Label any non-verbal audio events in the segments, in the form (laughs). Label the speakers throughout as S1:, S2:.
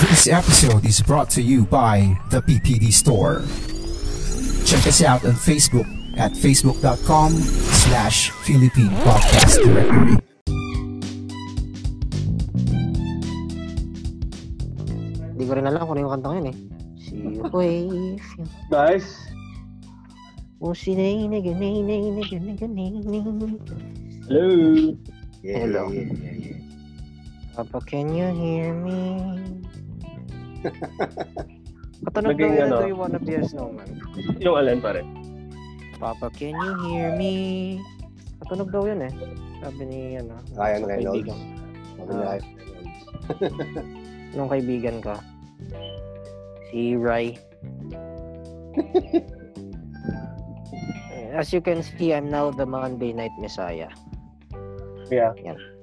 S1: This episode is brought to you by the PPD Store. Check us out on Facebook at facebook.com slash Philippine Podcast Directory.
S2: Hindi ko rin alam kung ano yung kantang yun eh. Si Wave.
S3: Guys,
S2: Oh, si Nay, Nay, Nay, Nay, Nay, Nay, Nay, Nay.
S3: hello.
S4: Yeah,
S2: Hello.
S4: yeah, yeah, yeah.
S2: Papa, can you hear
S4: (laughs)
S2: me? Katunog na
S3: Maging
S2: yun,
S3: ano?
S2: do you wanna be a snowman?
S3: Yung alin pare.
S2: Papa, can you hear me? Katunog daw yun eh. Sabi ni, ano,
S4: Ryan
S2: sa
S4: Reynolds.
S2: kaibigan-
S4: Sabi ni Ryan Reynolds.
S2: Nung kaibigan ko. Si
S4: (laughs)
S2: Rai. Eh, As you can see, I'm now the Monday Night Messiah.
S3: Yeah.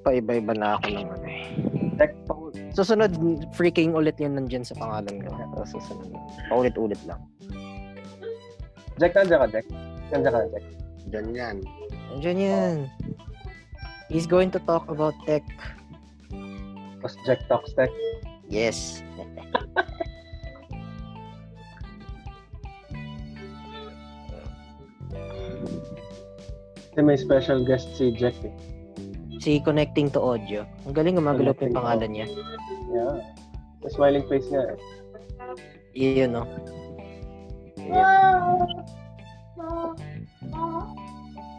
S2: Paiba-iba na ako ng ano eh.
S3: Tech
S2: Susunod, freaking ulit yun nandiyan sa pangalan ko. So, susunod. Paulit-ulit lang.
S3: Jack, nandiyan ka, Jack. Nandiyan ka, Jack.
S4: Diyan yan.
S2: Nandiyan yan. He's going to talk about tech.
S3: Tapos Jack talks tech.
S2: Yes.
S3: Kasi may special guest si Jack eh.
S2: Si Connecting to Audio. Ang galing gumagalaw pa
S3: Connecting
S2: yung
S3: to-
S2: pangalan niya.
S3: Yeah. May smiling face niya eh.
S2: Yun, no? (laughs)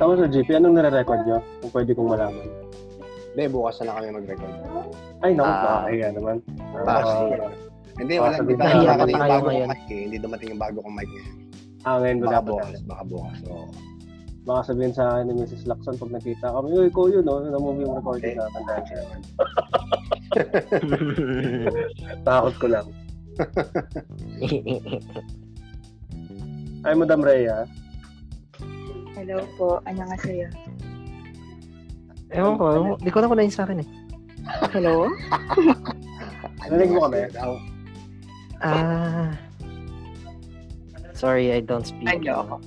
S3: Tama sa GP, anong nare-record niyo? Kung pwede kong malaman.
S4: Hindi, bukas na lang kami mag-record.
S3: Ay, naku,
S2: Ah.
S3: uh, ayan naman.
S4: Bukas
S3: Ah.
S4: na. Hindi, wala. Hindi
S3: Baka
S4: tayo
S3: sabihin-
S4: nakarating
S2: Nahiya pa
S4: yung bago
S2: tayo
S4: kong
S2: ngayon.
S4: mic eh. Hindi dumating yung bago kong mic ngayon.
S3: Ah, ngayon ba
S4: Baka
S3: dapat?
S4: bukas. Baka bukas. Oo.
S3: Baka sabihin sa akin ni Mrs. Lacson pag nakita kami, Uy, ko yun, no? Ano mo yung recording
S4: Okay.
S3: natin
S4: (laughs)
S3: dati?"
S2: Yun.
S3: Takot ko lang. Ay, Madam Rhea.
S5: Hello po. Ano nga sa'yo?
S2: Ewan ko. ewan- Di ko na kunain sa akin eh.
S5: Hello?
S3: Narinig mo kami?
S4: Ako.
S2: Ah. Sorry, I don't speak.
S5: Ano?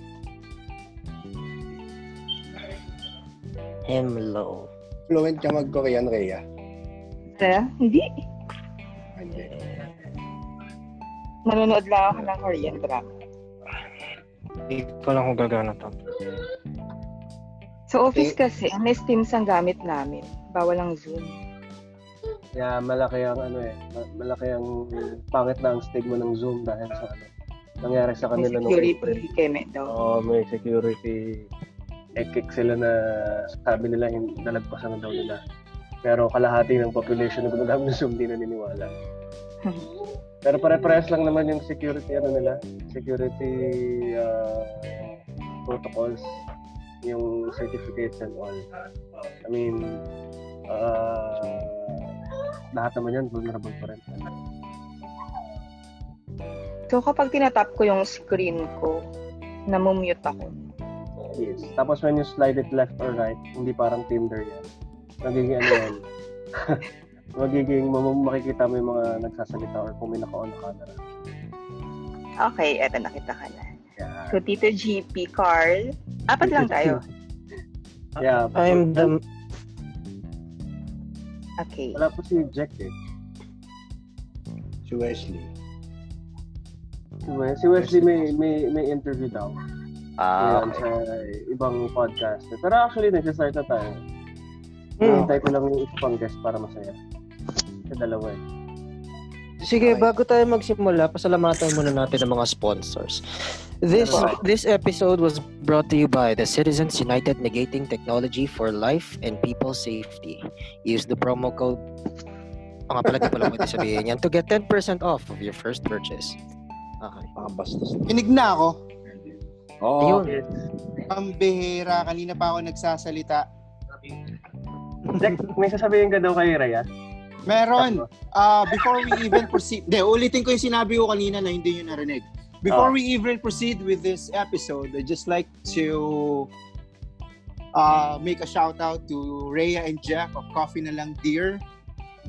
S2: Hemlo.
S4: Fluent ka mag-Korean, Rhea.
S5: Tara? Hindi.
S4: Hindi.
S5: Nanonood lang ako ng Korean drama.
S2: Hindi ko lang kung gagana to.
S5: Sa office kasi, MS Teams ang gamit namin. Bawal ang Zoom.
S3: Yeah, malaki ang ano eh. ma- Malaki ang eh, pangit na ang stigma ng Zoom dahil sa ano. Nangyari sa
S5: May
S3: kanila nung April.
S5: security keme daw.
S3: Oo, may security. Ekik sila na sabi nila yung nalagpasan na daw nila. Pero kalahati ng population na gumagamit ng (laughs) Zoom di na niniwala. Pero pare-parehas lang naman yung security ano nila, security uh, protocols, yung certificates and all. I mean, uh, lahat naman yan vulnerable pa rin.
S5: So kapag tinatap ko yung screen ko, namumute ako.
S3: Yes. Tapos when you slide it left or right, hindi parang Tinder yan. Magiging ano yan. magiging mam- makikita mo yung mga nagsasalita or kung may naka-on na camera.
S5: Okay, eto nakita ka na.
S3: Yeah.
S5: So Tito GP, Carl, apat lang tayo.
S3: Yeah.
S2: I'm the...
S5: Okay.
S3: Wala po si Jack eh.
S4: Si Wesley.
S3: Si Wes- Si Wesley may, may, may interview daw.
S2: Ah,
S3: Ayan, sa ibang podcast. Pero actually, nagsistart na tayo.
S2: Hmm.
S3: Hintay ko lang yung isa pang guest para masaya. Sa dalawa eh.
S2: Sige,
S4: Okay.
S2: bago tayo magsimula, pasalamatan muna natin ang mga sponsors. This
S3: Okay.
S2: this episode was brought to you by the Citizens United Negating Technology for Life and People Safety. Use the promo code Ah, nga pala, di pala pwede sabihin yan. To get 10% off of your first purchase. Okay.
S4: Mga Ah, bastos.
S6: Kinig na ako.
S4: Oo.
S3: Oh,
S2: Ayun.
S6: Ang bihira. Kanina pa ako nagsasalita.
S3: Jack, may sasabihin ka daw kay Raya?
S6: Meron. Ah, before we even proceed. Hindi, ulitin ko yung sinabi ko kanina na hindi nyo narinig. Before
S2: Ah.
S6: we even proceed with this episode, I'd just like to ah, uh, make a shout out to Rhea and Jack of Coffee na lang Dear.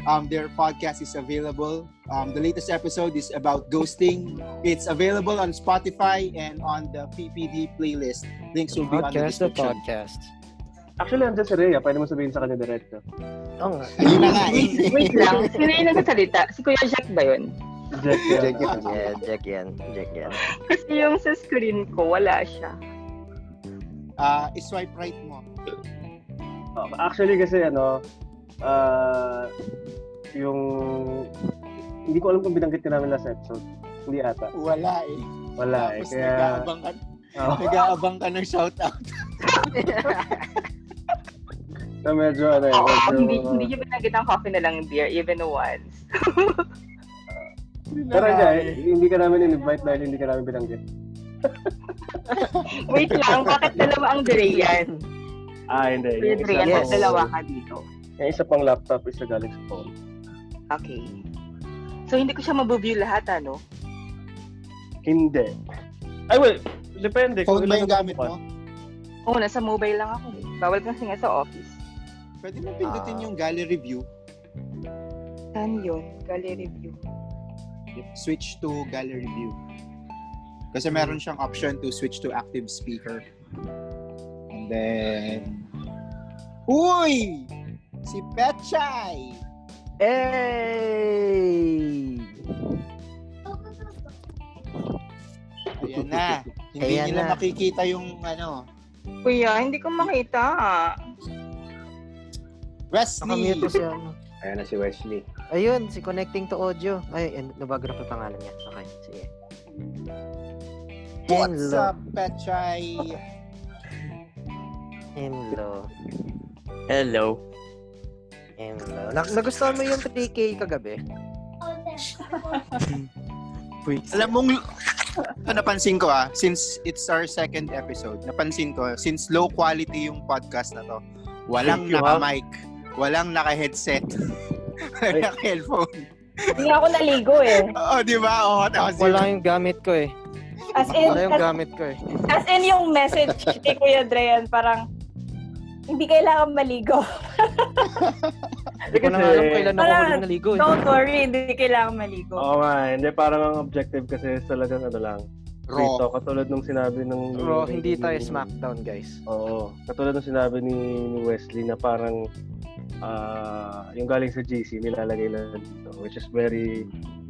S6: Um, their podcast is available. Um, the latest episode is about ghosting. It's available on Spotify and on the PPD playlist. Links will be on the
S2: Podcast the
S6: description.
S2: podcast.
S3: Actually, andyan si Rhea. Pwede mo sabihin sa kanya direkto.
S2: Oo nga.
S6: (laughs) Ayun na nga eh.
S2: (laughs)
S5: Wait lang. Sino yung nagsasalita? Si Kuya Jack ba yun?
S3: Jack yan.
S2: (laughs) Yeah, Jack
S4: Jack yan.
S2: yan. Jack yan.
S5: Kasi yung sa screen ko, wala siya.
S6: Ah, i-swipe right mo.
S3: Oh, actually, kasi ano, ah, yung... Hindi ko alam kung binanggit ka namin last episode. Hindi ata.
S6: Wala eh.
S3: Wala eh.
S6: Tapos
S3: Kaya...
S6: nag-aabang ka,
S3: Oh,
S6: nag-aabang ka ng shoutout.
S3: na medyo ano eh.
S5: Oo,
S3: medyo-
S5: hindi, hindi niya binagit ang coffee na lang beer, even once. (laughs)
S3: Pero hindi, eh, hindi ka namin in-invite dahil hindi ka namin binanggit.
S5: Wait lang, bakit dalawa ang Durian?
S3: Ah, hindi.
S5: Yung Durian,
S2: Yes.
S5: yes. ano, dalawa ka dito.
S3: Yung eh, isa pang laptop, isa galing sa phone.
S5: Okay. So, hindi ko siya mabubuyo lahat, ano?
S3: Hindi. Ay, well, depende.
S6: Phone
S3: kung
S6: ba
S3: ilan
S6: yung
S3: ang
S6: gamit
S3: bukas.
S6: mo?
S5: Oo, nasa mobile lang ako. eh. Bawal kasi nga sa office.
S6: Pwede mo pindutin
S2: Ah.
S6: yung gallery view.
S5: Saan yun? Gallery view.
S6: Switch to gallery view. Kasi meron siyang option to switch to active speaker. And then... Uy! Si Petchay!
S2: Hey!
S6: Ayan
S2: (laughs)
S6: na. Hindi
S2: Ayan
S6: nila
S2: na.
S6: makikita yung ano.
S5: Kuya, hindi ko makita.
S6: Wesley!
S2: Nakamute ko siya. ano.
S4: Ayan na si Wesley.
S2: Ayun, si Connecting to Audio. Ay, and, nabago na pa pangalan niya. Okay, sige.
S6: What's
S2: Hello.
S6: up, Petchay?
S2: Hello. Hello. Nag nagustuhan mo yung 3K kagabi?
S6: Alam mong, ito napansin ko ah, since it's our second episode, napansin ko, since low quality yung podcast na to, walang
S3: Thank you, ah.
S6: naka-mic, walang naka-headset, (laughs) walang naka-headphone.
S7: Hindi ako naligo eh.
S6: Oo, di ba? Oo, tapos
S2: Wala yung gamit ko eh.
S7: As in,
S2: Wala yung
S7: as,
S2: gamit ko eh.
S7: as in yung
S3: (laughs)
S7: message kay Kuya Drian, parang hindi kailangan maligo.
S2: Hindi ko na nga alam kailan ako
S7: Wala.
S2: huli naligo eh.
S7: Don't worry, hindi kailangan maligo.
S3: Oo nga, eh. hindi. Parang ang objective kasi is talagang ano lang. Dito,
S6: raw.
S3: katulad nung sinabi ng...
S2: Bro, hindi tayo smackdown guys.
S3: Oo. Katulad ng sinabi ni, ni Wesley na parang ah, yung galing sa GC nilalagay lang dito which is very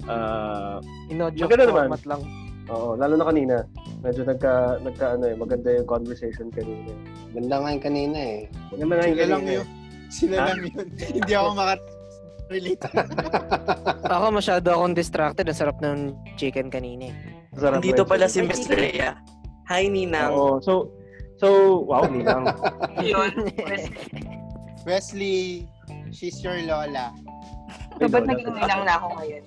S3: ah,
S2: Inodyo
S3: Maganda naman.
S2: format lang.
S3: oo lalo na kanina medyo nagka nagka ano eh maganda yung conversation kanina
S4: Ganda nga yung kanina eh.
S3: maganda nga yung
S6: Sila lang
S3: kanina
S6: yun. Sila
S3: Ha?
S6: lang yun. (laughs) Hindi ako
S3: (laughs)
S6: makarelate.
S2: Ako masyado akong distracted. Ang sarap ng chicken kanina eh.
S3: Sarap
S8: Dito
S3: Wesley.
S8: pala si Miss Rhea. Hi, Ninang.
S3: oo so so wow nilang (laughs)
S5: Yun.
S6: Wesley, she's your lola.
S5: so, ba't naging nilang na ako ngayon?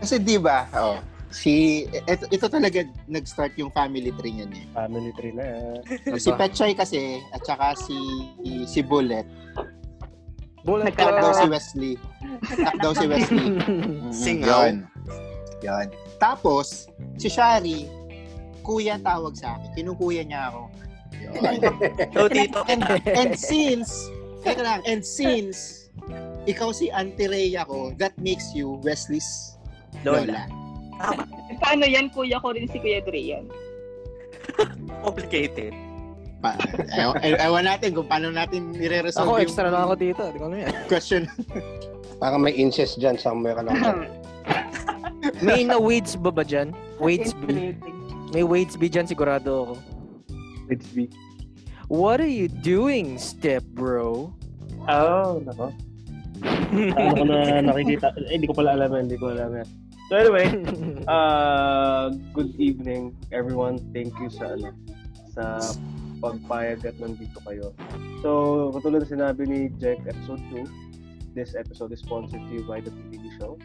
S6: Kasi di ba, oh, si, ito, ito talaga nag-start yung family tree niya eh.
S3: family tree na
S6: Si Petchay kasi, at saka si, si Bullet,
S2: Bullet
S6: Act daw si
S5: Nagkakaroon.
S6: Wesley. Act daw si Wesley.
S8: Singaw.
S6: Yun. Yun. Tapos, si Shari, kuya tawag sa akin. Kinukuya niya ako. Yun.
S2: Oh,
S8: So, dito
S6: and, and since, teka lang, and since, ikaw si Auntie Rhea ko, that makes you Wesley's
S8: Lola.
S6: lola.
S5: Paano yan, kuya ko rin si Kuya Drian?
S8: Complicated.
S6: Pa, ayaw, ayaw- ewan natin kung paano natin nire-resolve
S2: Ako extra lang ako dito. Hindi ko alam yan.
S6: question.
S4: Parang may incest dyan somewhere ano?
S5: (laughs)
S4: along.
S2: May na Wades ba ba dyan? Wades B. May Wades B dyan sigurado ako.
S3: it's B
S2: What are you doing, step bro? (laughs)
S3: oh nako ano ko na nakikita eh hindi ko pala alam yan, hindi ko alam yan so anyway Uh, good evening, everyone. Thank you sa ano, sa pagpayag at nandito kayo. So, katulad na sinabi ni Jack, episode 2, this episode is sponsored to you by The PPD Show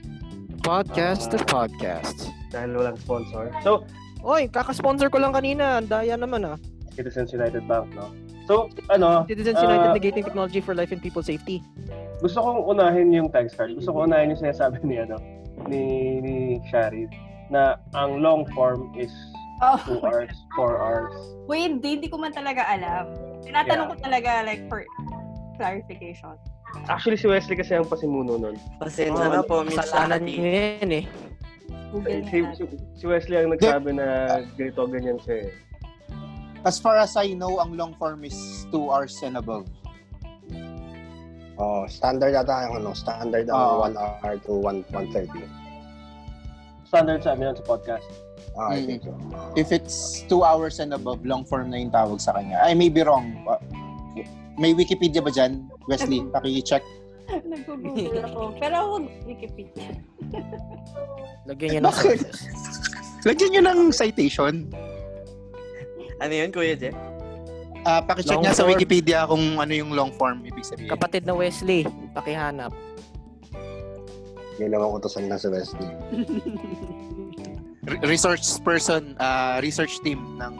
S2: podcast to
S3: Ah.
S2: podcast.
S3: dahil walang sponsor. So,
S2: Oy, kakasponsor ko lang kanina. Ang daya naman ah.
S3: Citizens United Bank, no? So, ano,
S2: Citizens United
S3: Ah.
S2: Negating Technology for Life and People Safety.
S3: gusto kong unahin yung Tagstar. Gusto kong unahin yung sinasabi ni, ano, ni, ni Shari na ang long form is
S7: (clears throat) Oh,
S3: 2 hours, 4 hours.
S7: wait, hindi, hindi ko man talaga alam. Tinatanong ko talaga like for clarification.
S3: Actually, si Wesley kasi ang pasimuno nun.
S9: Pasensya na po, Miss
S2: Kasalanan niyo
S9: Sally.
S2: yan eh.
S5: Google
S3: Eh, Si,
S5: niya.
S3: si, si Wesley ang nagsabi na ganito, ganyan siya eh.
S6: As far as I know, ang long form is 2 hours and above.
S4: Oh, standard ata yung ano, standard
S6: Oo.
S4: ang 1 hour to 1 130.
S3: Standard sa amin yun sa podcast.
S4: Ah, I
S6: Mm.
S4: think so.
S6: If it's 2 hours and above, long form na yung tawag sa kanya. I may be wrong. Uh, May Wikipedia ba dyan, Wesley? Paki-check.
S5: Nag-google ako. Pero huwag Wikipedia.
S2: Lagyan niyo ng
S6: Bakit?
S2: sources.
S6: Lagyan nyo ng citation.
S9: Ano yun, Kuya Jeff?
S6: Ah, paki-check
S2: Long
S6: nga sa
S2: form.
S6: Wikipedia kung ano yung long form ibig sabihin.
S2: Kapatid na Wesley, pakihanap.
S4: Ginawang utosan lang si Wesley.
S6: Re- research person, ah, research team ng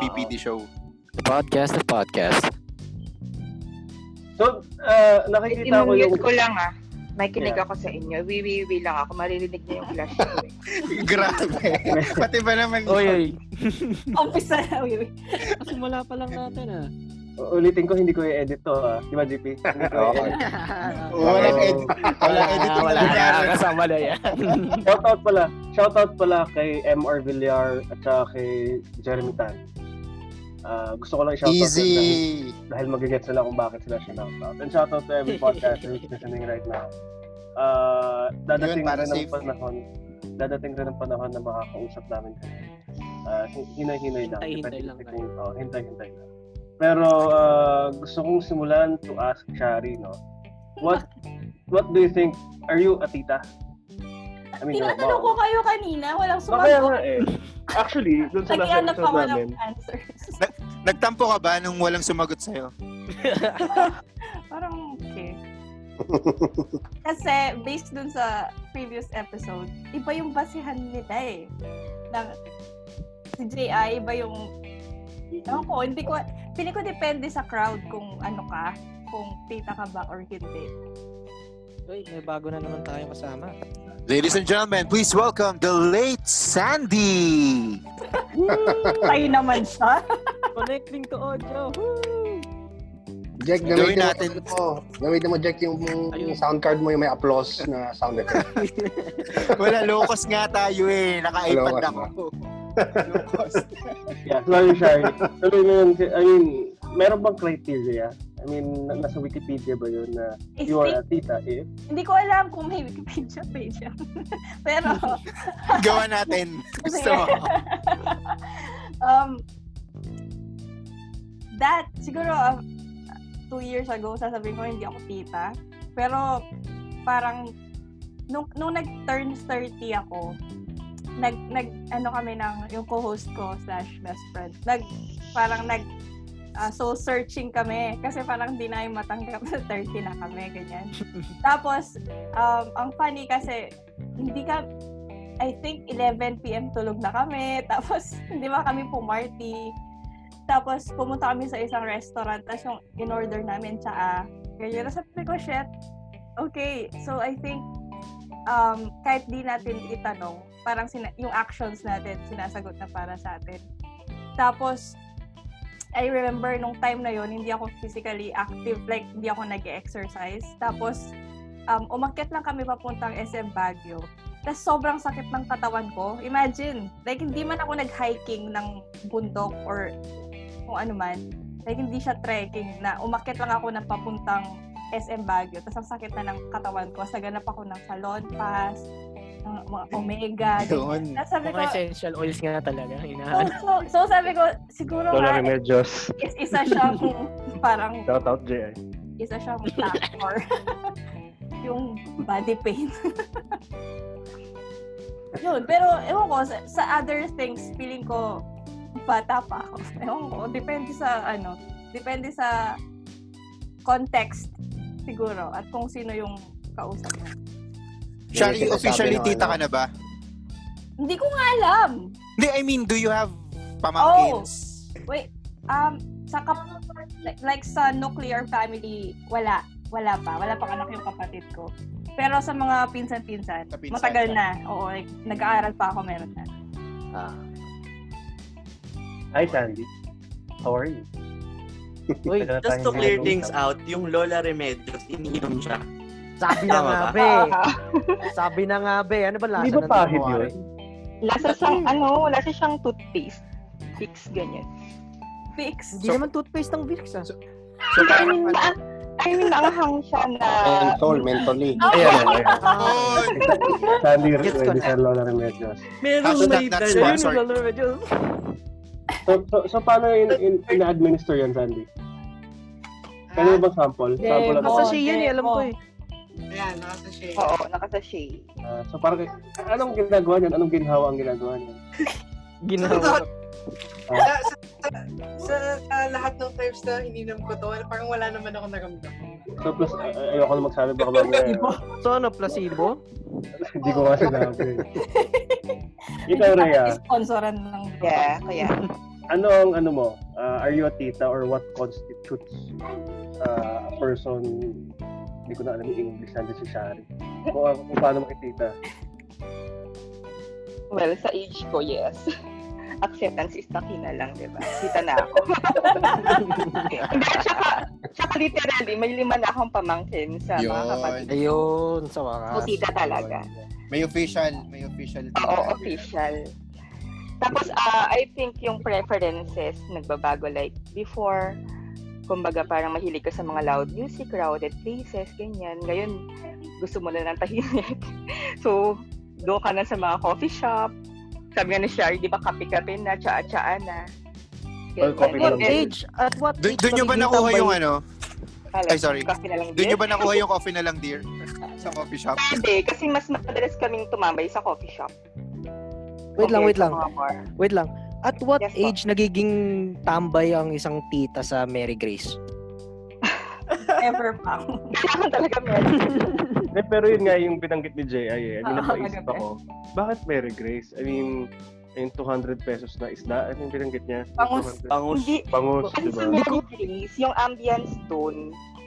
S6: PPD show.
S2: The podcast of podcast.
S3: So, ah, nakikita ko yung...
S10: I-mute ko lang ah. May kinig ako sa inyo. Wiwiwi lang ako. Maririnig niyo yung flash
S7: (laughs)
S10: ko eh.
S6: (laughs) Grabe. Pati ba naman
S2: Oy, oy.
S5: Umpisa na. Uy, uy.
S2: Simula pa lang natin ah.
S3: Ulitin ko, hindi ko i-edit to ah. Di ba, GP? Hindi (laughs) ko
S4: Okay.
S3: i-edit.
S6: Walang
S3: Oh.
S6: ed- walang editing
S2: Ah, wala na,
S6: na nangyari.
S2: kasama na yan.
S3: Shoutout pala. Shoutout pala kay MR Villar at saka kay Jeremy Tan. Ah, gusto ko lang i-shoutout yun dahil,
S6: Easy.
S3: dahil magigets nila kung bakit sila shoutout. And shoutout to every podcaster who's listening right now. Ah, dadating
S6: Yun, para
S3: rin ang
S6: safe.
S3: panahon dadating rin ang panahon na makakausap namin kayo. Ah, hin- hinay-hinay lang.
S2: Hintay-hintay lang
S3: Depende- Oo, hintay-hintay lang. Pero ah, gusto kong simulan to ask Shari, no? What what do you think? Are you a tita? I
S5: Tinatanong ko
S3: wow.
S5: kayo kanina. Walang
S3: Ba, kaya nga
S5: sumagot.
S3: eh. Actually, dun sa last
S5: Nag-ianap pa
S3: episode namin,
S5: walang answers.
S6: Nagtampo ka ba nung walang sumagot sa'yo?
S3: (laughs)
S5: Parang okay. Kasi based dun sa previous episode, iba yung basihan nila eh. Ng, si JI, iba yung... Ewan ko, hindi ko... Pili ko depende sa crowd kung ano ka, kung tita ka ba or hindi.
S2: Uy, may bago na naman tayo kasama.
S6: Ladies and gentlemen, please welcome the late Sandy!
S3: Hmm.
S5: Tayo naman siya.
S2: Connecting to audio.
S4: Jack, gamitin mo
S6: Gawin natin.
S4: Oh, gamitin mo Jack yung, yung
S2: Ayun.
S4: sound card mo yung may applause na sound
S3: (laughs)
S4: effect.
S6: Wala, locos nga tayo eh. Naka-iPad
S4: Locust
S6: ako. Locos.
S3: yeah, sorry Shari. Tuloy mo yun. I mean, meron bang criteria? I mean, na- nasa Wikipedia ba yun na
S5: Is
S3: you are
S5: it-
S3: a tita Eh? if?
S5: hindi ko alam kung may Wikipedia page yan. (laughs) Pero,
S3: (laughs)
S6: Gawa natin. Gusto mo.
S5: (laughs) um, that, siguro, uh, two years ago, sasabihin ko hindi ako tita. Pero, parang, nung, nung nag-turn 30 ako, nag, nag, ano kami ng, yung co-host ko slash best friend, nag, parang nag, ah, soul searching kami kasi parang di na yung matanggap na 30 na kami, ganyan. Tapos, um, ang funny kasi, hindi ka, I think 11 p.m. tulog na kami. (laughs) Tapos, hindi ba kami pumarty. Tapos, pumunta kami sa isang restaurant. Tapos, yung in-order namin tsaa. Ganyan. Tapos, sabi ko, shit. Okay. So, I think, um, kahit di natin itanong, parang sina- yung actions natin, sinasagot na para sa atin. Tapos, I remember nung time na yon hindi ako physically active. Like, hindi ako nag-exercise. Tapos, um, umakyat lang kami papuntang SM Baguio. Tapos sobrang sakit ng katawan ko. Imagine, like hindi man ako nag-hiking ng bundok or kung ano man. Like hindi siya trekking na umakyat lang ako ng papuntang SM Baguio. Tapos ang sakit na ng katawan ko. Tapos naganap ako ng salon pass, ng mga omega.
S6: Yun.
S5: Tapos Ah, sabi ko,
S2: Mga essential oils nga talaga.
S5: so,
S2: Hinahanap.
S5: so, so sabi ko, siguro
S3: Lola
S5: nga,
S3: Remedios.
S5: is isa siyang parang
S3: Shoutout J.I.
S5: isa siyang factor. (laughs) yung body pain. (laughs) Yun, pero ewan ko, sa, sa other things, feeling ko, bata pa ako. (laughs) Ewan ko, depende sa, ano, depende sa context, siguro, at kung sino yung kausap mo.
S6: Shari,
S4: Yung sinasabi
S6: officially
S4: ng ano.
S6: tita ka na ba?
S5: Hindi ko nga alam.
S6: Hindi, I mean, do you have pamangkins?
S5: Wait, um, sa kap- like, like sa nuclear family, wala. Wala pa. Wala pang anak yung kapatid ko. Pero sa mga pinsan-pinsan,
S6: Sa pinsan
S5: matagal
S6: ka.
S5: na. Oo, like, nag-aaral pa ako, meron na.
S2: Ah.
S3: Hi, Sandy. How are you?
S2: Uy,
S3: Tagal na
S9: Just
S3: tayong
S9: to clear
S3: nag-uusap.
S9: things out, yung Lola Remedios tapos iniinom siya.
S2: Sabi na
S9: Tama
S2: nga,
S9: ba?
S2: be.
S11: Ah,
S2: (laughs) Sabi na nga, be. Ano ba lasa
S3: Hindi ba
S2: ng
S3: pahit
S2: kunwari?
S3: yun?
S11: lasa siyang, ano, lasa siyang toothpaste. Fix ganyan.
S5: Fix.
S2: Hindi naman toothpaste ng Vicks, ah.
S11: I mean, na, I mean, naanghang siya na,
S4: Mentol, mentally.
S3: Ayan, ayan.
S6: Oh,
S3: (laughs) Sandy,
S2: Gets ko
S3: ready
S2: na.
S3: sa Lola Remedios.
S9: Meron
S6: Kaso
S9: may
S6: that- that's
S9: dala.
S6: sponsored.
S3: So, so, so paano in, in, ina-administer yan, Sandy? Pwede
S2: Ah,
S3: ba bang sample?
S2: Hindi,
S3: sample
S2: basta
S3: lang.
S2: siya yun eh. Alam ko eh.
S6: Ayan, nakasashay.
S11: oo, nakasashay.
S3: Ah, so parang, anong ginagawa niyan? Anong ginhawa ang ginagawa niyan?
S2: oh. Ginawa.
S12: Sa, sa, sa- sa, ah, lahat ng times na ininom ko to, parang wala naman ako naramdaman.
S3: So plus, ay- ayoko na magsabi baka mamaya.
S2: So ano, placebo?
S3: Hindi ko nga sinabi. Ikaw, Rhea,
S5: Sponsoran ng
S11: Yeah,
S12: (laughs)
S11: kaya.
S3: ano ang ano mo? Ah, are you a tita or what constitutes ah, a person hindi ko na alam yung English nandiyan si Shari. Kung, ako- kung paano makitita.
S11: Well, sa age ko, yes. Acceptance is nakina lang, di ba? Kita
S12: (laughs)
S11: na ako. Hindi, tsaka, tsaka literally, may lima na akong pamangkin sa mga
S6: Yun.
S11: kapatid.
S2: Ayun, sa wakas.
S11: So,
S6: Ah,
S11: tita talaga.
S6: May official, may official.
S11: Oo, official. Tapos, ah, I think yung preferences nagbabago. Like, before, kumbaga parang mahilig ka sa mga loud music, crowded places, ganyan. Ngayon, gusto mo na ng tahimik. (laughs) so, doon ka na sa mga coffee shop. Sabi nga ni Shari, di ba kape-kape na, tsaa-tsaa na.
S3: Or coffee na
S2: What
S3: lang.
S2: age? At what
S6: Doon
S2: age?
S6: doon nyo ba
S2: nakikita
S6: nakuha
S2: ba
S6: yung ano?
S11: Pala,
S6: Ay, sorry.
S11: Coffee na lang
S6: Doon nyo
S11: din.
S6: ba nakuha yung coffee na lang, dear? Sa coffee shop?
S11: Hindi, kasi mas madalas kaming tumambay sa coffee shop.
S2: Wait lang, wait
S11: compared sa
S2: lang.
S11: mga bar.
S2: Wait lang. At what
S11: Yes, po.
S2: age nagiging tambay ang isang tita sa Mary Grace?
S5: ever pa.
S12: (laughs)
S11: (laughs) Kailangan talaga meron.
S3: Hindi, pero yun nga yung binanggit ni J.I. Eh. I mean,
S5: Oo,
S3: napaisip
S5: kagabi.
S3: ako. Bakit Mary Grace? I mean, yung 200 pesos na isda. Ano yung binanggit niya?
S5: Bangus.
S3: 200.
S9: Bangus.
S11: Hindi,
S3: Bangus,
S11: Kasi
S3: di
S6: Diba?
S3: ba?
S11: sa Mary Grace, yung ambience doon,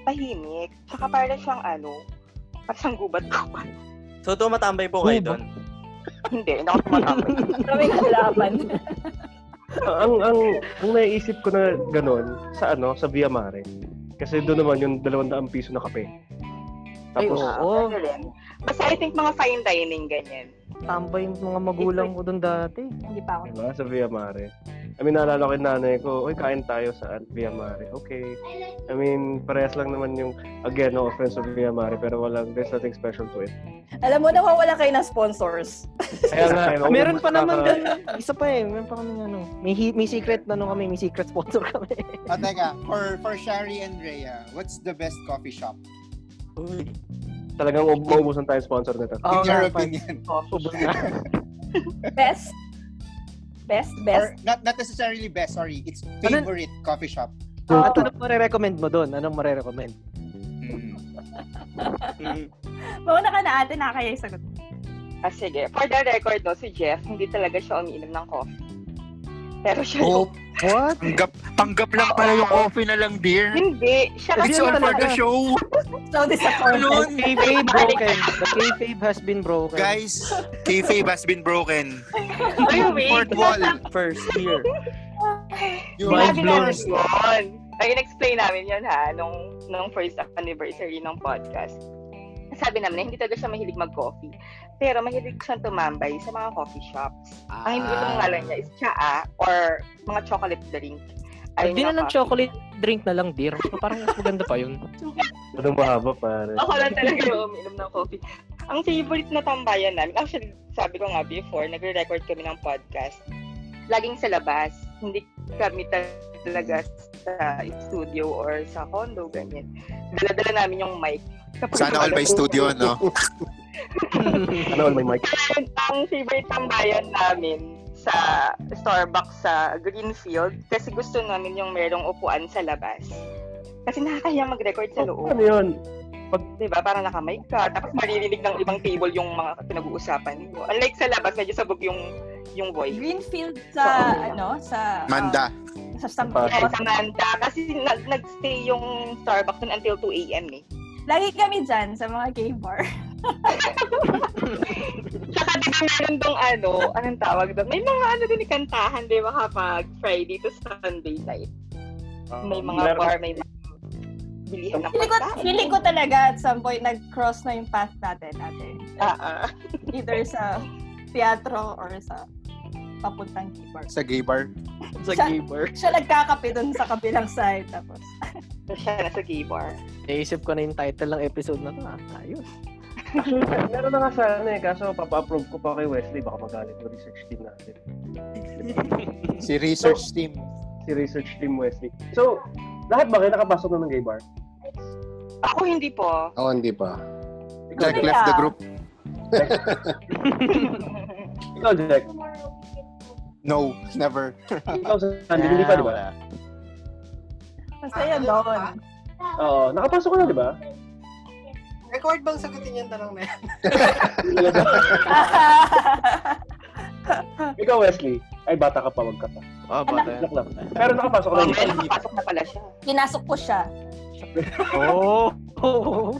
S11: tahimik. Tsaka para siyang ano, para siyang gubat ko. (laughs)
S9: So, tumatambay po kayo doon.
S11: Hindi, hindi ako
S2: (laughs)
S11: tumatapos.
S5: Maraming kalaban.
S3: ang, ang, ang naiisip ko na ganun, sa ano, sa Via Mare. Kasi doon naman yung 200 piso na kape.
S2: Ay,
S3: Tapos,
S2: oo.
S11: Ano rin. Basta I think mga fine dining, ganyan.
S2: Tambay yung mga magulang ko doon dati.
S5: Hindi pa ako.
S3: di ba? Sa Via Mare. I mean, naalala ko yung nanay ko, uy, kain tayo sa Via Mare. Okay. I mean, parehas lang naman yung, again, no offense sa Via Mare, pero walang, there's nothing special to it.
S12: Alam mo, nawawala kayo ng sponsors.
S3: Kaya nga, eh,
S2: Ah, Meron pa naman
S3: nakaka-
S2: doon. Isa pa eh. Meron pa kami ano. May, hi- may secret na ano kami. May secret sponsor kami.
S6: Ah, teka, for, for Shari and Rhea, what's the best coffee shop?
S9: Uy,
S3: Talagang ub- maubusan tayo sponsor nito.
S2: Oo
S6: In
S9: Oh,
S2: nga,
S6: your
S2: pa-
S6: opinion.
S2: ubos na.
S12: Best. Best, best.
S6: Or not, not necessarily best, sorry. It's
S2: Ano-
S6: favorite coffee shop.
S2: At ano marirecommend mo doon? Anong marirecommend?
S6: Mm.
S9: mm,
S5: Mauna ka na ate, nakakaya yung sagot.
S11: Ah, sige. For the record, no, si Jeff, hindi talaga siya umiinom ng coffee. Pero siya,
S6: Oh,
S2: What?
S6: tanggap, tanggap lang pala yung coffee na lang, dear.
S11: (laughs) hindi. Siya
S2: It's
S11: kasi
S2: all for the
S6: show.
S12: So disappointed.
S2: The kayfabe broken. The kayfabe has been broken.
S6: Guys, kayfabe has been broken.
S11: Anyway,
S6: Fourth wall.
S9: first year.
S6: You are
S11: sinabi namin yun. Ay, in-explain namin yun ha, nung, nung first anniversary ng podcast. Sabi namin na hindi talaga siya mahilig mag-coffee. Pero mahilig siyang tumambay sa mga coffee shops. Ang hindi ko
S2: Ah.
S11: pangalan niya is tsaa or mga chocolate drink. Ayun
S2: Hindi
S11: nga,
S2: na lang
S11: coffee.
S2: chocolate drink na lang, dear. Parang mas maganda pa yun.
S3: Ano mahaba, pare?
S11: Ako lang talaga yung uminom ng coffee. Ang favorite na tambayan namin, actually, sabi ko nga before, nagre-record kami ng podcast. Laging sa labas. Hindi kami talaga sa studio or sa condo, ganyan. Dala-dala namin yung mic. Kapag
S6: Sana all by studio, no?
S3: Ano, may mic?
S11: Ang- ang favorite tambayan namin sa Starbucks sa Greenfield kasi gusto namin yung merong upuan sa labas. Kasi nakakahiya mag-record sa loob.
S3: Ano yun?
S11: Di ba? diba, Parang nakamay ka. Tapos maririnig ng ibang table yung mga pinag-uusapan ninyo. Unlike sa labas, medyo sabog yung yung voice.
S5: Greenfield sa, ano, sa... ah,
S6: Manda.
S5: sa Oh, San
S11: Kaya sa Manta, kasi nag- nag-stay yung Starbucks nun until 2 a.m. eh. (laughs)
S5: Lagi kami dyan sa mga gay bar.
S11: Tsaka di ba meron dong ano, anong tawag doon? May mga ano din kantahan, di ba, kapag Friday to Sunday night. May mga
S3: Meron-
S11: bar, may mga bilihan ng
S5: Feeling ko,
S11: pagkain.
S5: feeling ko talaga at some point nag-cross na yung path natin ate.
S11: Ah, ah.
S5: Either sa teatro or sa papuntang keyboard.
S6: Sa gay bar.
S9: Sa
S5: Sa-
S9: gay bar.
S5: Siya nagkakape dun sa kabilang side. Tapos,
S11: Siya na sa gay bar.
S2: Naisip ko na yung title ng episode na to. Ah, ayos.
S3: Meron na nga sana eh, kaso papa-approve ko pa kay Wesley, baka magalit yung research team natin.
S6: (laughs) Si research team.
S3: Si research team Wesley. So, lahat ba kayo nakapasok na ng gay bar?
S11: Ako hindi po.
S4: Oo, hindi pa.
S3: Ikaw,
S4: Jack
S5: Kaya-
S4: left the group.
S3: ikaw Jack.
S6: No, never.
S3: Ikaw Sandy, hindi
S6: Ah,
S3: pa, di ba?
S5: masaya doon.
S3: Oo, nakapasok ka na,
S6: (laughs)
S3: di ba?
S13: Record bang sagutin yung tanong na yan?
S3: Ikaw Wesley, ay bata ka pa, wag ka pa.
S9: Ah, bata yan.
S3: Joke lang. Pero nakapasok na
S11: Oh,
S3: yun.
S11: well, nakapasok na pala siya.
S5: (laughs) Pinasok ko siya.
S2: Oh! oh.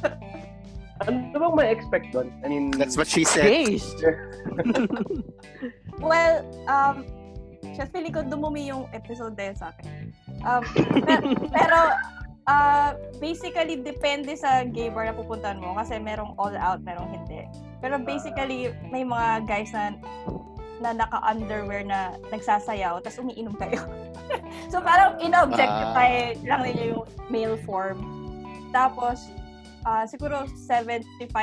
S3: Ano bang may expect doon? I mean,
S6: That's what she said.
S2: Gays!
S5: Well, um, siya feeling ko dumumi yung episode na yun sa akin. Um, pe- pero, uh, basically, depende sa gay bar na pupuntahan mo kasi merong all out, merong hindi. Pero basically, may mga guys na na naka-underwear na nagsasayaw tapos umiinom kayo. (laughs) so parang in-objectify lang ninyo yung male form. Tapos, ah, siguro 75%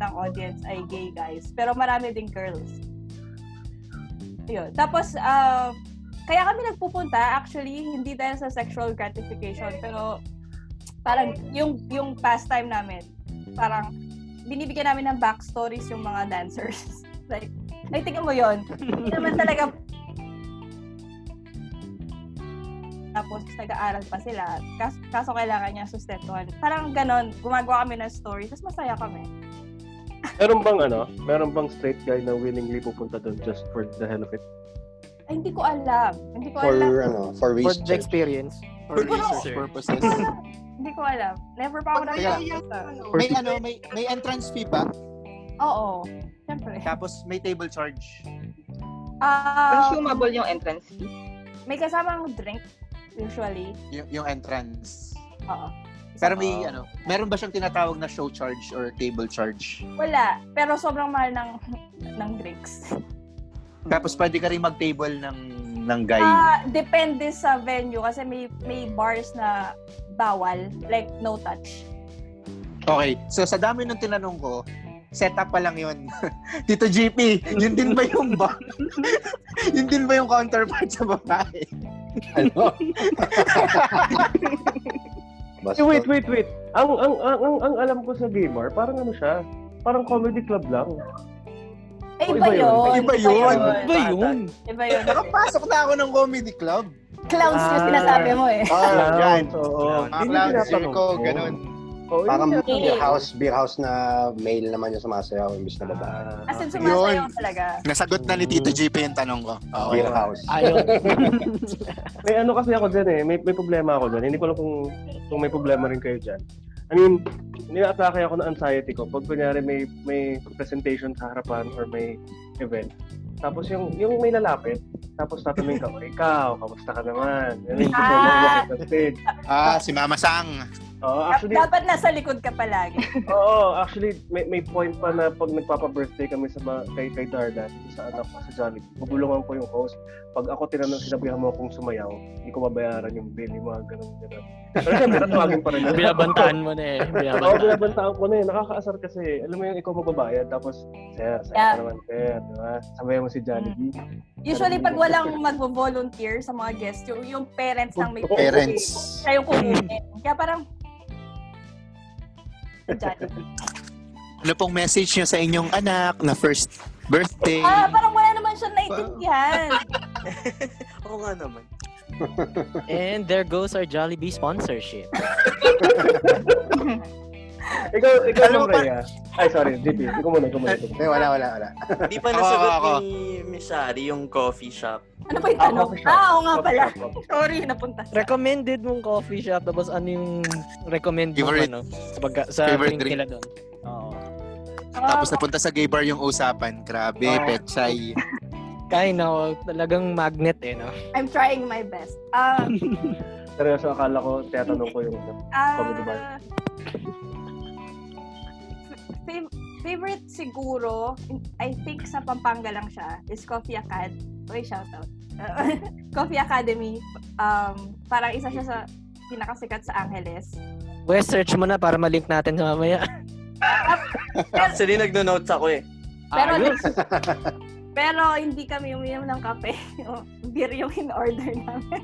S5: ng audience ay gay guys. Pero marami ding girls. Yun. Tapos, ah, kaya kami nagpupunta, actually, hindi dahil sa sexual gratification, pero parang yung, yung pastime namin, parang binibigyan namin ng backstories yung mga dancers. (laughs) like, ay, tingnan mo yon Hindi naman talaga tapos nag-aaral pa sila. Kaso, kaso kailangan niya sustentuhan. Parang ganon, gumagawa kami ng story, tapos masaya kami.
S3: meron bang ano? Meron bang straight guy na willingly pupunta doon just for the hell of it?
S5: Ay, hindi ko alam. Hindi ko
S4: For,
S5: alam.
S4: ano,
S2: For
S4: for
S2: the
S4: research.
S2: experience.
S6: For research
S9: (laughs)
S6: purposes.
S5: Hindi ko alam. Never pa
S13: Pag
S5: ako nag-
S13: naiyahiya ka, ano?
S6: May ano, may may entrance fee ba?
S5: Oo. Siyempre.
S6: Tapos may table charge.
S5: Ah,
S11: Consumable yung entrance fee.
S5: may kasamang drink, usually.
S6: Yung, yung entrance.
S5: Oo.
S6: Pero may ano, meron ba siyang tinatawag na show charge or table charge?
S5: Wala. Pero sobrang mahal ng, (laughs) ng drinks.
S6: Tapos pwede ka rin mag-table ng ng guy.
S5: Ah, depende sa venue kasi may may bars na bawal. Like, no touch.
S6: Okay. So sa dami ng tinanong ko, setup pa lang yun. (laughs) Tito JP, yun din ba yung ba? (laughs) yun din ba yung counterpart sa babae?
S4: Ano? (laughs) Basta.
S3: Eh, wait, wait, wait. Ang, ang, ang, ang, ang alam ko sa gay bar, parang ano siya? Parang comedy club lang.
S5: Ay,
S3: Oh, iba yun.
S5: iba yun.
S6: Iba yun.
S2: Ba yun?
S5: Iba yun.
S6: Nakapasok na ako ng comedy club.
S5: Clowns yung sinasabi mo eh.
S6: Ah, yan.
S3: Oo. Hindi
S6: Mga clown,
S3: Oh, tinatanong
S6: circo,
S3: ko.
S6: ganun.
S3: Oo, yun
S4: Parang
S3: yung
S5: Okay.
S4: beer house, beer house na male naman yung sumasayaw, imbis na babae.
S3: tinatanong.
S5: As in, sumasayaw
S6: Yun.
S5: talaga.
S6: Nasagot na ni Tito
S3: Mm.
S6: JP yung tanong ko. Okay.
S4: Beer house.
S2: Ayaw.
S3: May ano kasi ako dyan eh, may, may problema ako dyan. Hindi ko alam kung, kung may problema rin kayo dyan. I mean, nilatake ako ng anxiety ko. Pag kunyari may, may presentation sa harapan or may event. Tapos yung, yung may lalapit, tapos tatanungin ka, "Oh, ikaw, kamusta ka naman? Yan yung gusto mo,
S5: Ah.
S3: walk the stage.
S6: Ah, si Mama Sang.
S3: Oo, actually,
S5: Dapat nasa likod ka palagi.
S3: Oo, actually, may, may point pa na pag nagpapa-birthday kami sa mga, kay, kay Darda, dito sa anak ko sa Jollibee, bubulungan ko yung host. Pag ako tinanong sinabihan mo akong sumayaw, hindi ko babayaran yung bill, yung mga ganun ganun. Pero
S2: (laughs)
S3: syempre, tatawagin pa rin.
S2: Binabantaan mo na eh.
S3: Oo,
S2: Binabantaan.
S3: binabantaan ko na eh. Nakakaasar kasi, alam mo yung ikaw magbabayad, tapos, sir, sir
S5: Yeah. Mm.
S3: ka naman, sir, di ba? Sabayan mo si Jollibee.
S5: Usually, pag walang magvo-volunteer sa mga guest, yung, yung parents ng may
S6: Parents.
S5: Siya yung kukunin. Kaya
S6: (laughs)
S5: parang, Jollibee.
S6: Ano pong message niyo sa inyong anak na first birthday?
S5: Ah, parang wala naman siya
S2: (laughs)
S5: naiintindihan.
S9: Oo nga naman.
S2: And there goes our Jollibee sponsorship.
S3: Ikaw, ikaw
S6: Alam mo
S3: naman, Rhea. Ay, sorry, JP. Ikaw muna, ikaw muna. ikaw muna.
S4: Eh, wala, wala, wala.
S9: Hindi pa
S6: Ako,
S9: nasagot
S6: ako.
S9: ni Miss Shari yung coffee shop.
S5: Ano ba yung tanong?
S3: coffee shop.
S5: Ah, oo nga pala. Sorry, napunta sa.
S2: Recommended mong coffee shop, tapos ano yung recommend mong
S6: Favorite-
S2: ano? Sa, pagka, sa
S6: favorite
S2: drink,
S6: drink.
S2: nila doon. Oo.
S5: Um,
S6: Tapos napunta sa gay bar yung usapan. Grabe,
S3: Oo.
S6: pechay.
S2: Ay, no. Talagang magnet eh, no?
S5: I'm trying my best. Ah,
S2: (laughs)
S3: Seryoso, akala ko, tinatanong ko yung
S5: ah,
S3: comedy bar.
S5: fav- favorite siguro, I think sa Pampanga lang siya, is Coffee Acad. Uy, shoutout. (laughs) Ah, Coffee Academy. Um, parang isa siya sa pinakasikat sa Angeles.
S2: Wes, search mo na para malink natin sa mamaya. (laughs)
S9: Actually, nagno-notes ako eh.
S5: Pero, (laughs) pero hindi kami uminom ng kape. (laughs) Yung Beer yung in-order namin.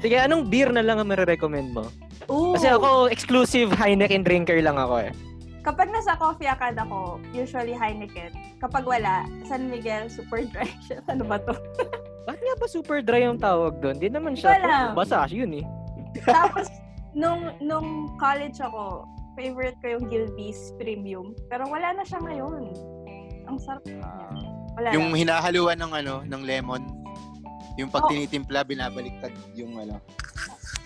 S2: Sige, anong beer na lang ang marirecommend mo?
S5: Ooh.
S2: Kasi ako, exclusive Heineken drinker lang ako eh.
S5: Kapag nasa coffee akad ako, usually Heineken. Kapag wala, San Miguel, super dry (laughs) siya. Ano
S6: (laughs)
S5: ba to?
S2: Bakit nga ba super dry yung tawag doon? Di naman siya.
S5: Wala.
S2: Basa, yun eh.
S5: Tapos, nung, nung college ako, favorite ko yung Gilby's Premium. Pero wala na siya ngayon. Ang sarap niya.
S6: Ah.
S5: Wala
S6: Yung
S5: na.
S6: hinahaluan ng ano, ng lemon. Yung pag tinitimpla, binabaliktad yung ano,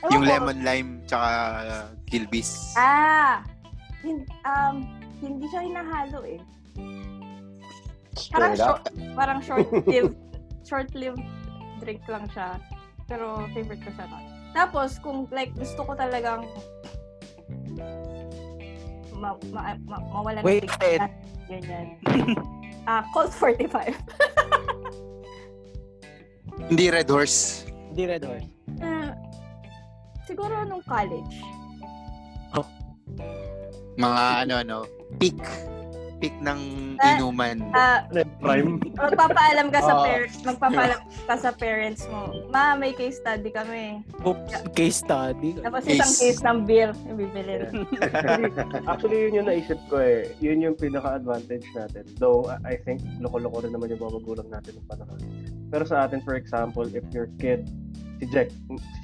S5: Oh. Ewan
S6: yung
S5: ko.
S6: lemon lime tsaka uh, kilbis.
S5: Ah! Hin, um, hindi siya hinahalo eh. Parang
S6: Straight up.
S5: short, parang
S2: (laughs)
S5: short-lived, short-lived drink lang siya. Pero favorite ko siya nun. Tapos, kung like gusto ko talagang ma, ma, ma, mawala
S2: Wait,
S5: ng
S2: Ted.
S5: bigla, ganyan. Ah, Colt 45.
S6: Hindi Red Horse.
S2: Hindi Red Horse.
S5: Ah, siguro nung college.
S6: Mga ano ano, peak. Peak ng
S5: Ah,
S6: inuman.
S5: Ah,
S6: Red Prime.
S5: magpapaalam ka sa
S6: Oo.
S5: parents, magpapaalam ka sa parents mo. Ma, may case study kami.
S2: Oops, case study.
S5: Tapos isang case ng beer yung bibilin.
S2: (laughs)
S3: actually, actually, yun yung naisip ko eh. Yun yung pinaka-advantage natin. Though, I- I think, loko-loko rin naman yung mga magulang natin ng panahon. Pero sa atin, for example, if your kid, si Jack,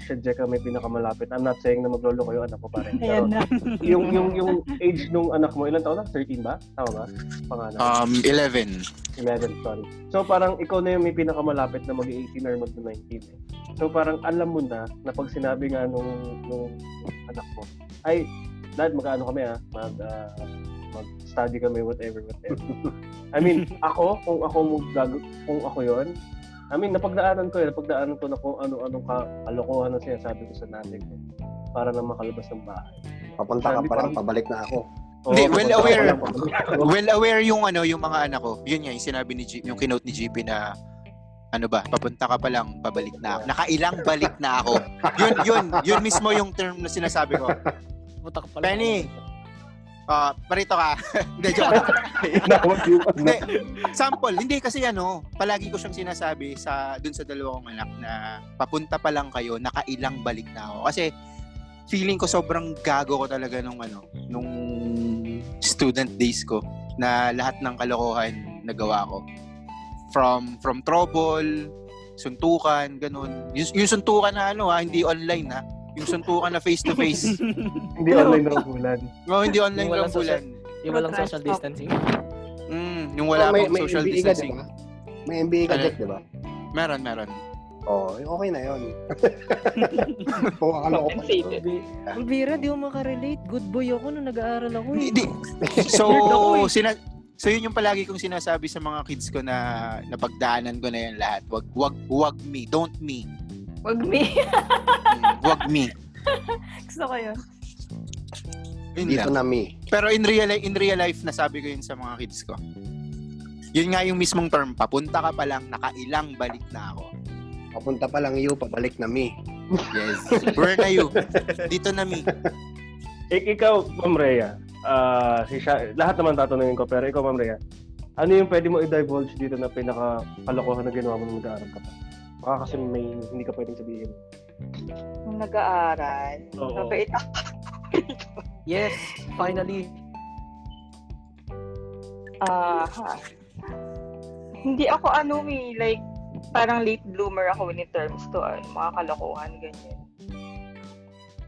S3: si Jack ang may pinakamalapit. I'm not saying na magloloko yung anak ko pa rin. Pero,
S5: Ayan na.
S3: yung, yung, yung age nung anak mo, ilan taon na? 13 ba? Tama ba? Pangalan.
S6: Um, 11.
S3: 11, sorry. So parang ikaw na yung may pinakamalapit na mag-18 or mag-19. eh. So parang alam mo na na pag sinabi nga nung, nung anak mo, ay, dad, magkaano kami ah, mag, ah, mag-study kami, whatever, whatever. I mean, ako, kung ako mag- kung ako yon I mean, napagdaanan ko yun, napagdaanan ko na kung ano-anong ka- kalokohan ang sinasabi ko sa nanay ko para na makalabas ng bahay.
S4: Papunta ka
S3: Sabi
S4: pa lang,
S3: parang-
S4: pabalik na ako.
S6: Hindi,
S3: Oo,
S6: well
S3: napunta ako
S6: aware.
S3: lang pabalik.
S6: (laughs) well aware yung ano, yung mga anak ko. Yun nga, yung sinabi ni G, yung kinote ni GP na ano ba, papunta ka pa lang, babalik na ako. Nakailang balik na ako. Yun, yun, yun mismo yung term na sinasabi ko.
S2: Puta ka pala.
S6: Penny! Ah, parito ka. (laughs) Hindi, joke. Hindi, sample. Hindi kasi ano, palagi ko siyang sinasabi sa dun sa dalawa kong anak na papunta pa lang kayo, nakailang balik na ako. Kasi feeling ko sobrang gago ko talaga nung ano, nung student days ko na lahat ng kalokohan nagawa ko. From from trouble, suntukan, ganun. Yung, yung suntukan na ano ha, hindi online ha. Yung suntukan na face to face.
S3: (laughs)
S2: (laughs)
S3: Hindi online rambulan.
S6: No, hindi online
S2: Yung walang
S6: rambulan.
S2: Yung walang social
S6: (laughs)
S2: distancing.
S6: Mm, yung wala
S4: Oh, may-
S6: pang
S4: may
S6: social
S4: MBE ka,
S6: distancing.
S4: diba? May MBA ka,
S6: Ano?
S4: Jack, di ba?
S6: Meron, meron.
S4: Oo, oh, okay na yun. (laughs) Oo, akala ko pa.
S11: Compensated.
S2: Ang bira, di mo makarelate. Good boy ako nung nag-aaral ako eh.
S6: Hindi. So,
S2: Weird ako eh.
S6: sina- so yun yung palagi kong sinasabi sa mga kids ko na napagdaanan ko na yun lahat. Wag, wag, wag me. Don't me.
S5: Wag me.
S6: Mm, Wag me.
S5: Gusto ko yun.
S6: Yun
S4: Dito na
S6: lang.
S4: me.
S6: Pero in real, in real life, nasabi ko yun sa mga kids ko. Yun nga yung mismong term, papunta ka pa lang, nakailang balik na ako.
S4: Papunta pa lang you, pabalik na me.
S6: Yes. Where na you? Dito na me.
S3: Ik ikaw, Ma'am Rhea, ah, si Sha- lahat naman tatanungin ko, pero ikaw, Ma'am Rhea, ano yung pwede mo i-divulge dito na pinakakalokohan na ginawa mo nung nag-aaral ka pa? Baka kasi may hindi ka pwedeng sabihin.
S11: Nung nag-aaral,
S3: Oo.
S11: mabait ako.
S2: Yes, finally.
S11: Ah, ha. hindi ako ano eh, like, parang late bloomer ako when it terms to ano, mga kalokohan, ganyan.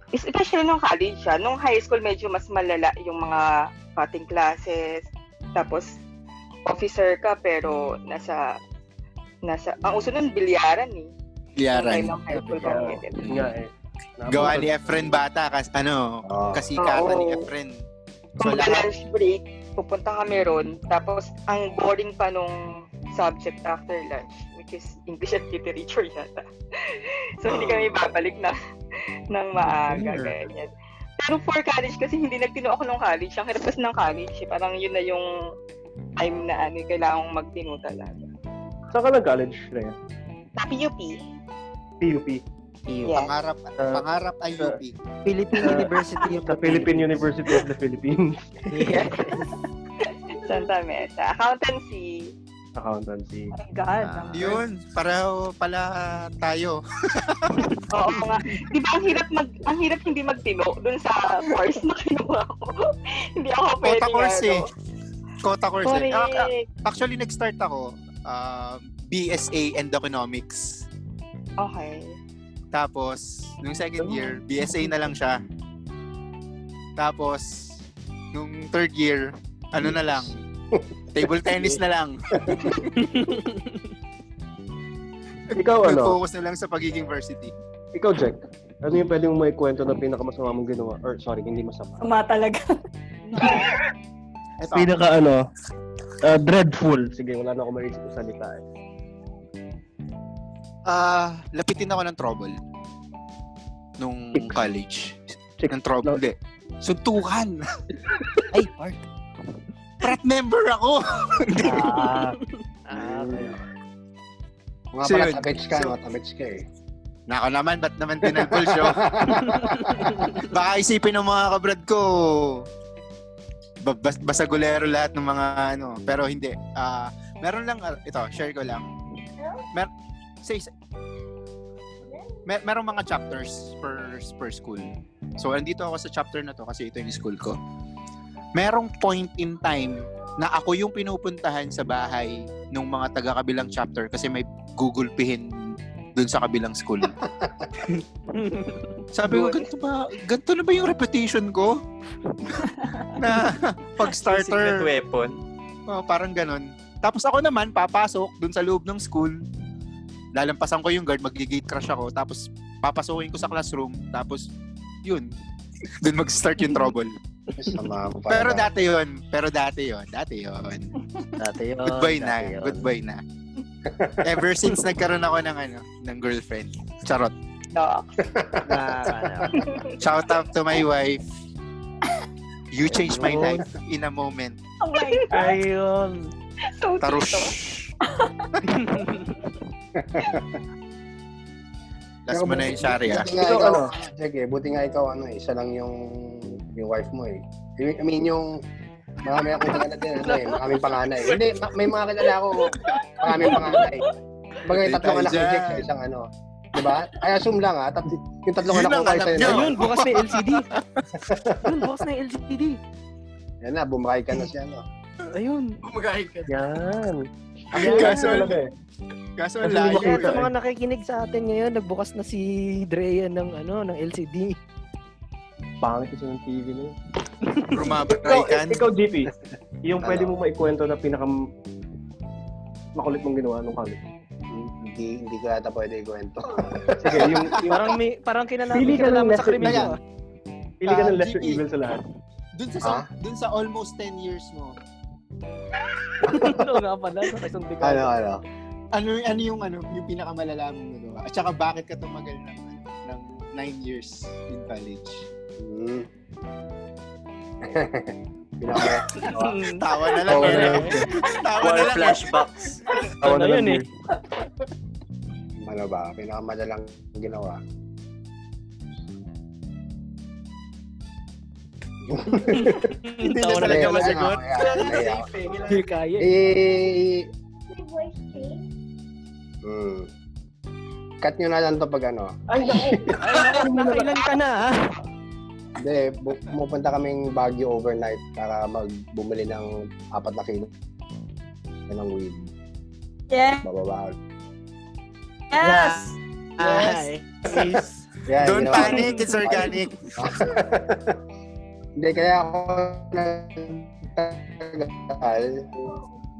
S11: Especially nung college siya. Nung high school, medyo mas malala yung mga cutting classes. Tapos, officer ka, pero nasa, nasa, ang uso nun, bilyaran eh.
S6: Liaran.
S11: Nung high school ka,
S3: Oo,
S11: ganyan.
S3: yun nga eh.
S6: Gawa ni Efren Bata, kas, ano,
S4: Oo.
S6: kasikatan ni
S11: Oo.
S6: Efren. So
S11: Kung
S6: lahat,
S11: lunch break, pupunta kami ron. Tapos, ang boring pa nung subject after lunch, which is English at Literature yata. (laughs) so,
S6: Oh.
S11: hindi kami babalik na ng maaga,
S3: Sure.
S11: ganyan. Pero for college kasi hindi nagtino ako ng college. Ang hirap kasi ng college. eh. Parang yun na yung time na ano, kailangan kong magtino talaga.
S3: Saan ka nag-college na yan?
S11: Sa PUP.
S3: PUP.
S11: Yeah.
S6: Pangarap, pangarap ay UP.
S2: Philippine University of
S6: (laughs)
S3: the Philippine University of the Philippines. (laughs)
S11: Yes. Santa Mesa. Accountancy.
S3: Accountancy.
S5: God.
S2: Ah.
S6: Yun, pareho pala tayo.
S11: Oo nga. Di ba ang hirap mag ang hirap hindi magtino dun sa course na kinuha ko. (laughs) hindi ako pwede.
S6: Kota course eh.
S11: ano.
S6: Kota course eh.
S11: Correct.
S6: Ah, ah, Actually, nag-start ako um, BSA and Economics.
S11: Okay.
S6: Tapos, nung second year, BSA na lang siya. Tapos, nung third year, ano na lang, table tennis na lang.
S3: Ikaw ano?
S6: Focus na lang sa pagiging varsity.
S3: Ikaw, Jack. Ano yung pwede mong may kwento na pinakamasama mong ginawa? Or sorry, hindi masama.
S5: Sama talaga. (laughs)
S3: Pinaka ano? ah, dreadful. Sige, wala na ako maisip sa salita eh.
S6: Ah, lapitin ako ng trouble. Nung college. Ng trouble. Hindi.
S4: (laughs)
S6: Suntukan. Ay, Park. Frat member ako. (laughs)
S4: Ah, Mga so,
S6: So yun.
S4: palatabits ka,
S6: So-
S4: mga tabits ka eh.
S6: Nako naman, ba't naman tinalpol
S4: (laughs)
S6: siya? Baka isipin ng mga kabrad ko, ba- bas- basagulero lahat ng mga ano. Pero hindi. Ah, meron lang, ah, ito, share ko lang. Mer say, say- mer merong mga chapters per, per school. So, andito ako sa chapter na to kasi ito yung school ko. Merong point in time na ako yung pinupuntahan sa bahay ng mga taga-kabilang chapter kasi may gugulpihin dun sa kabilang school. Sabi ko, ganito ba, ganito na ba yung reputation ko? na pag-starter.
S9: Secret weapon.
S6: Oh, parang ganun. Tapos ako naman, papasok dun sa loob ng school. Lalampasan ko yung guard, magigate crush ako. Tapos papasokin ko sa classroom. Tapos, yun. (laughs) dun mag-start yung trouble.
S4: Sama mo pa.
S6: Pero dati yun. Pero dati yun. Dati yun.
S2: Dati yun.
S6: Goodbye na.
S2: dati yun.
S6: Goodbye (laughs) na. Ever since nagkaroon ako ng ano, ng girlfriend. Charot.
S11: No.
S6: Shout out to my wife. You changed my life in a moment.
S5: Oh
S6: (laughs)
S5: my God.
S2: Ayun.
S11: So,
S6: Tarush. (laughs) Last mo na yung shari ah.
S4: Buti nga ikaw, ano? Sige, buti nga ikaw, ano, isa lang yung yung wife mo eh. I mean, yung marami akong kilala din, ano eh, maraming panganay. Hindi, ma- may mga kilala ako, maraming panganay. Baga yung tatlong anak ni Jack sa isang ano. Diba? I assume lang ha, tat- yung tatlong
S6: Yun
S4: anak ko
S6: ang
S4: kayo sa'yo.
S6: alam niyo.
S4: na.
S2: Ayun, bukas na yung (laughs) LCD. Ayun, bukas na yung LCD.
S4: Yan na, bumakay ka na siya, no?
S2: Ayun.
S6: Kumakain ka.
S3: Yan.
S2: Ayan.
S6: Kaso,
S3: Talaga eh.
S6: kaso
S3: Kasi
S6: layo
S2: Sa
S3: lumakita
S6: eh.
S2: mga nakikinig sa atin ngayon, nagbukas na si Drea ng ano, ng LCD.
S3: Pangit kasi ng TV na yun. Ikaw,
S6: Rumabraykan.
S3: ikaw DP, yung
S4: Ano?
S3: pwede mong maikwento na pinaka makulit mong ginawa nung college.
S4: Hindi, hindi ko yata pwede ikwento. (laughs)
S3: Sige, yung, yung
S2: (laughs) Parang may parang kinalaman,
S3: Pili ka ng
S2: kinalaman sa
S3: lesser
S2: krimen.
S3: evil.
S2: ah.
S3: pili ka ng
S6: Ah,
S3: lesser
S6: GP.
S3: evil sa lahat.
S6: Dun sa,
S4: Ah?
S6: dun sa almost 10 years mo,
S2: (laughs) Ano nga pala, sa isang
S4: ano,
S2: dekada.
S4: ano?
S6: ano ano yung ano yung pinakamalala mong nagawa? At saka bakit ka tumagal ng ng 9 years in college?
S4: Hmm. Pinaka-
S2: Hmm.
S6: Tawa na lang.
S3: Tawa na
S6: eh.
S3: lang.
S6: Tawa na
S9: War
S6: lang.
S9: flashbacks.
S3: Tawa
S2: Ano
S3: na lang
S2: yun eh.
S4: ano ba? Pinakamadalang ginawa.
S6: Hindi na
S2: Tawa na
S6: talaga
S4: lang.
S6: masagot.
S4: Ayan,
S6: Wala na
S4: ayan.
S6: safe eh. Wala
S2: Hindi kaya.
S4: Eh,
S3: May voice change?
S4: hmm. Cut nyo na lang to pag ano.
S3: Ay, naku.
S2: Nakailan ka na ah? ha?
S4: Hindi, bu- pumupunta kaming Baguio overnight para magbumili ng apat na kilo ng weed.
S5: Yes.
S4: Bababa.
S5: Yes.
S2: Ay. Yes.
S4: Yan,
S6: Don't
S4: ginawa ko.
S6: panic, it's organic.
S4: Hindi, kaya ako nagtagal.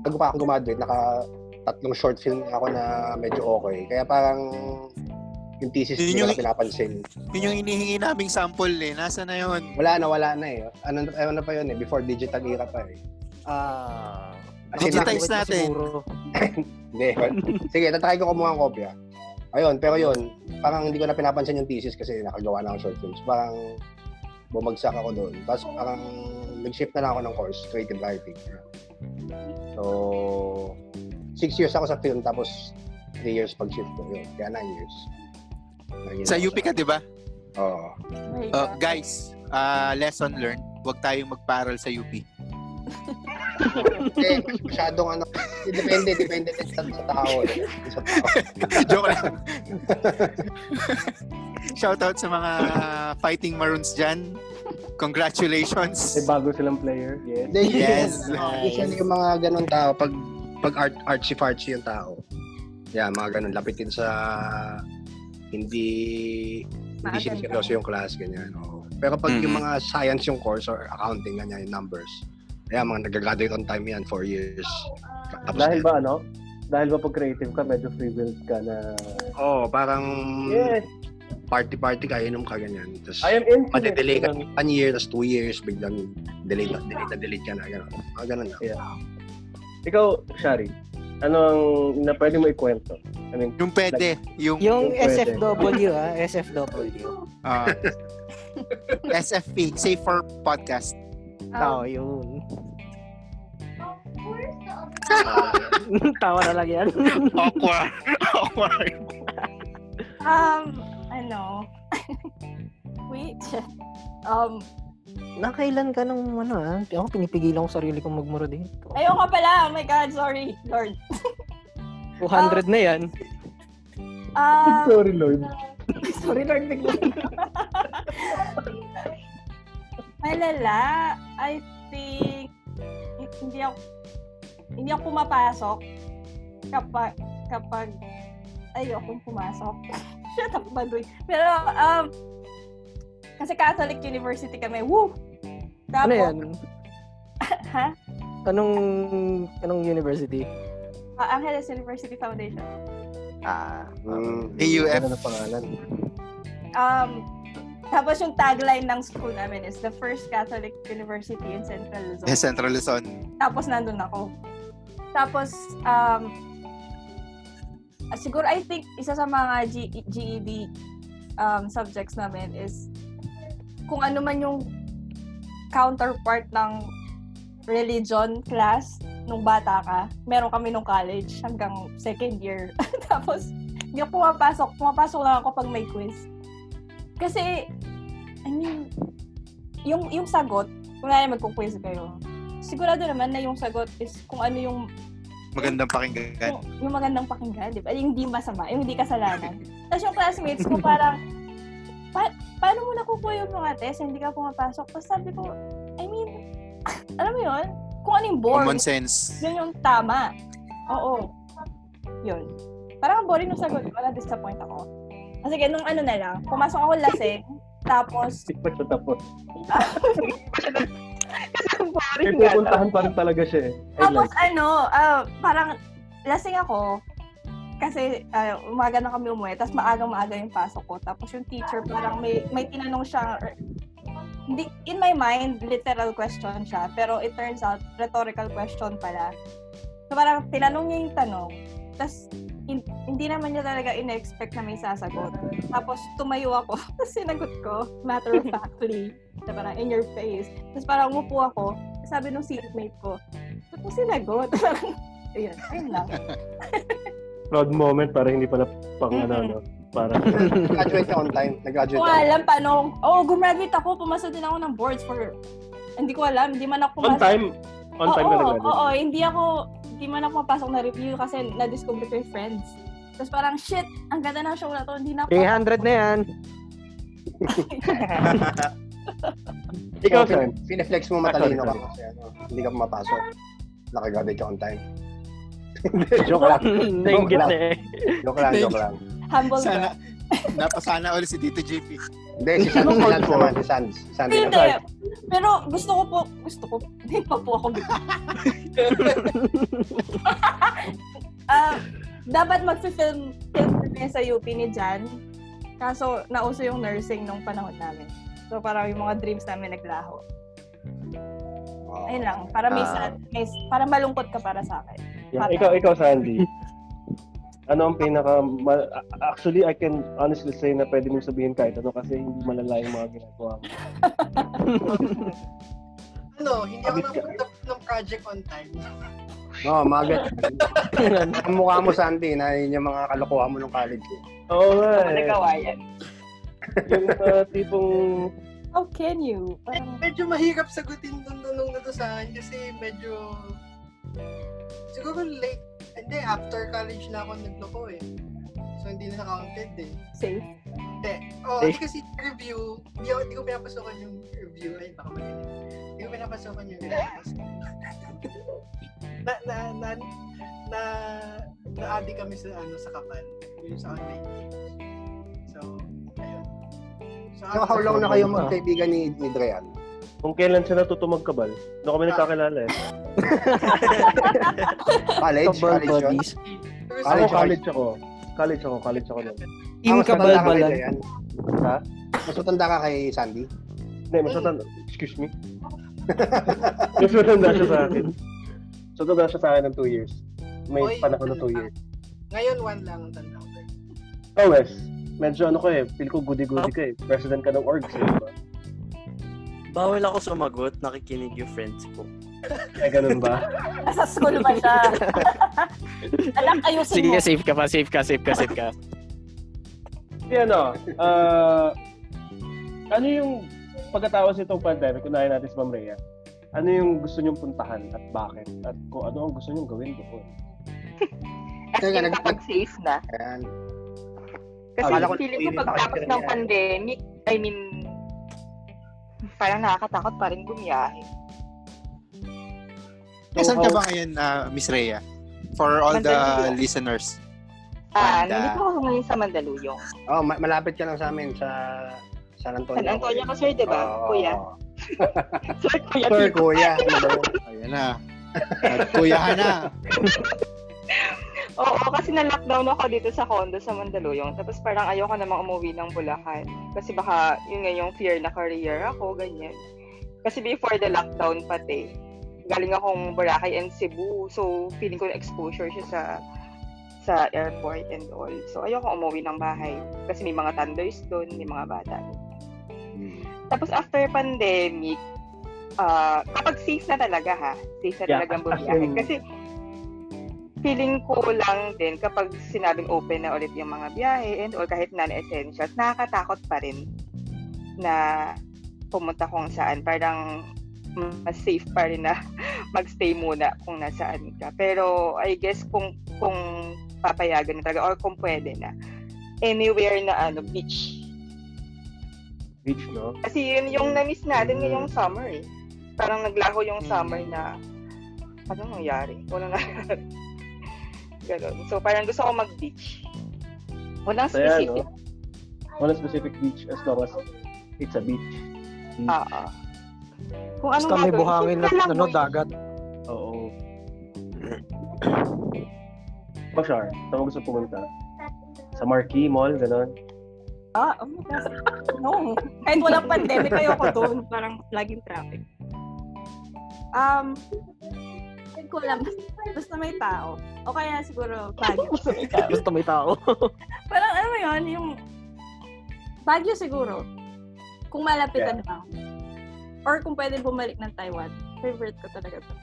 S4: Bago pa akong graduate, naka tatlong short film ako na medyo okay. Kaya parang yung thesis
S6: Yun
S4: hindi
S6: yung-
S4: ko na pinapansin.
S6: Yun yung inihingi naming sample eh. Nasa na yun?
S4: Wala na, wala na eh. Ano, ano na pa yun eh, before digital era pa eh.
S2: Ah.
S6: Digitize
S4: nakikita
S6: natin.
S4: siguro. (laughs) Hindi. Sige, tatry ko kumuha ng kopya. Ayun, pero yun, parang hindi ko na pinapansin yung thesis kasi nakagawa na ako short films. Parang bumagsak ako doon. Tapos parang nag-shift na lang ako ng course, creative writing. So, six years ako sa film, tapos three years pag-shift ko. Yun, kaya nine years. Naging
S6: Sa
S4: ako
S6: UP ka, di ba?
S4: Oo.
S6: Uh, guys, ah, lesson learned. Huwag tayong magparal sa UP.
S4: Hindi, masyadong ano. Depende, depende din sa, sa tao. eh. Sa tao.
S6: (laughs)
S3: (laughs)
S6: Joke lang. Shoutout sa mga fighting maroons dyan. Congratulations.
S3: May bago silang player. Yes.
S4: Hindi, usually-
S6: Yes.
S4: Usually ano, yung mga ganun tao, pag, pag art, artsy-fartsy yung tao, yeah, mga ganun, lapitin sa hindi hindi
S5: Maagan
S4: siniseryoso yung class, ganyan. Oo. Pero pag yung
S6: Mhm.
S3: Mm-hmm.
S4: mga science yung course or accounting, ganyan, yung numbers, kaya mga nag-graduate on time yan, four years. Tapos
S3: Dahil ba ano? Dahil ba pag creative ka, medyo free willed ka na...
S4: Oo, oh, parang
S3: Yes.
S4: party-party ka, inom ka, ganyan. Tapos,
S3: I am in.
S4: madedelay ka one year, tapos two years, biglang delay na, delay na, delay ka na, gano'n. Mga ganun lang.
S3: Yeah. Ikaw, Shari, ano ang na pwede mo ikwento? I mean,
S6: Yung pwede. Yung,
S2: Yung
S3: Pwede.
S2: SFW, ha? SFW.
S6: ah, SFP, Safe for Podcast.
S5: Um,
S2: Tao, (laughs) yun. Tawa na lang (laughs) yan.
S6: Awkward. Awkward.
S5: Um, ano? (laughs) Wait. Um,
S2: Nakailan ka nung ano, ha? Ako, pinipigilan ko sarili kong magmura dito.
S5: ayoko pala. Oh my God, sorry, Lord.
S2: 200 na yan.
S5: Um,
S3: Sorry, Lord.
S5: (laughs) sorry, Lord. Bigla. Malala. I think hindi ako hindi ako pumapasok kapag kapag ayoko pumasok. (laughs) Shut up, baduy. Pero, um, kasi Catholic University kami. Woo!
S2: Ano
S5: Tapos,
S2: yan?
S5: (laughs) ha?
S2: Anong, anong university?
S5: Ah, Angeles University Foundation.
S6: Uh,
S2: Ah,
S4: Mm.
S6: AUF.
S3: Ano na pangalan?
S5: Um, tapos yung tagline ng school namin is the first Catholic university in Central Luzon.
S6: Yes, Central Luzon.
S5: Tapos nandun ako. Tapos, um, ah, siguro I think isa sa mga G- GED um, subjects namin is kung ano man yung counterpart ng religion class nung bata ka, meron kami nung college hanggang second year. (laughs) Tapos, hindi ako pumapasok. Pumapasok lang ako pag may quiz. Kasi, I mean, yung, yung sagot, kung na magkuquiz kayo, sigurado naman na yung sagot is kung ano yung
S6: Magandang pakinggan.
S5: yung, yung magandang pakinggan, di ba? Yung hindi masama, yung hindi kasalanan. Tapos yung classmates ko parang, pa- paano mo nakukuha yung mga test? Hindi ka pumapasok. Tapos sabi ko, I mean, (laughs) alam mo yun? Kung ano yung board,
S6: Common sense.
S5: yun yung tama. Oo. Yun. Parang ang boring yung sagot ko. Na-disappoint ako. Kasi sige, nung ano na lang, pumasok ako lasing, tapos,
S3: Hindi pa siya tapos.
S5: ang
S3: May
S5: boring nga daw.
S3: pupuntahan pa rin talaga siya eh. I
S5: Tapos
S3: like.
S5: ano, ah, parang lasing ako kasi ah, umaga na kami umuwi, tapos maaga-maaga yung pasok ko. Tapos yung teacher parang may may tinanong siya or- hindi in my mind literal question siya, pero it turns out rhetorical question pala. So parang tinanong niya yung tanong, tapos hin- hindi naman niya talaga in-expect na may sasagot. Tapos tumayo ako, (laughs) tapos sinagot ko, matter of factly, na parang in your face. Tapos parang umupo ako, sabi nung seatmate ko, ba't mo sinagot? (laughs) Parang, ayun, ayun lang.
S3: Proud moment para hindi pala pang ano, ano, para
S5: (laughs)
S4: Graduate on time. Nag-graduate
S5: Hindi ko
S4: on time.
S5: alam paano, oh, gumraduate ako, pumasa din ako ng boards for, hindi ko alam, hindi man ako
S3: on
S5: pumasa.
S3: time. On time
S5: oo,
S3: ka
S5: Oo,
S3: nag-graduate.
S5: oo, hindi ako, hindi man ako mapasok na review kasi na-discover ko yung friends. Tapos parang, shit, ang ganda ng show na to, hindi na ako.
S2: 300 na
S14: (laughs)
S2: yan.
S3: Ikaw,
S4: So,
S3: Sam.
S4: pin- Pineflex mo matalino
S3: Ah,
S4: ka
S3: sorry,
S4: kasi ano, hindi ka pumapasok. Nakagraduate ka on time. (laughs) joke lang.
S2: (laughs) Nainggit na eh.
S4: Joke lang, joke lang.
S5: Humble
S6: Sana,
S5: girl.
S6: napasana ulit si Tito JP.
S4: Hindi, si Sandy
S3: Ano
S4: Sands
S3: ko?
S4: naman. Si Sands. Sandy
S5: Hindi,
S4: naman.
S5: pero gusto ko po, gusto ko, hindi pa po ako bigla. Ah, dapat mag-film film kami sa UP ni Jan. Kaso, nauso yung nursing nung panahon namin. So, parang yung mga dreams namin naglaho. Ayun lang, para may
S3: Ah.
S5: sad, may, para malungkot ka para sa akin.
S3: Yeah.
S5: Para-
S3: Ikaw, ikaw, Sandy. Ano ang pinaka... ma- actually, I can honestly say na pwede mong sabihin kahit ano kasi hindi malala yung mga ginagawa mo.
S15: (laughs) Ano, hindi ako nakapunta ng project on time.
S4: No, magat. ang mukha mo, Santi, na yun yung mga kalokohan mo nung college. eh.
S3: Oo nga
S15: Ako
S3: eh.
S15: nagawa yan.
S3: Yung uh, tipong...
S5: How can you? Parang,
S15: Medyo mahirap sagutin tong tanong na to sa akin kasi medyo... Siguro late. Hindi, after college na ako nagloko eh. So hindi na counted eh.
S5: Safe.
S15: Hindi. Oh,
S3: Eh.
S15: hindi
S5: Safe.
S15: kasi review. Hindi ako, hindi ko pinapasokan yung review. Ay, baka magaling. Hindi ko pinapasokan yung review. kasi- na, na, na, na, na, addict kami sa ano sa kapal. Yung sa online games. So, ayun. So,
S4: So, Ano, how long na kayo magkaibigan ni, ano? ni Dreal?
S3: Kung kailan siya natuto magkabal, doon
S15: Ah.
S3: kami nagkakilala eh.
S4: College?
S3: Kabal
S4: College yun?
S3: buddies. Ako,
S4: College,
S3: college ako. College ako, college ako nun.
S4: Ah, mas matanda ka kay Dreal?
S3: Ha?
S4: Mas matanda ka kay Sandy?
S3: Hindi, mas matanda. Excuse me? Mas matanda siya sa akin. So, matanda siya sa akin ng 2 years. May
S15: Oy,
S3: panahon na 2 years.
S15: ano Ngayon, one lang ang tanda ko.
S3: Oh, Wes. Medyo ano ko eh, feel ko goody-goody ka eh. President ka ng orgs eh, diba?
S9: Bawal ako sumagot, nakikinig yung friends ko.
S3: Ay, Eh, ganun ba? (laughs)
S5: nasa school ba siya? Alam, ayusin
S14: Sige,
S5: mo.
S14: safe ka pa, safe ka, safe ka, safe ka.
S3: Hindi ano, ah, ano yung pagkatapos nitong pandemic, unahin natin si Ma'am Rhea, ano yung gusto niyong puntahan at bakit? At kung ano ang gusto niyong gawin doon?
S11: As in, kapag safe na. Kasi
S3: Akala ko
S11: feeling ko
S3: nag-uwi na
S11: pagtapos
S3: ako.
S11: ng pandemic, I mean, parang nakakatakot pa rin bumiyahe.
S6: Nasaan ka ba ngayon, ah, Miss Rhea? For all the
S11: Mandaluyong.
S6: listeners.
S11: Ah,
S6: Banda.
S11: nandito ako ngayon sa Mandaluyong.
S4: Oh, ma- malapit ka lang sa amin sa San Antonio.
S11: San Antonio ka, sir, di ba?
S4: Oo.
S11: Kuya. (laughs) sir, kuya.
S4: Sir,
S11: Kiko.
S4: kuya. ano
S6: Ayan na. Nagkuyahan na.
S11: Oo, kasi na-lockdown ako dito sa condo sa Mandaluyong. Tapos parang ayoko namang umuwi ng Bulacan. Kasi baka yun nga yung fear na career ako, ganyan. Kasi before the lockdown pati, galing akong Boracay and Cebu. So, feeling ko yung exposure siya sa sa airport and all. So, ayoko umuwi ng bahay. Kasi may mga thunders doon, may mga bata.
S15: Hmm.
S11: Tapos after pandemic, ah, kapag safe na talaga ha, safe na
S15: Yeah,
S11: talagang
S15: as
S11: bumiyahe.
S15: in-
S11: Kasi feeling ko lang din kapag sinabing open na ulit yung mga biyahe and or kahit non-essentials, nakakatakot pa rin na pumunta kung saan. Parang mas safe pa rin na magstay muna kung nasaan ka. Pero I guess kung kung papayagan na talaga or kung pwede na anywhere na ano beach
S3: Beach, no?
S11: kasi yun yung na-miss natin ngayong summer eh. Parang naglaho yung summer na ano nangyari? Wala na. (laughs) Ganun. So parang gusto ko mag-beach. Walang
S3: Kaya,
S11: specific.
S3: no? Walang specific beach as long as it's a beach.
S11: Oo. ah, Kung anong
S16: Basta may
S11: gagawin,
S16: buhangin na
S11: simple lang
S16: ano,
S11: mo eh.
S16: dagat.
S3: Oo. (coughs) Bashar, saan mo gusto pumunta? Sa Marquee Mall, gano'n?
S5: Ah, oh my God. No. Kahit walang pandemic, ayoko doon. Parang laging traffic. Um, hindi ko alam. Basta may tao. O kaya siguro Baguio.
S2: Basta may tao.
S5: (laughs) Parang ano mo yun, yung Baguio siguro. Kung malapitan lang. Or kung pwede bumalik ng Taiwan. Favorite ko talaga to.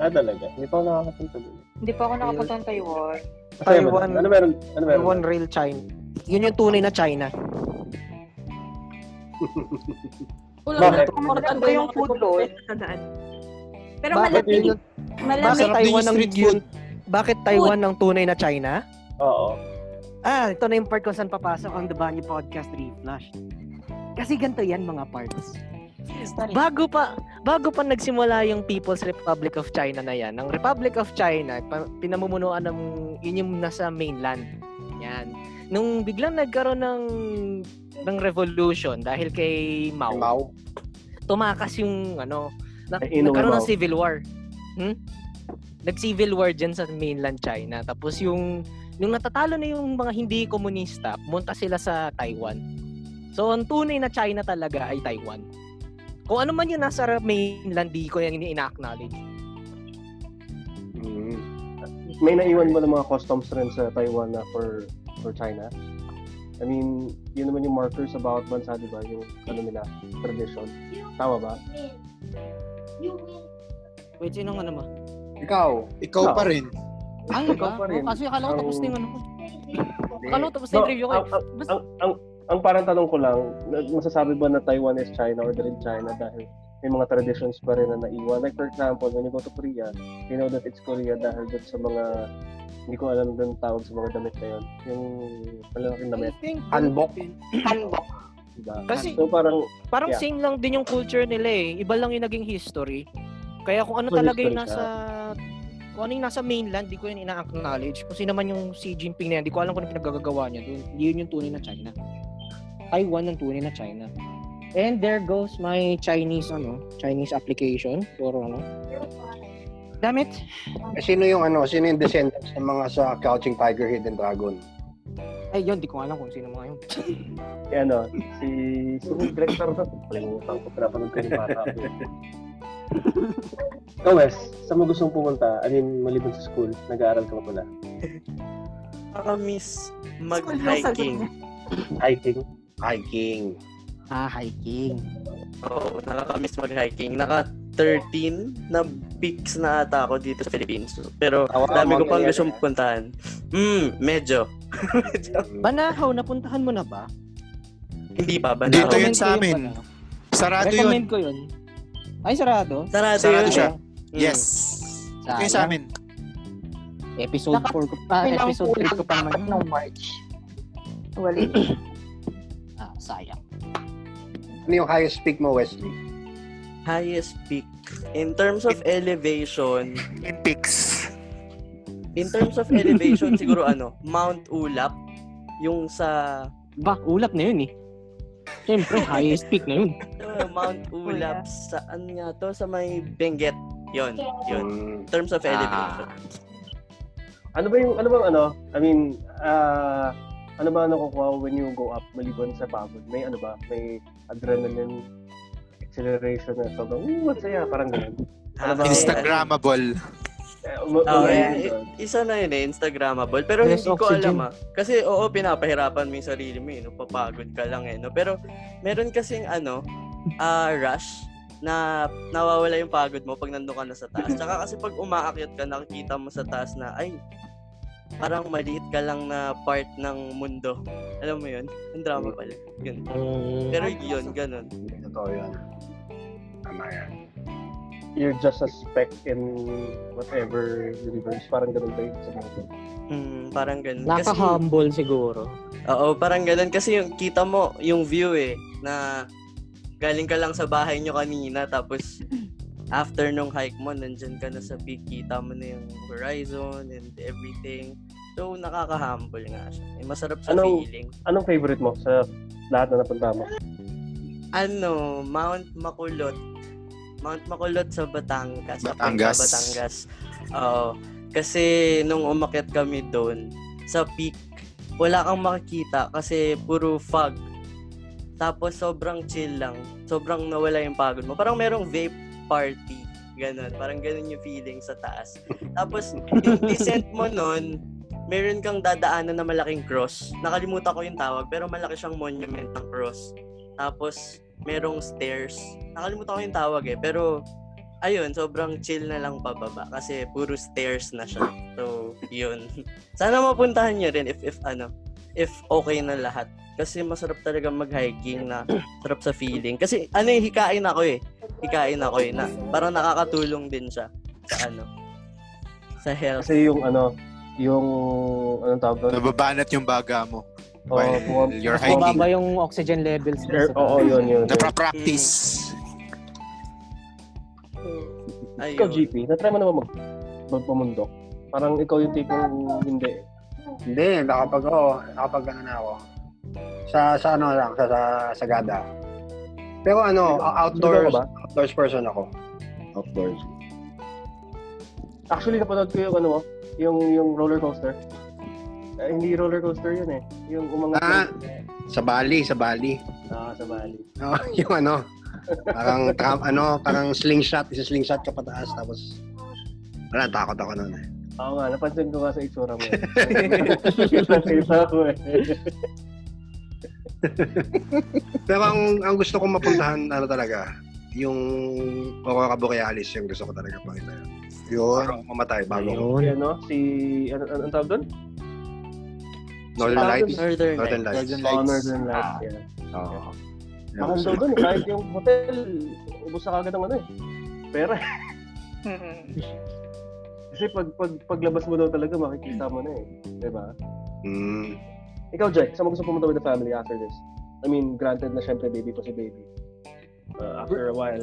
S3: Ah, talaga? Hindi pa ako nakakapunta doon.
S11: Hindi pa ako nakapunta ng Taiwan.
S3: Taiwan. Ano meron? Ano meron?
S2: Taiwan real China. Yun yung tunay na China.
S5: Ulang
S2: Bakit?
S5: na kumortan ko yung food lord. Pero
S2: Bakit yun yung-
S5: malapit. Malapit.
S2: Bakit Taiwan ang yun? Bakit Taiwan ang tunay na China?
S3: Oo.
S2: Ah, ito na yung part kung saan papasok ang The Banyo Podcast Reflash. Kasi ganito yan mga parts. Bago pa bago pa nagsimula yung People's Republic of China na yan. Ang Republic of China pa- pinamumunuan ng yun yung nasa mainland. Yan. Nung biglang nagkaroon ng ng revolution dahil kay Mao. Tumakas yung ano, na,
S3: Ay, Inoue
S2: nagkaroon ng
S3: Mao.
S2: civil war. Hmm? Nag-civil war dyan sa mainland China. Tapos yung nung natatalo na yung mga hindi komunista, pumunta sila sa Taiwan. So, ang tunay na China talaga ay Taiwan. Kung ano man yung nasa mainland, di ko yan ini-acknowledge.
S3: Mm. May naiwan ba ng mga customs rin sa Taiwan na for for China? I mean, yun naman yung markers sa bawat bansa, di ba? Yung ano nila, tradition. Tama ba?
S2: Wait, sinong ano mo?
S4: Ikaw.
S6: Ikaw pa rin.
S2: Ay,
S3: Ikaw
S2: ikaw
S3: pa rin. Um,
S2: Kasi Ah, akala ko tapos na yung ano ko. Akala ko tapos na
S3: No, ah,
S2: yung review ko. eh.
S3: ang, ang, ang, ang, ang parang tanong ko lang, na- masasabi ba na Taiwan is China or dahil China dahil may mga traditions pa rin na naiwan. Like for example, when you go to Korea, you know that it's Korea dahil dun sa mga hindi ko alam dun tawag sa mga damit na yun. Yung malalaking damit.
S2: think-
S3: Hanbok.
S11: Hanbok.
S3: Diba?
S2: Kasi-
S3: so parang,
S2: Parang
S3: yeah.
S2: same lang din yung culture nila eh. Iba lang yung naging history. Kaya kung ano
S3: So,
S2: talaga yung
S3: history
S2: nasa kung ano yung nasa mainland, di ko yun ina-acknowledge. Kung sino man yung Xi Jinping na yan, di ko alam kung ano pinaggagawa niya doon. Hindi yun yung tunay na China. Taiwan ang tunay na China. And there goes my Chinese, ano, Chinese application for, ano. Damn it!
S4: Sino yung ano, sino yung descendants ng mga sa Couching Tiger, Hidden Dragon?
S2: Ay, yun, di ko alam kung sino mga yun.
S3: eh, ano, si, si director na, kalimutan ko, pinapanood ko yung bata (laughs) ako. Ikaw, Wes, saan mo gustong pumunta? I mean, maliban sa school, nag-aaral ka pa pala.
S9: Para miss
S3: School
S9: mag-hiking.
S3: Hiking?
S4: Hiking.
S2: Ah, hiking.
S9: Oo, nakaka-miss mag-hiking. Naka 13 na peaks na ata ako dito sa Philippines. Pero dami ko pang gustong puntahan. Hmm, medyo.
S2: Banahaw, napuntahan mo na ba?
S9: Hindi pa ba?
S6: Dito
S2: Recommend
S6: yun sa
S2: ko yun
S6: amin. Sarado
S2: Recommend
S6: yun.
S2: ko yun. Ay, sarado?
S9: Sarado,
S6: Sarado siya.
S17: eh.
S9: Mm.
S6: Yes. Ito yung
S2: Sayang.
S6: sa amin.
S2: Episode 4 ko pa.
S11: Yun ang
S2: Episode 3 ko pa
S11: kulang
S2: naman.
S11: ng March. Wali.
S2: Ah, sayang.
S4: Ano yung highest peak mo, Wesley?
S9: Highest peak. In terms of elevation,
S6: In peaks.
S9: in terms of elevation, siguro ano, Mount Ulap, yung sa
S2: Ba, ulap na yun eh. (laughs) Siyempre, highest peak na yun.
S9: uh, Mount Ulap, sa ano nga to, sa may Benguet. Yun, yun. In terms
S6: Ah.
S9: of elevation.
S3: Ano ba yung, ano bang ano? I mean, ah, ano ba nakukuha when you go up maliban sa pagod? May ano ba? May adrenaline acceleration na sobrang, ooh, ang saya, parang ganun. Ano
S17: Oh,
S3: ba-
S6: Instagrammable.
S3: Eh, um- um-
S9: Ah, eh, eh, isa na yun eh, Instagrammable. Pero
S2: Yes,
S9: hindi ko
S2: oxygen.
S9: alam ah. Kasi oo, pinapahirapan mo yung sarili mo eh. No? Papagod ka lang eh. No? Pero meron kasing ano, ah rush na nawawala yung pagod mo pag nandun ka na sa taas. Tsaka kasi pag umaakyat ka, nakikita mo sa taas na, ay, parang maliit ka lang na part ng mundo. Alam mo yun? Ang drama pala. Yun. Pero yun, ganun.
S4: Totoo yun. Tama yan.
S3: You're just a speck in whatever universe. Parang ganun ba yun sa mga
S9: Hmm, parang ganun. Kasi-
S2: Naka-humble siguro.
S9: Oo, parang ganun kasi yung kita mo yung view eh na galing ka lang sa bahay nyo kanina tapos after nung hike mo nandyan ka na sa peak kita mo na yung horizon and everything. So nakaka-humble nga siya. Eh, masarap sa
S3: Anong-
S9: feeling.
S3: Anong favorite mo sa lahat na napunta mo?
S9: Ano, Mount Makulot. Mount Makulot sa Batangas. Sa
S6: Batangas.
S9: Cuenca, Batangas. Oo. Kasi nung umakyat kami doon, sa peak, wala kang makikita kasi puro fog. Tapos sobrang chill lang. Sobrang nawala yung pagod mo. Parang merong vape party. Ganon. Parang ganon yung feeling sa taas. Tapos yung descent mo nun, meron kang dadaanan na malaking cross. Nakalimutan ko yung tawag, pero malaki siyang monument ng cross. Tapos, merong stairs. Nakalimutan ko yung tawag eh, pero ayun, sobrang chill na lang pababa kasi puro stairs na siya. So, yun. (laughs) Sana mapuntahan nyo rin if, if ano, if okay na lahat. Kasi masarap talaga mag-hiking na sarap sa feeling. Kasi ano eh, hikain ako eh. Hikain ako eh. Na, parang nakakatulong din siya sa ano, sa health.
S3: Kasi yung ano, yung anong tawag doon? Oh,
S6: Nababanat yung baga mo.
S3: Oo,
S6: While
S3: buwab-
S6: you're hiking.
S2: Mababa yung oxygen levels.
S3: Er, Oo, yun, yun.
S17: Mm.
S3: yun.
S6: Napapractice. Mm.
S3: Ikaw,
S9: Ayun.
S3: GP, natry mo naman mag magpamundok. Parang ikaw yung tipong hindi.
S4: Hindi, nakapag oo, nakapag ano na ako. Sa sa ano lang, sa sa Sagada. Pero ano,
S3: Sigaw-
S4: outdoors,
S3: sigaw ka ba?
S4: outdoors person ako. Outdoors.
S3: Actually, napanood ko yung ano mo, yung, yung roller coaster. Eh, hindi roller coaster yun eh. Yung umangat
S4: Ah.
S3: lang.
S4: Sa Bali, sa Bali.
S3: Ah, sa Bali.
S4: No, (laughs) yung ano, Parang, tra- ano, parang slingshot. Isa slingshot ka pataas. Tapos, wala, takot ako nun. eh.
S3: Oo nga, napansin ko nga sa itsura mo. Nakita ko eh.
S4: Pero ang, ang gusto kong mapuntahan, ano talaga, yung Aurora Borealis, yung gusto ko talaga pakita yun. Yun, bago mamatay, bago ako.
S3: Si ano, si, ano, ano, ano tawag doon?
S4: Northern
S3: Si-
S4: Lights.
S3: Northern
S4: Northern
S3: Lights.
S4: Lights.
S3: Oo, Northern Lights, yeah.
S4: Oo. Yun,
S3: Mahal daw
S4: gusto-
S3: doon, kahit yung hotel, ubos na kagad ang ano eh. Pera. (laughs)
S11: Mm-hmm.
S3: Kasi pag, pag paglabas mo daw talaga, makikita mo na eh. Diba?
S4: Mm.
S3: Ikaw, Jack, saan mo gusto pumunta with the family after this? I mean, granted na syempre baby pa si baby. Uh, after a while.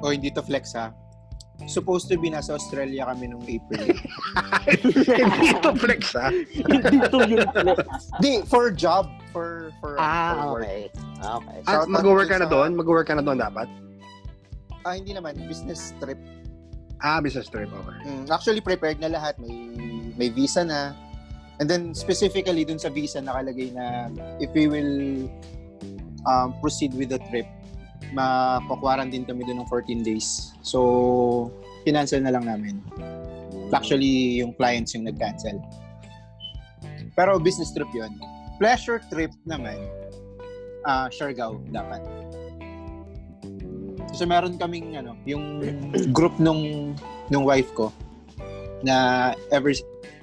S6: O Oh, hindi to flex ha. Supposed to be nasa Australia kami nung
S17: (laughs)
S6: April.
S4: (laughs) hindi to flex ha.
S6: hindi to yung flex. Di, for job. For, for,
S17: Ah,
S6: for work.
S17: okay. Okay.
S4: Ah,
S6: Shoutout
S4: mag-work ka
S6: dun
S4: na
S6: sa-
S4: doon? Mag-work ka na doon dapat?
S6: Ah, hindi naman. Business trip.
S4: Ah, business trip, okay.
S6: Mm, actually, prepared na lahat. May, may visa na. And then, specifically, dun sa visa nakalagay na if we will um, proceed with the trip, mapakwarantin kami dun ng 14 days. So, kinancel na lang namin. Actually, yung clients yung nag-cancel. Pero business trip yun. Pleasure trip naman, ah Siargao dapat. Kasi meron kaming ano, yung group nung nung wife ko na ever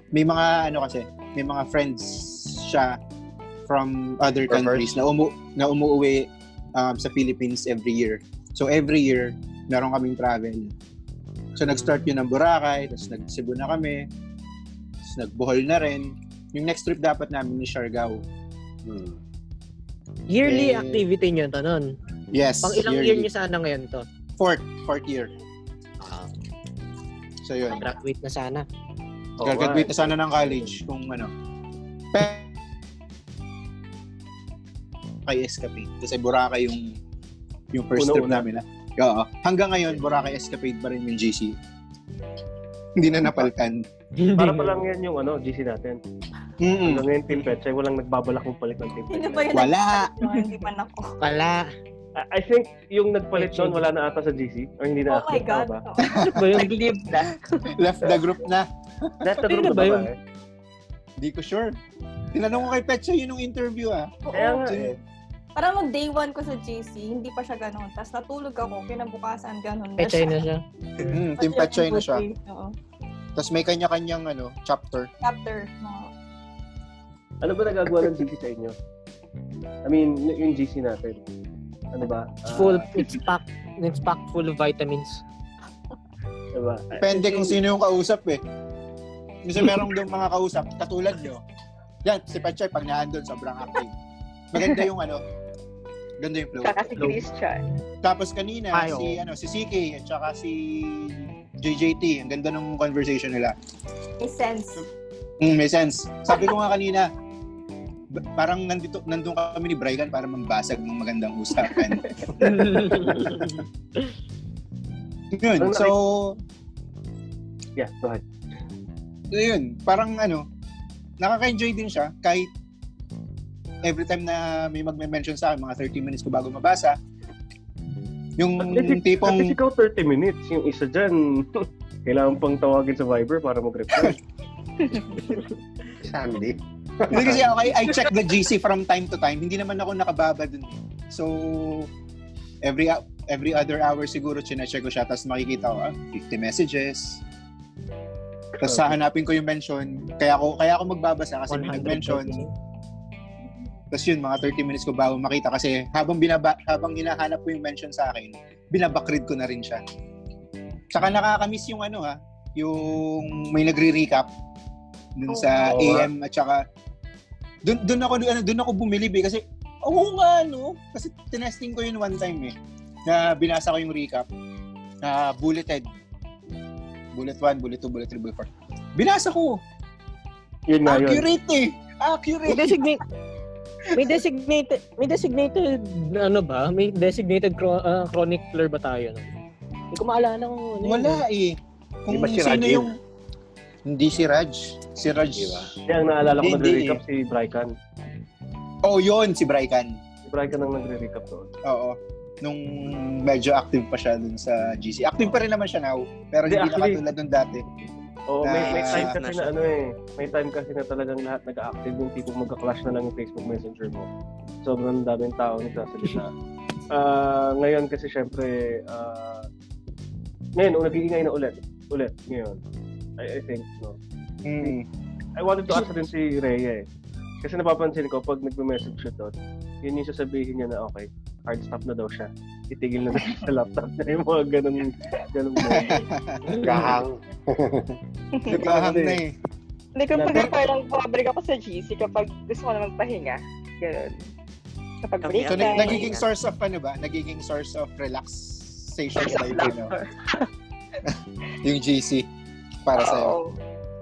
S6: may mga ano kasi, may mga friends siya from other countries na umu na umuwi um, sa Philippines every year. So every year, meron kaming travel. So nag-start yun ng Boracay, tapos nag-Cebu na kami, tapos nag-Bohol na rin. Yung next trip dapat namin ni Siargao.
S2: Yearly
S6: Eh,
S2: activity nyo to nun.
S6: Yes.
S2: Pang ilang year nyo sana ngayon to?
S6: Fourth. Fourth year. So yun.
S2: Graduate na sana.
S6: Oh, Gagraduate na sana ng college kung ano. Pe- kay Escapade. Kasi Boracay yung yung first
S3: Una-una.
S6: trip namin. ah. Oo. Hanggang ngayon, Boracay Escapade pa rin yung JC. Hindi na napaltan.
S3: Para pa
S2: (laughs)
S3: lang yan yung ano, GC natin.
S6: Mm-mm.
S3: Hanggang ngayon, Team Petsay, walang nagbabalak ng palit ng Team
S5: Sino
S3: Petsay.
S5: ba yun?
S6: Wala.
S5: Hindi pa nako.
S2: Wala.
S3: I- I think yung nagpalit doon, wala na ata sa GC. Or hindi na
S5: Oh my
S3: active,
S5: God.
S3: tama ba?
S5: (laughs)
S2: Ano ba yun?
S11: Nag-leave na.
S6: Left the group na.
S2: Sino
S3: Nasa group na
S2: ba
S3: ba
S2: yun?
S3: ba? eh?
S6: Hindi ko sure. Tinanong ko kay Petsa yun yung interview ah.
S3: Kaya nga eh.
S5: Parang nung day one ko sa JC, hindi pa siya ganun. Tapos natulog ako, kinabukasan ganun na
S2: Pechay
S5: siya.
S2: na siya.
S6: Mm, Team Petsa na siya.
S5: Oo.
S6: Tapos may kanya-kanyang ano, chapter.
S5: Chapter. oo.
S3: Ano ba nagagawa ng GC sa inyo? I mean, y- yung GC natin. Ano ba?
S2: It's full, it's packed, it's packed full of vitamins.
S3: Ah, diba?
S6: Depende kung sino yung kausap eh. Kasi merong doon mga kausap, katulad nyo. Yan, si Pechay, pag naandun, sobrang active. Maganda yung ano, ganda yung flow.
S11: Tsaka si Christian.
S6: Tapos kanina,
S2: Ay,
S6: si, ano, si CK at saka si JJT, ang ganda ng conversation nila.
S5: May sense.
S6: Mm, may sense. Sabi ko nga kanina, ba- parang nandito, nandun kami ni Brygan para mambasag ng magandang usapan. Yun, so,
S3: Yeah, go ahead.
S6: So yun, parang ano, nakaka-enjoy din siya kahit every time na may magme-mention sa akin, mga 30 minutes ko bago mabasa, yung
S3: At least, at
S6: tipong,
S3: least ikaw 30 minutes. Yung isa dyan, (laughs) kailangan pang tawagin sa Viber para mag-reply.
S4: Sandy.
S6: hindi kasi ako, I, I check the GC from time to time, hindi naman ako nakababa dun. eh. So, every hou- every other hour siguro, chinecheck ko siya, tapos makikita ko, ah, 50 messages, tapos hahanapin ko yung mention, kaya ako, kaya ako magbabasa kasi may
S2: 100%.
S6: nag-mention, Tapos yun, mga 30 minutes ko bago makita kasi habang binaba, habang hinahanap ko yung mention sa akin, binabackread ko na rin siya. Saka
S4: Mm.
S6: nakakamiss yung ano ha, yung may nagre-recap dun sa
S3: Oo.
S6: AM at saka dun, dun ako ano, dun ako bumilib eh, kasi oo nga no, kasi tinesting ko yun one time eh na binasa ko yung recap na bulleted bullet 1, bullet 2, bullet 3, bullet 4. Binasa ko.
S3: yun na yun.
S6: Accurate eh.
S2: May
S6: Accurate.
S2: designate, may designated, may designated, ano ba? May designated chro- ah, chronicler ba tayo? No? Hindi ko maalala kung ano yun.
S6: Wala eh. Kung
S4: Di ba si Raj
S6: sino
S4: yun?
S6: yung... Hindi si Raj. Si Raj.
S4: Diba?
S3: Kaya ang naalala ko
S6: Hindi,
S3: nagre-recap si Brycan.
S6: Oh, yun. Si Brycan.
S3: Si Brycan ang nagre-recap doon.
S6: Oo. nung medyo active pa siya dun sa GC. Active pa rin naman siya now, pero
S3: Hindi,
S6: hindi
S3: actually-
S6: na katulad nung dati.
S3: Oo, may, may time
S6: Na-
S3: kasi na ano eh. May time kasi na talagang lahat nag-active yung tipong magka-clash na lang yung Facebook Messenger mo. Sobrang daming tao
S6: (laughs)
S3: nagsasalita. Ah, ngayon kasi syempre, ah, ngayon, oh, nag-iingay na ulit. Ulit, ngayon. I, I think, no?
S6: (laughs) Mm.
S3: I wanted to ask din si Rhea eh. Kasi napapansin ko, pag nagme-message siya doon, yun yung sasabihin niya na, okay, hard stop na daw siya. Itigil na daw siya sa laptop niya. (laughs) Yung mga ganun,
S6: (laughs)
S3: ganun mo.
S4: Gahang.
S6: Gahang na eh.
S11: Hindi ko pag parang bumabalik ako sa GC kapag gusto ko na magpahinga. Ganun. Kapag break
S6: So,
S11: time.
S6: nag- nagiging source of ano ba? Nagiging source of relaxation ba yung, ano, (laughs) yung GC para sa'yo?
S11: Oo.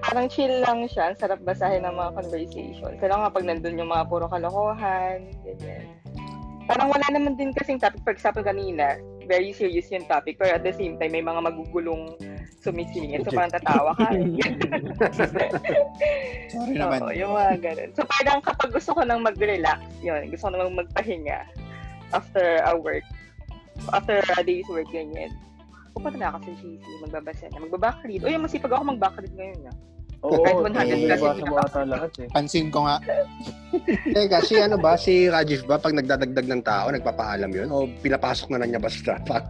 S11: Parang chill lang siya. Ang sarap basahin ng mga conversation. Pero nga pag nandun yung mga puro kalokohan, ganyan. Parang wala naman din kasing topic. For example, kanina, very serious yung topic. Pero at the same time, may mga magugulong sumisingit. So parang tatawa ka.
S6: (laughs) Sorry
S11: Oo,
S6: naman.
S11: yung mga ganun. So parang kapag gusto ko nang mag-relax, yun, gusto ko nang magpahinga after a work, after a day's work, ganyan. Pupunta na ako sa GC, magbabasa na. Magbabackread. Uy, masipag ako magbackread ngayon, na.
S3: Oo,
S11: Kahit
S3: eh,
S11: 100 kasi
S3: nabasa mo ata lahat eh.
S6: Pansin ko nga.
S4: Teka, si ano ba, si Rajiv ba, pag nagdadagdag ng tao, nagpapaalam yun? O pinapasok na lang niya basta? (laughs) Pa-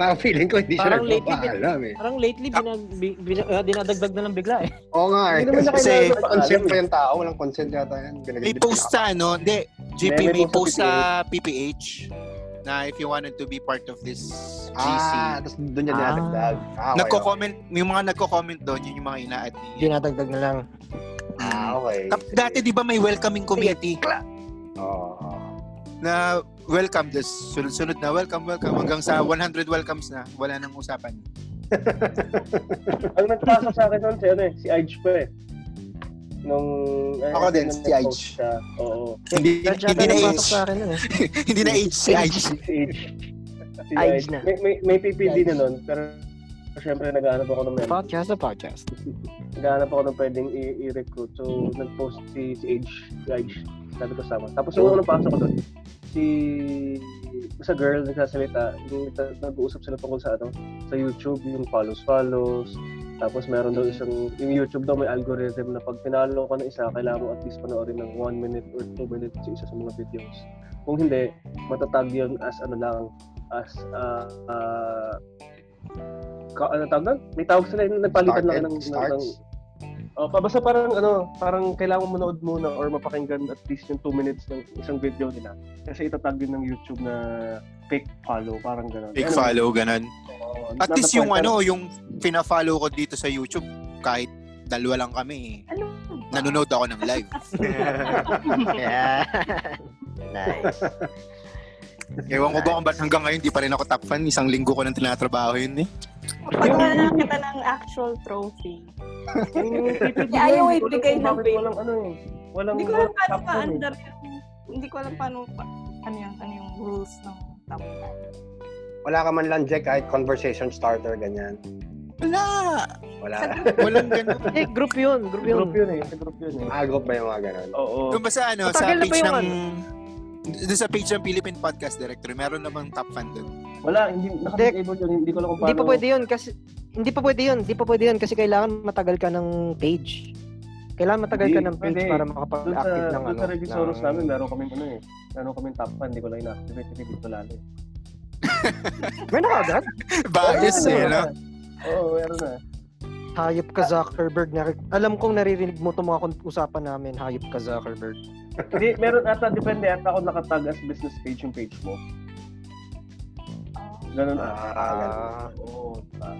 S4: Parang feeling ko hindi siya
S2: Parang lately,
S4: nagpapaalam eh.
S2: parang lately binag, bi- bin- ah, dinadagdag na lang bigla eh.
S4: Oo nga eh.
S3: Hindi naman siya
S4: Kasi
S3: kailangan nagpapaalam
S4: consent pa
S3: eh.
S4: yung tao, walang consent yata yan.
S6: May post sa ano, hindi, GP,
S3: May- may
S6: may
S3: post
S6: post
S3: sa
S6: sa PPH na if you wanted to be part of this GC.
S4: Ah, tapos doon niya
S2: Ah.
S4: dinadagdag. Ah, okay. okay.
S6: Nagko-comment, yung mga nagko-comment doon, yun yung mga ina-add niya.
S2: Dinadagdag na lang.
S4: Ah, okay.
S6: Tap- Dati di ba may welcoming committee
S4: Oo.
S6: na welcome this sunod-sunod na welcome welcome hanggang sa 100 welcomes na wala nang usapan.
S3: Ang nagpasa sa akin noon si ano eh, si Ige pa eh. Nung... eh,
S6: Ako
S3: nung
S6: din, si Ige.
S3: nag-post siya. Oo,
S6: Hindi hindi na age.
S2: sa akin nun eh.
S6: Hindi na age si Ige.
S3: si Ige. Si
S2: Ige
S3: Ige.
S2: na.
S3: May, may, may PPD na noon, pero syempre nag-aanap ako ng member.
S2: Podcast na podcast.
S3: Naghanap ako ng pwedeng i- i-recruit. So, nag-post si, si Age. Si Age. Sabi ko sama. Tapos
S6: Oh.
S3: yung unang pasok ko doon, si sa girl nagsasalita, yung nag- nag-uusap sila tungkol sa ano, sa YouTube, yung follows-follows. Tapos meron daw isang, yung YouTube daw may algorithm na pag pinalo ka ng isa, kailangan mo at least panoorin ng 1 minute or 2 minutes yung isa sa mga videos. Kung hindi, matatag yun as ano lang, as ah ah, ka, ano tawag doon? May tawag sila yung nagpalitan lang ng, ng, ng,
S4: Starts.
S3: Oh, pa- basta parang ano, parang kailangan mo manood muna or mapakinggan at least yung 2 minutes ng isang video nila. Kasi itatag yun ng YouTube na fake follow, parang gano'n.
S6: Big
S3: Anyway,
S6: follow ganun.
S3: oo,
S6: At
S3: not
S6: least
S3: the
S6: yung
S3: point,
S6: ano, yung fina-follow ko dito sa YouTube kahit dalawa lang kami. eh.
S5: Ano? (laughs)
S6: Nanonood ako ng
S4: (laughs)
S6: live.
S2: Yeah. nice.
S6: Ewan ko ba kung ba't hanggang ngayon di pa rin ako top fan. Isang linggo ko nang tinatrabaho yun eh.
S5: Kapag wala na kita ng actual trophy.
S6: ano,
S3: pero Yung PPD Eh,
S5: Ayaw
S3: yun,
S5: ay
S3: walang-
S5: bigay ng
S3: bakit
S5: bait.
S3: Walang ano eh. Walang,
S5: Hindi ko alam
S3: walang
S5: paano
S3: top
S5: pa
S3: nun eh.
S5: under Hindi ko alam paano pa, ano yung, ano yung rules ng tapunan.
S4: Wala ka man lang, Jack, kahit conversation starter, ganyan.
S6: Wala!
S4: Wala.
S6: Walang ganun.
S2: Eh, group yun. Group yun.
S3: Group yun eh. Sa group yun eh.
S4: Ah, group ba yung mga ganun?
S3: Oo.
S6: Doon ba sa ano,
S2: Oh.
S6: sa
S2: Matagal na ba
S6: page
S2: yung ano?
S6: ng... Doon sa page ng Philippine Podcast Directory, meron namang top fan
S2: (laughs)
S6: doon.
S3: Wala, hindi, naka-disable yun. Hindi ko alam kung paano.
S2: Hindi pa pwede yun kasi hindi pa pwede yun. Hindi pa pwede yun kasi kailangan matagal ka ng page. Kailangan matagal ka
S3: Hindi,
S2: ng page
S3: pwede.
S2: para
S3: Doon sa,
S2: makapag-active ng
S3: doon
S2: ano.
S3: sa Revisoros
S2: ng-
S3: namin, meron kami ano eh. Meron kami top fan, hindi ko lang ina-activate. Hindi ko lalo. eh.
S2: Meron ka agad?
S6: Bias
S3: Oo,
S6: eh, no?
S3: Oo, meron na.
S2: Hayop ka Zuckerberg. Nari- Alam kong naririnig mo itong mga kun- usapan namin. Hayop ka Zuckerberg.
S3: Hindi, meron ata, depende ata kung nakatag as business page yung page mo. Ganun ata.
S4: Ah, ganun.
S3: Oo, diba?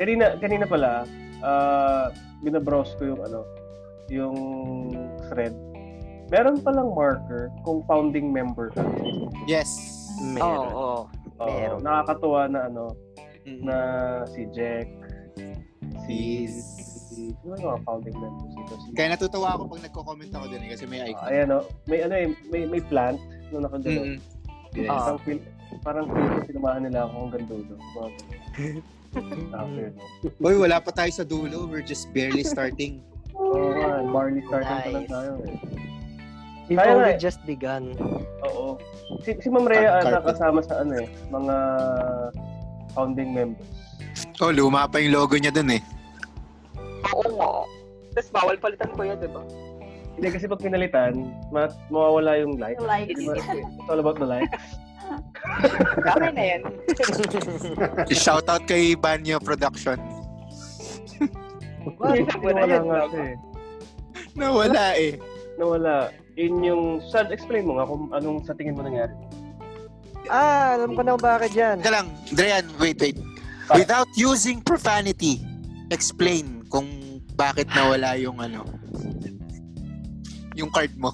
S3: Kanina, kanina pala, ah, binabrowse ko yung ano, yung thread. Meron palang marker kung founding member ka.
S6: Yes.
S17: Oo,
S2: Meron.
S17: oo.
S3: Oo,
S2: Meron.
S3: nakakatuwa na ano,
S2: Oh.
S3: na
S6: Na-
S3: si Jack, si... si- Sino yung mga founding members dito? Si
S6: Kaya natutuwa ako pag nagko-comment ako doon eh, kasi may
S3: Ah,
S2: Oh,
S6: icon.
S3: ayan o. May ano eh, may, may plant na nakagano.
S6: Mm. Yes.
S3: Parang feel, parang feel ko sinamahan nila ako hanggang dulo. (laughs) Mga ganun. Ah, fair enough.
S6: Uy, wala pa tayo sa
S2: (laughs)
S6: dulo. We're just barely starting.
S3: Oo nga, barley starting eh, pa lang
S2: Nice.
S3: tayo eh.
S2: We've
S3: Kaya nga
S2: only
S3: eh.
S2: just begun.
S3: Oo. Si, si Ma'am Rhea
S6: Cut
S3: ata
S6: carpet.
S3: kasama sa ano eh, mga founding members.
S6: Oh, luma pa yung logo niya dun eh.
S11: Oo nga. Tapos bawal palitan ko yun, di ba?
S3: Hindi kasi pag pinalitan, ma- mawawala yung like.
S11: Yung likes.
S3: Di ba? It's all about the (laughs) likes.
S11: Tama na yan.
S6: Shoutout kay Banyo Production.
S3: Wala nga kasi.
S6: Nawala eh.
S3: Nawala. Yun yung... Sad, explain mo nga kung anong sa tingin mo nangyari.
S2: Ah, alam ko na kung bakit yan.
S6: Teka lang, Drian, wait, wait.
S2: Ah.
S6: Without using profanity, explain kung bakit nawala yung ano, yung card mo.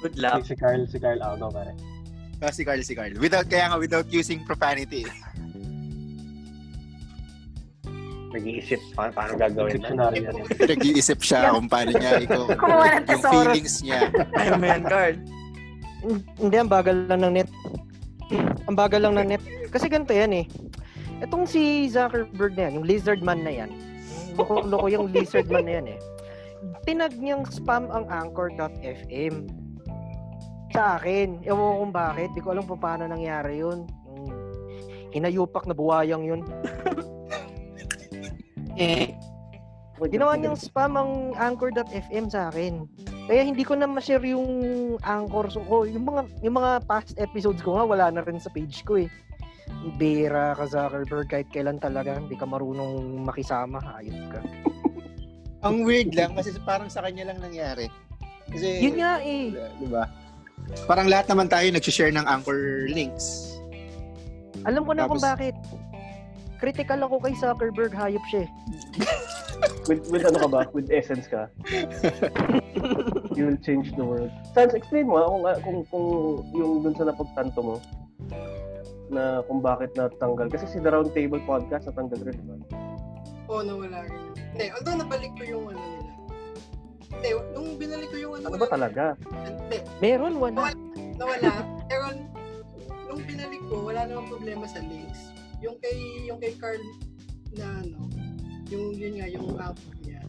S9: Good luck. (laughs)
S3: Si Carl, si Carl out no, pare.
S6: Ah, si Carl, si Carl. Without, kaya nga, without using profanity. eh.
S4: Nag-iisip pa paano gagawin
S3: Dictionary yan.
S6: Nag-iisip siya kung paano niya iko
S4: (laughs) Kumuha ng
S6: yung
S4: thesaurus.
S6: feelings niya.
S9: Ayun ba yan, Carl?
S2: Hindi, ang bagal lang ng net. (clears throat) ang bagal lang ng net. Kasi ganito yan eh. Itong si Zuckerberg na yan, yung lizard man na yan. Loko, loko yung lizard man na yan eh. Tinag niyang spam ang anchor.fm sa akin. Ewan ko kung bakit. Di ko alam kung paano nangyari yun. Yung hinayupak na buwayang yun.
S9: Eh.
S2: Ginawa niyang spam ang anchor.fm sa akin. Kaya hindi ko na ma-share yung anchor so ko. Yung mga yung mga past episodes ko nga wala na rin sa page ko eh. Bira ka Zuckerberg kahit kailan talaga hindi ka marunong makisama, hayop ka.
S6: Ang weird lang kasi parang sa kanya lang nangyari. Kasi,
S2: Yun nga eh.
S6: Di ba? Parang lahat naman tayo nag-share ng anchor links.
S2: Alam ko na kung
S6: Tapos-
S2: bakit. Critical ako kay Zuckerberg, hayop siya. eh.
S3: With, with ano ka ba? With essence ka? You'll change the world. Sans, explain mo ah, kung, ah, kung, kung yung dun sa napagtanto mo na kung bakit natanggal. Kasi si The Round Table Podcast natanggal rin, di ba?
S15: (laughs) Oo, nawala rin. Hindi, although nabalik ko yung ano nila. Hindi, nung binalik ko yung ano.
S3: Ano ba talaga?
S15: Hindi,
S2: Meron, wala.
S15: nawala. Pero nung binalik ko, wala namang problema sa links. Yung kay yung kay Carl na ano, yung yun nga yung app niya.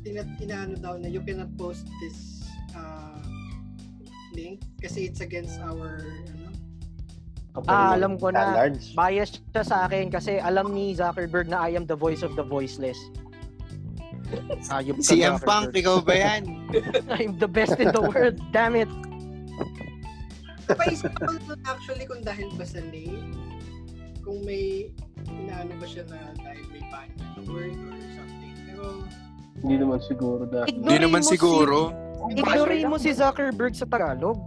S15: Tina, inaano daw na you cannot post this uh, link kasi it's against our ano.
S3: eh.
S2: Ah, alam ko na.
S4: Standards.
S2: Biased siya sa akin kasi alam ni Zuckerberg na I am the voice of the voiceless. Hayop ka,
S6: CM
S2: Zuckerberg.
S6: Punk, ikaw ba yan?
S2: I'm the best in the world, damn it.
S15: Napaisip ko nun actually kung dahil ba sa name, kung may inaano ba siya na dahil may ban niya na word or something. Pero
S3: Hindi naman siguro dahil.
S2: Ignorin Hindi naman mo si- siguro.
S15: Ignorin
S2: Ignorin mo si Zuckerberg sa Tagalog.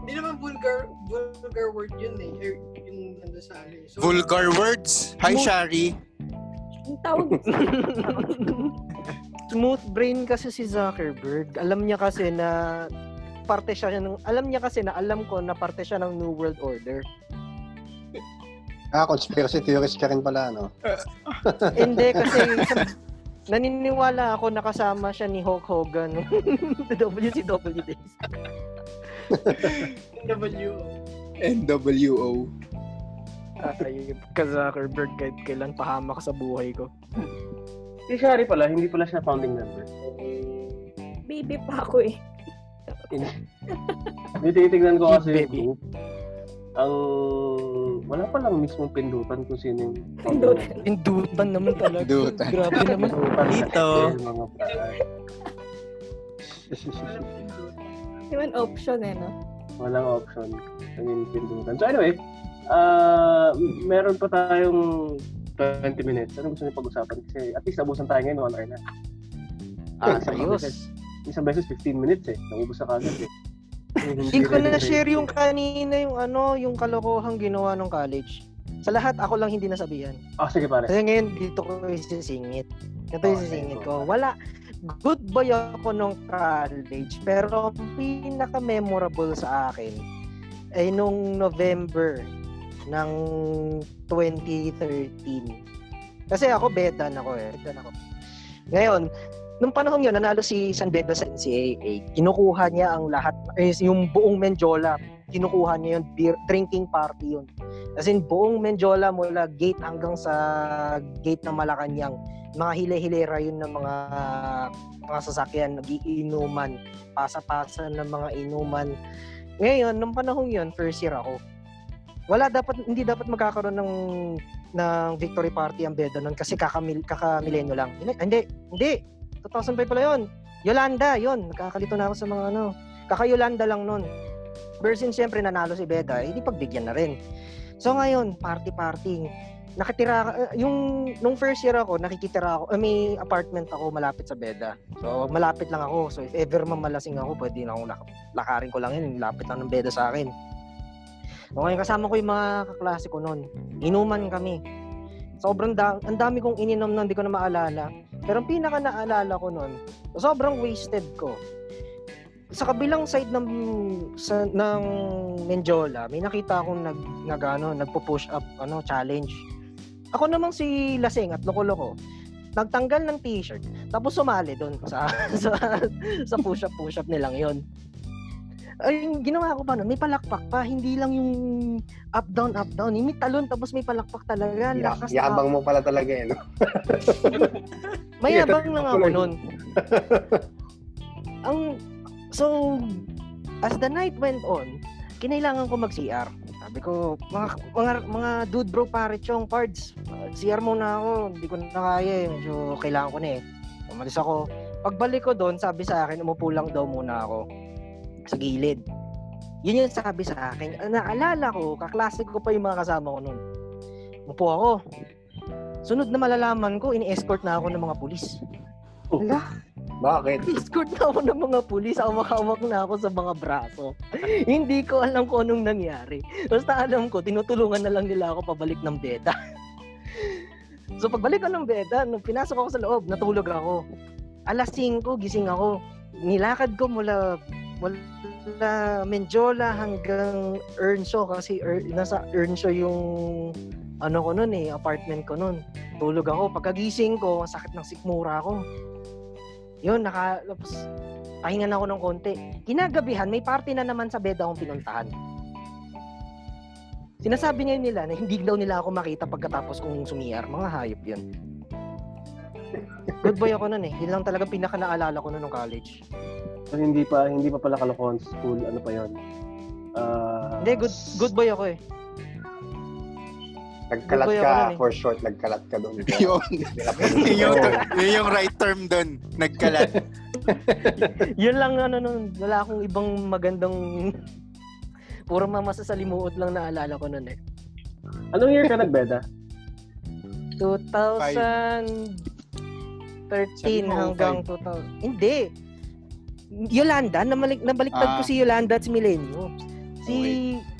S15: hindi naman vulgar vulgar word yun eh. Er, yung nando sa ano eh. So,
S6: (laughs) Vulgar words. Hi, Shari.
S5: Ang tawag
S2: Smooth brain kasi si Zuckerberg. Alam niya kasi na parte siya ng alam niya kasi na alam ko na parte siya ng New World Order.
S4: Ah, conspiracy theorist ka rin pala, ano? no?
S2: Hindi kasi (laughs) sa- naniniwala ako nakasama siya ni Hulk Hogan (laughs) the WCW days.
S15: NW.
S6: NWO.
S2: Ay, ka Zuckerberg kahit kailan pahamak sa buhay ko.
S3: Si Shari pala, hindi pala siya founding member.
S16: Baby pa ako eh.
S3: Hindi, titignan ko kasi
S2: Baby.
S3: yung group. Ang... Wala pa lang mismo pindutan kung sino yung...
S16: Pindutan.
S2: Indutan naman talaga.
S6: Indutan.
S2: Grabe naman.
S3: Pindutan na
S9: Dito.
S3: kasi mga pare.
S16: Hindi man option eh, no?
S3: Walang option. I mean, pindutan. So anyway, ah meron pa tayong 20 minutes. Ano gusto niyo pag-usapan? Kasi at least nabusan tayo ngayon, one hour na.
S2: Ah,
S3: Isang
S2: ayos.
S3: beses- Isang beses, 15 minutes eh. Naubos na kagad eh.
S2: Hindi ko na share yung kanina yung ano, yung kalokohang ginawa ng college. Sa lahat ako lang hindi nasabihan.
S3: Ah, sige pare.
S2: Kaya ngayon dito ko isisingit. Ito
S3: Okay,
S2: yung isisingit ko. Wala good boy ako nung college pero ang pinaka-memorable sa akin ay nung November ng 2013. Kasi ako bedan ako eh. Bedan ako. Ngayon, nung panahon yun, nanalo si San Beda sa NCAA. Kinukuha niya ang lahat, eh, yung buong Menjola, kinukuha niya yung beer, drinking party yun. As in, buong Menjola mula gate hanggang sa gate ng Malacanang, mga hile-hilera yun ng mga mga sasakyan, nagiinuman, pasa-pasa ng mga inuman. Ngayon, nung panahong yun, first year ako, wala dapat, hindi dapat magkakaroon ng ng victory party ang beda nun kasi kakamil, kakamilenyo lang. Hindi, hindi, hindi. 2005 pala yun. Yolanda, yun. Nagkakalito na ako sa mga ano. Kaka-Yolanda lang nun. Versin siyempre nanalo si Beda, hindi pagbigyan na rin. So ngayon, party-party. Nakatira, eh, yung, nung first year ako, nakikitira ako, eh, may apartment ako malapit sa Beda. So malapit lang ako. So if ever mamalasing ako, pwede na akong lak- lakarin ko lang yun. Lapit lang ng Beda sa akin. So ngayon, kasama ko yung mga kaklase ko noon. Inuman kami. Sobrang da- ang dami kong ininom noon, hindi ko na maalala. Pero ang pinaka naalala ko noon, sobrang wasted ko. Sa kabilang side ng sa, ng Menjola, may nakita akong nag, nag ano, nagpo-push up ano, challenge. Ako namang si Lasing at Loko-Loko, nagtanggal ng t-shirt tapos sumali doon sa (laughs) sa, sa push up push up nilang yon. Ay, yung ginawa ko pa nun, may palakpak pa, hindi lang yung up down up down, may talon tapos may palakpak talaga,
S4: Ya-
S2: lakas na-
S4: Yakabang mo pala talaga eh. No?
S2: Mayabang lang ako (laughs) nun. Ang, so, as the night went on, kinailangan ko mag-CR. Sabi ko, mga, mga, mga dude bro pare chong pards, uh, CR muna ako, hindi ko na kaya eh, medyo kailangan ko na eh. Umalis ako. Pagbalik ko doon, sabi sa akin, umupo lang daw muna ako sa gilid. Yun yung sabi sa akin. Ang Naalala ko, kaklase ko pa yung mga kasama ko noon. Umupo ako. Sunod na malalaman ko, ini-escort na ako ng mga pulis. Ala,
S4: Bakit?
S2: escort na ako ng mga pulis. Awak-awak na ako sa mga braso. (laughs) Hindi ko alam kung anong nangyari. Basta alam ko, tinutulungan na lang nila ako pabalik ng beta. (laughs) so pagbalik ko ng beta, nung pinasok ako sa loob, natulog ako. Alas 5, gising ako. Nilakad ko mula mula Menjola hanggang Earnshaw kasi er, nasa Earnshaw yung ano ko nun eh, apartment ko nun. Tulog ako. Pagkagising ko, ang sakit ng sikmura ko. Yun, naka, tapos, pahinga na ako ng konti. Kinagabihan, may party na naman sa bed akong pinuntahan. Sinasabi ngayon nila na hindi daw nila ako makita pagkatapos kong sumiyar. Mga hayop yun. Good boy ako nun eh. Yun lang talaga pinaka naalala ko nun nung college.
S3: So, hindi pa hindi pa pala kalokohan sa school, ano pa 'yon? Ah,
S2: Hindi, good, good boy ako eh.
S4: Nagkalat
S2: Good boy
S4: ka
S2: ako nun eh.
S4: for short, nagkalat ka doon.
S6: (laughs) Yun. yun, yung, yun yung right term doon. Nagkalat.
S2: Yun lang ano nun. Wala akong ibang magandang... (laughs) Puro mamasa sa limuot lang naalala ko nun eh.
S3: Anong year ka nagbeda?
S2: 2013
S3: Sabi mo,
S2: hanggang 2000. Hindi. Yolanda, namalik, nabaliktad ko
S18: Ah.
S2: si Yolanda at si Milenio. Si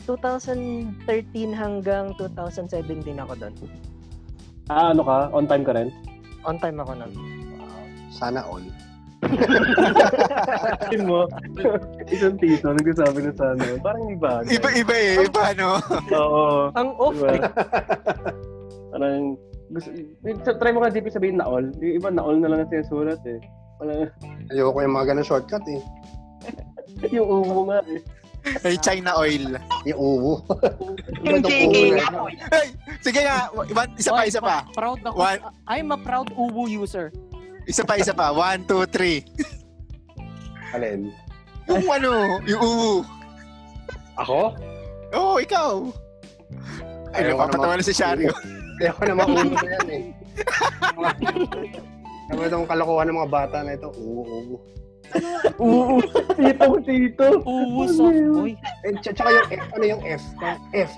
S2: 2013 hanggang 2017 ako doon.
S3: Ah, ano ka? On time ka rin?
S2: On time ako nun.
S4: Sana all.
S3: Sabi mo, (laughs) isang tito, nagsasabi na sana. Parang iba. ano?
S6: Iba-iba eh. Iba, no?
S3: Oo.
S2: Ang off. eh.
S3: Diba? (laughs) Parang, gusto, sa- try mo nga JP sabihin na all. Yung iba na all na lang ang sinusulat eh. Wala
S4: Ayoko yung mga ganun shortcut eh.
S3: (laughs) yung ubo nga eh.
S6: Ay, China oil.
S4: Yung ubo.
S6: Yung
S4: JK
S6: na oil. Ay, sige nga. One, Ah, isa pa, isa pa.
S19: Proud ako.
S6: One,
S19: I'm a proud Uwu user.
S6: isa pa, isa pa. One, two, three.
S4: Alin?
S6: Yung ano, yung uwu.
S4: Ako?
S6: Oo, oh, ikaw. Ay, napapatawa na si Shario.
S4: Ayoko na
S6: (laughs)
S4: makuha na yan eh. Naman itong kalokohan ng mga bata na ito. Ubo, ubo.
S3: Uwu. Tito ko, tito.
S19: Uwu soft boy.
S4: Eh, tsa- tsaka yung F, ano yung F? Parang F.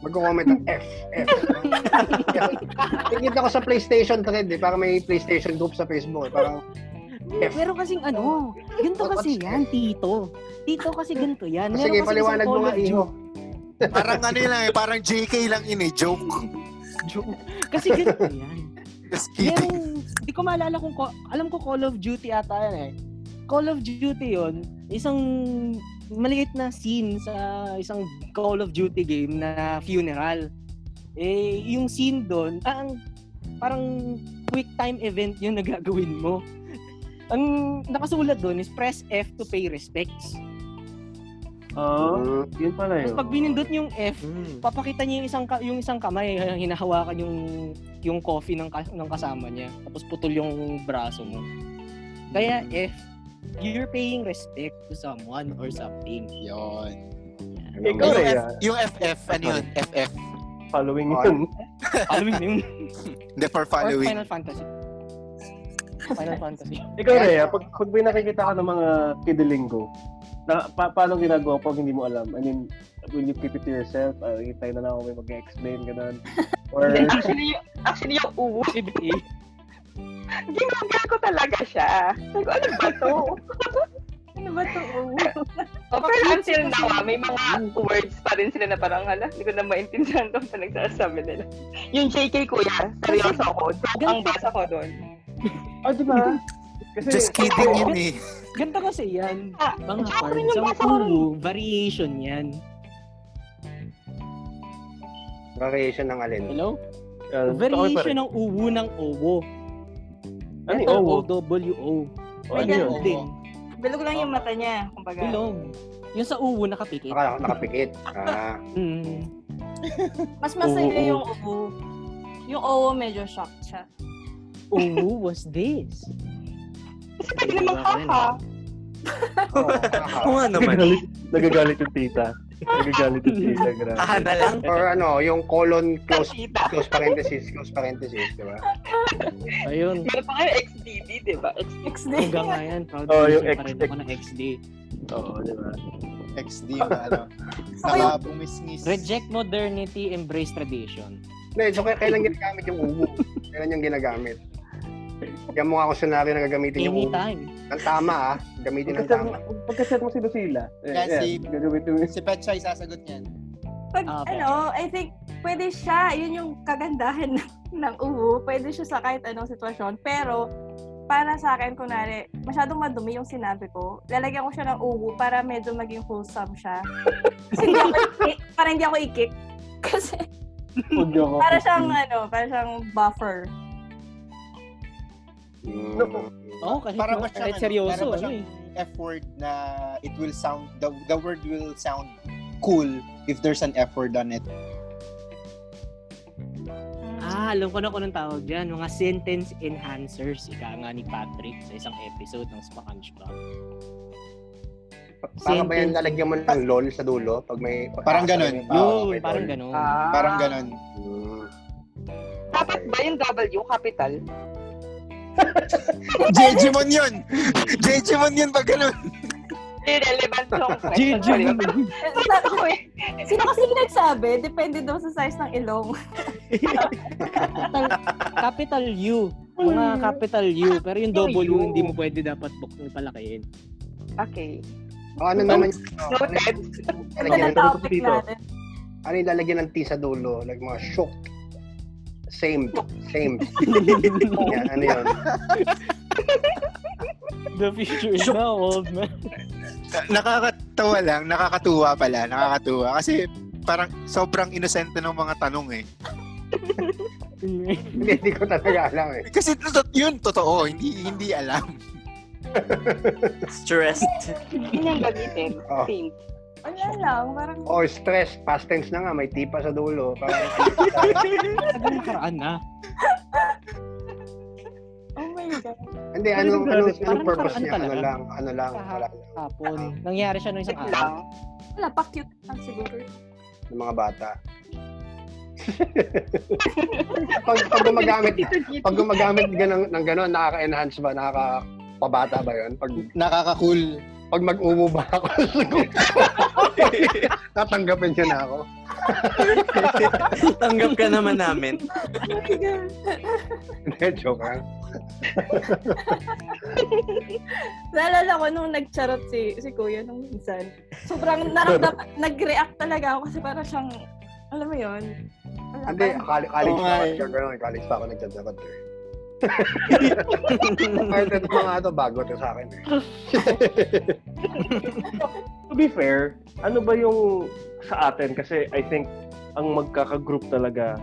S4: Magko-comment ng F, F. Tingin ako sa PlayStation thread eh. Parang may PlayStation group sa Facebook eh. Parang F.
S19: Pero kasing ano, ganito kasi yan, Tito. Tito kasi ganito yan. Meron
S4: Sige,
S19: kasi
S4: paliwanag
S19: isang
S4: mo
S19: Call
S4: nga,
S19: of
S4: Iho.
S19: Duty.
S6: parang ano yun lang eh, parang JK lang yun eh, joke.
S19: Kasi ganito yan.
S6: Just
S19: Merong, di ko maalala kung, co- alam ko Call of Duty ata yan eh. Call of Duty yon isang maliit na scene sa isang Call of Duty game na funeral. Eh, yung scene doon, ah, ang parang quick time event yung nagagawin mo. Ang nakasulat doon is press F to pay respects.
S3: Oo,
S4: Hmm.
S3: yun
S2: Ah?
S3: pala yun.
S2: Tapos pag binindot niyo yung F, papakita niya yung isang ka- yung isang kamay hinahawakan yung yung coffee ng ka- ng kasama niya. Tapos putol yung braso mo. Kaya F, you're paying respect to someone or something. Yon.
S3: Ikaw,
S4: Ano,
S6: yung,
S3: Rhea.
S2: ah.
S6: F- yung FF, ano yun? FF.
S3: Following
S6: yun.
S2: following
S4: (laughs)
S2: yun.
S6: Hindi, for
S2: Or
S6: following.
S2: Final Fantasy. Final Fantasy.
S3: (laughs) Ikaw, Rhea, pag, pag may nakikita ka ng mga kidilingo, na, pa, paano ginagawa pag hindi mo alam? I mean, will you keep it to yourself? Uh, hintay na lang ako may mag-explain,
S2: (laughs)
S3: ganun. Or,
S11: actually, yung- actually yung uwo. (laughs) Ginagago talaga siya. Sabi ko, ano ba
S2: (laughs)
S11: to?
S20: Ano ba
S5: (laughs)
S20: to?
S11: Oh, pero until now, ah, may mga words pa rin sila na parang, hala, hindi ko na maintindihan itong pinagsasabi nila. Yung JK, kuya, seryoso ako. Joke ang basa ko doon.
S3: oh, di ba?
S6: Just kidding yun eh.
S2: Ganto kasi yan. Mga
S11: joke Ah, rin
S2: parts
S11: yung
S2: ang
S11: basa ko rin.
S2: kubo, variation yan.
S4: Variation ng alin?
S2: Hello? Variation ng uwu ng owo.
S4: Ano yung
S2: Letter
S4: owo?
S2: O-W-O.
S4: Oh,
S2: May
S4: ano yun?
S2: ganun din.
S5: Bilog lang yung mata niya, kumbaga.
S2: Bilog. Yung sa uwo nakapikit.
S4: Naka, nakapikit. Ah.
S2: Mm.
S5: Mas masaya
S2: Oo.
S5: yung ubo. Yung owo medyo shock siya.
S2: Uwu, what's this?
S11: Kasi pwede naman kaha.
S2: Oo nga naman.
S3: Nagagalit, nagagalit yung tita. Nagagalit yung tita,
S2: (laughs)
S3: grabe.
S2: Ah.
S4: Or ano, yung colon (laughs) close
S11: Tita.
S4: close parenthesis, close parenthesis, di ba?
S2: Ayun. (laughs)
S11: Meron pa kayo XDD, di ba? XDD.
S2: Hanggang nga yan. Proud oh,
S3: Oh, yung
S2: yung
S3: X-
S2: pa rin ako ng XD.
S3: Oo, di ba?
S6: XD ba, ano?
S2: Okay.
S6: Saka bumisngis.
S2: Reject modernity, embrace tradition.
S4: Hindi, so kaya- kailan ginagamit yung ubo? Kailan yung ginagamit? Yan mo nga ako senaryo na gagamitin yung ubo.
S2: Anytime.
S4: Ang tama ah, gamitin ng
S3: Pagka-set
S4: tama.
S3: mo- Pagka-set mo si Lucila. eh,
S6: Yan,
S3: yan,
S6: si,
S3: Gagamitin mo.
S6: si Petchay sasagot niyan.
S5: Pag
S2: Ah, okay.
S5: ano, I think pwede siya. Yun yung kagandahan (laughs) ng, ng ubo. Pwede siya sa kahit anong sitwasyon. Pero para sa akin, kunwari, masyadong madumi yung sinabi ko. Lalagyan ko siya ng ubo para medyo maging wholesome siya. Kasi hindi
S2: (laughs)
S5: ako i- para hindi ako ikik. Kasi
S3: Huwag niyo ako.
S5: para siyang ano, para siyang buffer.
S4: Hmm.
S2: Oo, kasi
S6: Para
S2: Oh,
S6: ba
S2: kahit
S6: siyang, ano,
S2: seryoso.
S6: para ba
S2: ano
S6: siyang
S2: eh.
S6: F word na it will sound, the, the word will sound cool if there's an F word on it.
S2: Ah, alam ko na kung anong tawag dyan. Mga sentence enhancers. Ika nga ni Patrick sa isang episode ng SpongeBob.
S4: Para ba yan lalagyan mo ng lol sa dulo? Pag may...
S6: Parang ganun.
S4: Oo,
S2: Yun,
S4: may
S2: parang
S4: lol.
S2: ganun.
S11: Ah.
S6: Parang ganon.
S4: Hmm.
S11: Dapat ba yung W, capital?
S6: Jejimon yun! (laughs) Jejimon yun pag ganun!
S11: Irrelevant yung
S2: Jin,
S11: question.
S2: Jin,
S11: Pero sabi ko eh,
S5: Sino kasi yung nagsabi? Depende daw sa size ng ilong.
S2: capital, capital U. Mga Hmm. capital U. Pero yung W, hindi mo pwede dapat buk- palakihin.
S11: okay.
S4: O, ano naman Ano
S11: Noted.
S5: Ito na
S4: lalagyan ng...
S5: Ano topic natin.
S4: Ano yung lalagyan ng T sa dulo? Like mga shook. Same. Same.
S2: (laughs)
S4: yan, ano yun?
S2: The future is now, old man.
S6: Nakakatawa lang, nakakatuwa pala, nakakatuwa. Kasi parang sobrang inosente ng mga tanong eh.
S4: Hindi, hindi ko talaga alam eh.
S6: Kasi to- yun, totoo, hindi hindi alam.
S9: Stressed.
S11: Hindi niyang gamitin.
S4: Oh.
S11: Think.
S5: Wala lang, parang
S4: Or stress, past tense na nga, may T pa sa dulo. Parang,
S2: Sabi nakaraan na.
S5: oh my God.
S4: hindi, ano, ano, anong
S2: Parang
S4: purpose
S2: paraan
S4: niya? Ano
S2: talaga.
S4: lang, ano lang, wala
S2: Kaha- Kahapon. Nangyari siya nung isang
S11: Wait
S2: araw.
S11: lang.
S5: Wala, pa-cute lang siguro.
S4: ng mga bata. (laughs) pag, pag gumagamit, pag gumagamit ganang, ng gano'n, nakaka-enhance ba, nakaka-pabata ba yun? Pag,
S6: Nakaka-cool.
S4: pag mag-umo ba ako sa gusto? (laughs) Tatanggapin siya na ako.
S9: Tanggap ka naman namin.
S4: Hindi, joke lang.
S5: Naalala ko nung nagcharot si si Kuya nung minsan. Sobrang
S4: (laughs)
S5: naramdaman, nag-react talaga ako kasi parang siyang, alam mo yun? Wala,
S4: Hindi,
S5: parang-
S4: college, college pa
S6: Oo nga
S4: ako
S6: eh.
S4: siya gano'n. College pa ako nagtatapat eh. Kahit ito mga ito, bago ito sa akin eh.
S3: to be fair, ano ba yung sa atin? Kasi I think ang magkakagroup talaga,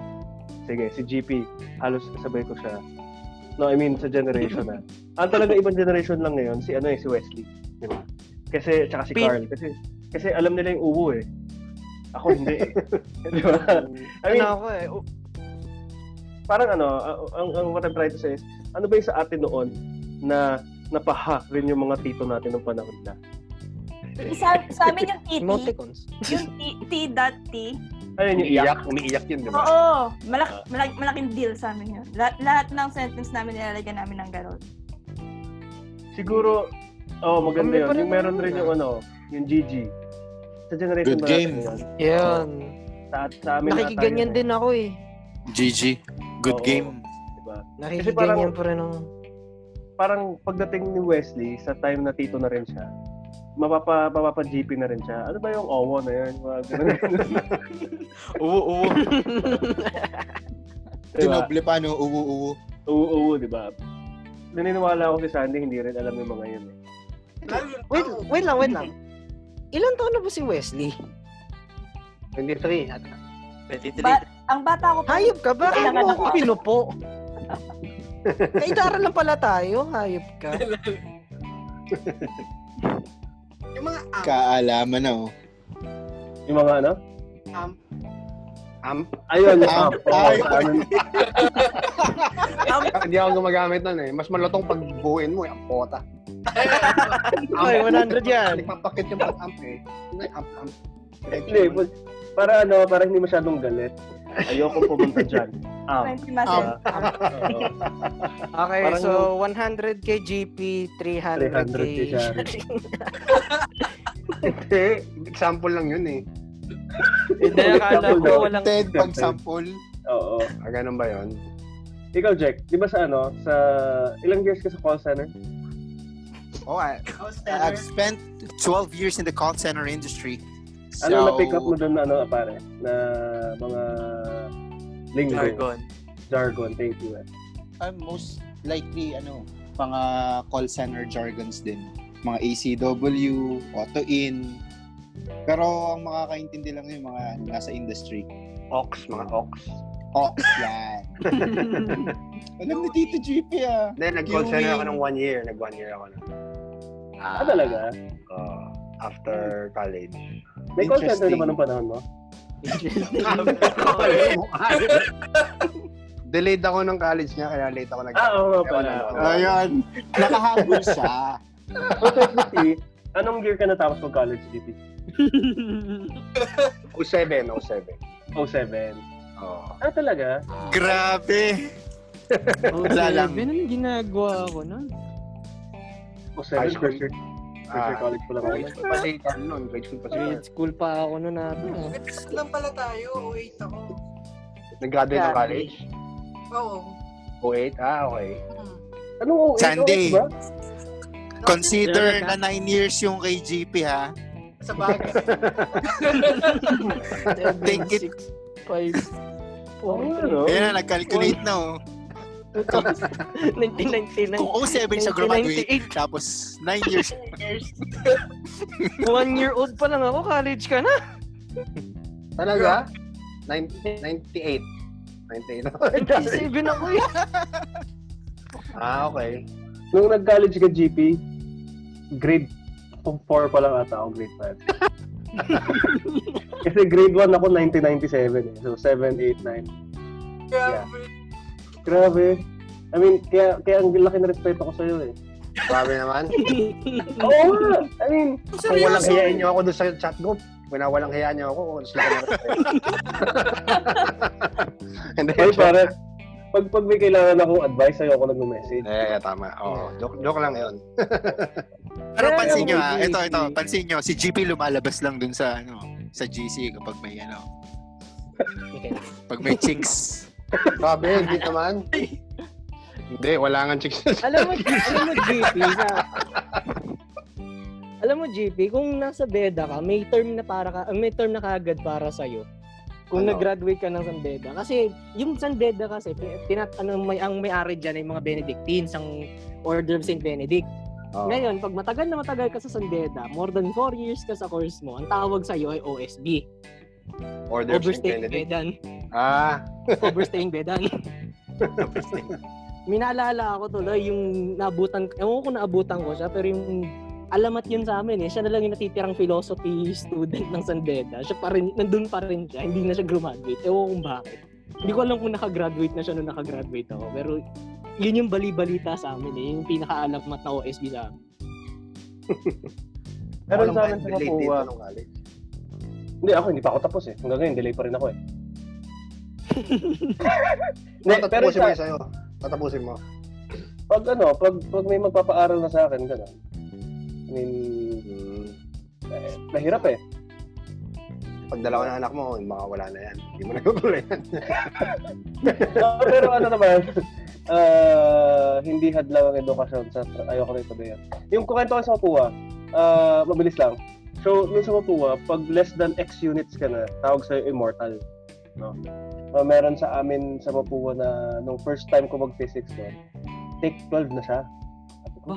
S3: sige, si GP, halos kasabay ko siya. No, I mean, sa generation (laughs) na. Ang talaga ibang generation lang ngayon, si ano eh, si Wesley. Di ba? Kasi, tsaka si
S9: Pin-
S3: Carl. Kasi, Kasi alam nila yung ubo eh. Ako hindi (laughs) eh. Di ba? I mean, Ano ako eh, u- parang ano, a- ang, ang what I'm trying to say is, ano ba yung sa atin noon na napaha rin yung mga tito natin ng panahon na?
S5: Sa, sa amin yung titi.
S3: Emoticons.
S5: Yung T- T dot T.
S3: Ayun yung iyak.
S4: Umiiyak yun, di ba?
S5: Oo. Malak, malak, malaking deal sa amin yun. Lahat, lahat ng sentence namin nilalagyan namin ng ganun.
S3: Siguro, oh, maganda
S5: Kami
S3: yun.
S5: pa
S3: Yung
S5: naman
S3: meron rin yung ano, yung GG. Sa generation
S21: Good
S3: ba natin
S21: game.
S3: yun?
S21: Yan.
S3: Sa, sa amin na tayo
S2: Nakikiganyan
S3: yun
S2: din ako eh.
S21: GG. Good
S3: Oo.
S21: game.
S3: eh, di ba? Kasi
S2: Nakikiganyan
S3: parang,
S2: pa rin ako.
S3: parang pagdating ni Wesley, sa time na tito na rin siya, mapapa, mapapa-GP na rin siya. Ano ba yung owo na yun? Mga ganun.
S21: (laughs) Uwo, uwo.
S3: (laughs) Diba?
S21: Dinoble pa, no? Uwo, uwo.
S3: Uwo, uwo, di ba? Naniniwala ako si Sandy, hindi rin alam yung mga yun. eh.
S2: Wait, wait lang, wait lang. Ilan taon na ba si Wesley?
S4: 23. At,
S9: 23.
S5: Ba- ang bata ko pa.
S2: Hayop ka ba? Bakit
S5: Kailangan
S2: mo ako
S5: ako.
S2: (laughs) pinupo? Kaitara lang pala tayo. Hayop ka.
S21: Kaalaman na, oh.
S3: Yung mga ano?
S15: Um,
S4: Amp?
S3: Ayun,
S4: yung amp.
S6: Ah,
S3: Ay.
S4: sa amin. (laughs) Hindi ako gumagamit nun eh. Mas malutong pag buuin mo eh, ang pota.
S3: Ay, 100
S4: yan. Nagpapakit yung pag-amp eh. Ano yung amp, amp?
S3: Hindi, but- para ano, para hindi masyadong galit. Ayoko pumunta dyan. Ah.
S5: 20 muscle.
S4: (laughs)
S2: Okay,
S3: Parang
S2: so 100k GP, 300k.
S3: 300K Shari.
S4: Hindi. Example lang yun eh.
S2: Hindi, akala ko walang-
S21: Ted, pag sample.
S3: Oo.
S4: Ah, ganun ba yun?
S3: Ikaw, Jack, di ba sa ano, sa ilang years ka sa call center?
S6: Oh, I, I've spent 12 years in the call center industry.
S3: Ano na-pick up mo doon na ano, pare? Na mga linggo?
S6: Jargon.
S3: Jargon, thank you. eh.
S21: Ah, most likely, ano, mga call center jargons din. Mga ACW, auto-in. Pero ang makakaintindi lang yung mga ano, nasa industry.
S4: Ox, mga ox.
S21: Ox, (laughs) yan. Alam ni Tito GP ah.
S4: Then, nag-call center ako ng one year. Nag-one year ako na.
S3: Ah, talaga?
S4: Oo. after college.
S3: May call center naman ng panahon mo?
S4: (laughs) Delayed ako ng college niya, kaya late ako nag-
S3: Ah, oo nga
S4: Ewan
S3: pala.
S4: lang ako.
S3: Ayun.
S21: Nakahabol siya.
S3: So, technically, anong year ka natapos ng college, GP?
S4: 07, 07.
S3: 07. Oh,
S4: Oo.
S3: Ah, talaga?
S6: Grabe!
S3: Wala lang.
S22: Ganun ginagawa ko nun.
S3: 07,
S4: High school.
S3: Oh, first year, first year
S4: Ah,
S3: college pa lang
S4: Grade school pa si Carl nun. Grade school pa si Carl.
S2: Grade school pa ako ah. noon na.
S15: lang pala tayo. 08 ako.
S4: Nag-graduate ng college?
S15: Oo.
S4: 08? Ah, okay.
S3: Anong Oh,
S4: OA?
S6: Sandy.
S4: ba?
S6: Consider na 9 years yung kay GP, ha?
S15: Sa
S6: (laughs)
S15: bagay.
S6: Think it.
S3: ano?
S6: Ayun na, nag-calculate na, oh.
S2: 1999.
S6: Kung 07 siya graduate, tapos 9 years.
S2: One year old pa lang ako, college ka na.
S4: Talaga? Nine- 98. 98 ako.
S11: (laughs)
S2: 97 ako eh.
S4: (laughs) ah, okay.
S3: Nung nag-college ka, GP, grade 4 pa lang ata ako, grade (laughs) 5. Kasi grade 1 ako 1997 eh. So 7, 8, 9.
S15: Grabe.
S3: Grabe. I mean, kaya, kaya ang laki na respeto ko sa'yo eh.
S4: Grabe naman.
S3: Oo nga! I mean,
S4: Kung walang hiyaan niyo ako doon sa chat group, kung walang hiyaan niyo ako, kung sila ka (laughs) Hindi,
S3: Ay, pare, pag, pag may kailangan akong advice sa'yo, ako nag-message.
S4: Eh, tama. Oo, joke, joke lang yun.
S6: Pero pansin nyo, ha? Ito, ito. Pansin nyo, si GP lumalabas lang dun sa, ano, sa GC kapag may, ano, pag may chicks.
S4: Grabe, hindi
S3: (laughs)
S4: naman. Hindi, wala nga chicks.
S22: alam mo, alam mo, JP, sa... Alam mo, JP, kung nasa beda ka, may term na para ka, may term na kaagad para sa'yo. Kung
S2: Ano?
S22: nag-graduate ka ng San Beda. Kasi yung San Beda kasi, pin- tinat, ano, may, ang may-ari dyan ay mga Benedictines, ang Order of St. Benedict.
S2: Oo.
S22: Ngayon, pag matagal na matagal ka sa San Beda, more than 4 years ka sa course mo, ang tawag sa'yo ay OSB.
S4: Order of St.
S22: Overstaying
S4: Benedict.
S22: Bedan.
S4: Ah.
S22: Overstaying Bedan. Minaalala ako tuloy yung naabutan, ewan ko kung naabutan ko siya, pero yung alamat yun sa amin eh. Siya na lang yung natitirang philosophy student ng San Beda. Siya pa rin, nandun pa rin siya. Hindi na siya graduate. Ewan ko kung bakit. Hindi ko alam kung nakagraduate na siya nung nakagraduate ako. Pero yun yung bali-balita sa amin eh. Yung pinakaalamat na OSB na
S3: Meron
S22: Walang
S3: sa amin sa
S22: delayed date,
S3: Mapua.
S22: walang
S3: Hindi, ako hindi pa ako tapos eh. Hanggang ngayon, delay pa rin ako eh. Hindi, pero
S4: Tatapusin mo
S3: sa,
S4: yun sa'yo. Tatapusin mo.
S3: pag ano, pag, pag may magpapaaral na sa akin, gano'n. I mean,
S4: mm,
S3: eh, mahirap eh.
S4: Pag dalawa ng anak mo, makawala na (laughs) yan. Hindi mo nagugulo yan.
S3: Ah, pero ano naman, (laughs) ah, hindi hadlang ang edukasyon sa ayoko na ito yan. Yung kukwento ko sa Mapua, ah, mabilis lang. So, yung sa Mapua, pag less than X units ka na, tawag sa'yo immortal. No? Ah, meron sa amin sa Mapua na nung first time ko mag-physics doon, take 12 na siya. Sabi ko,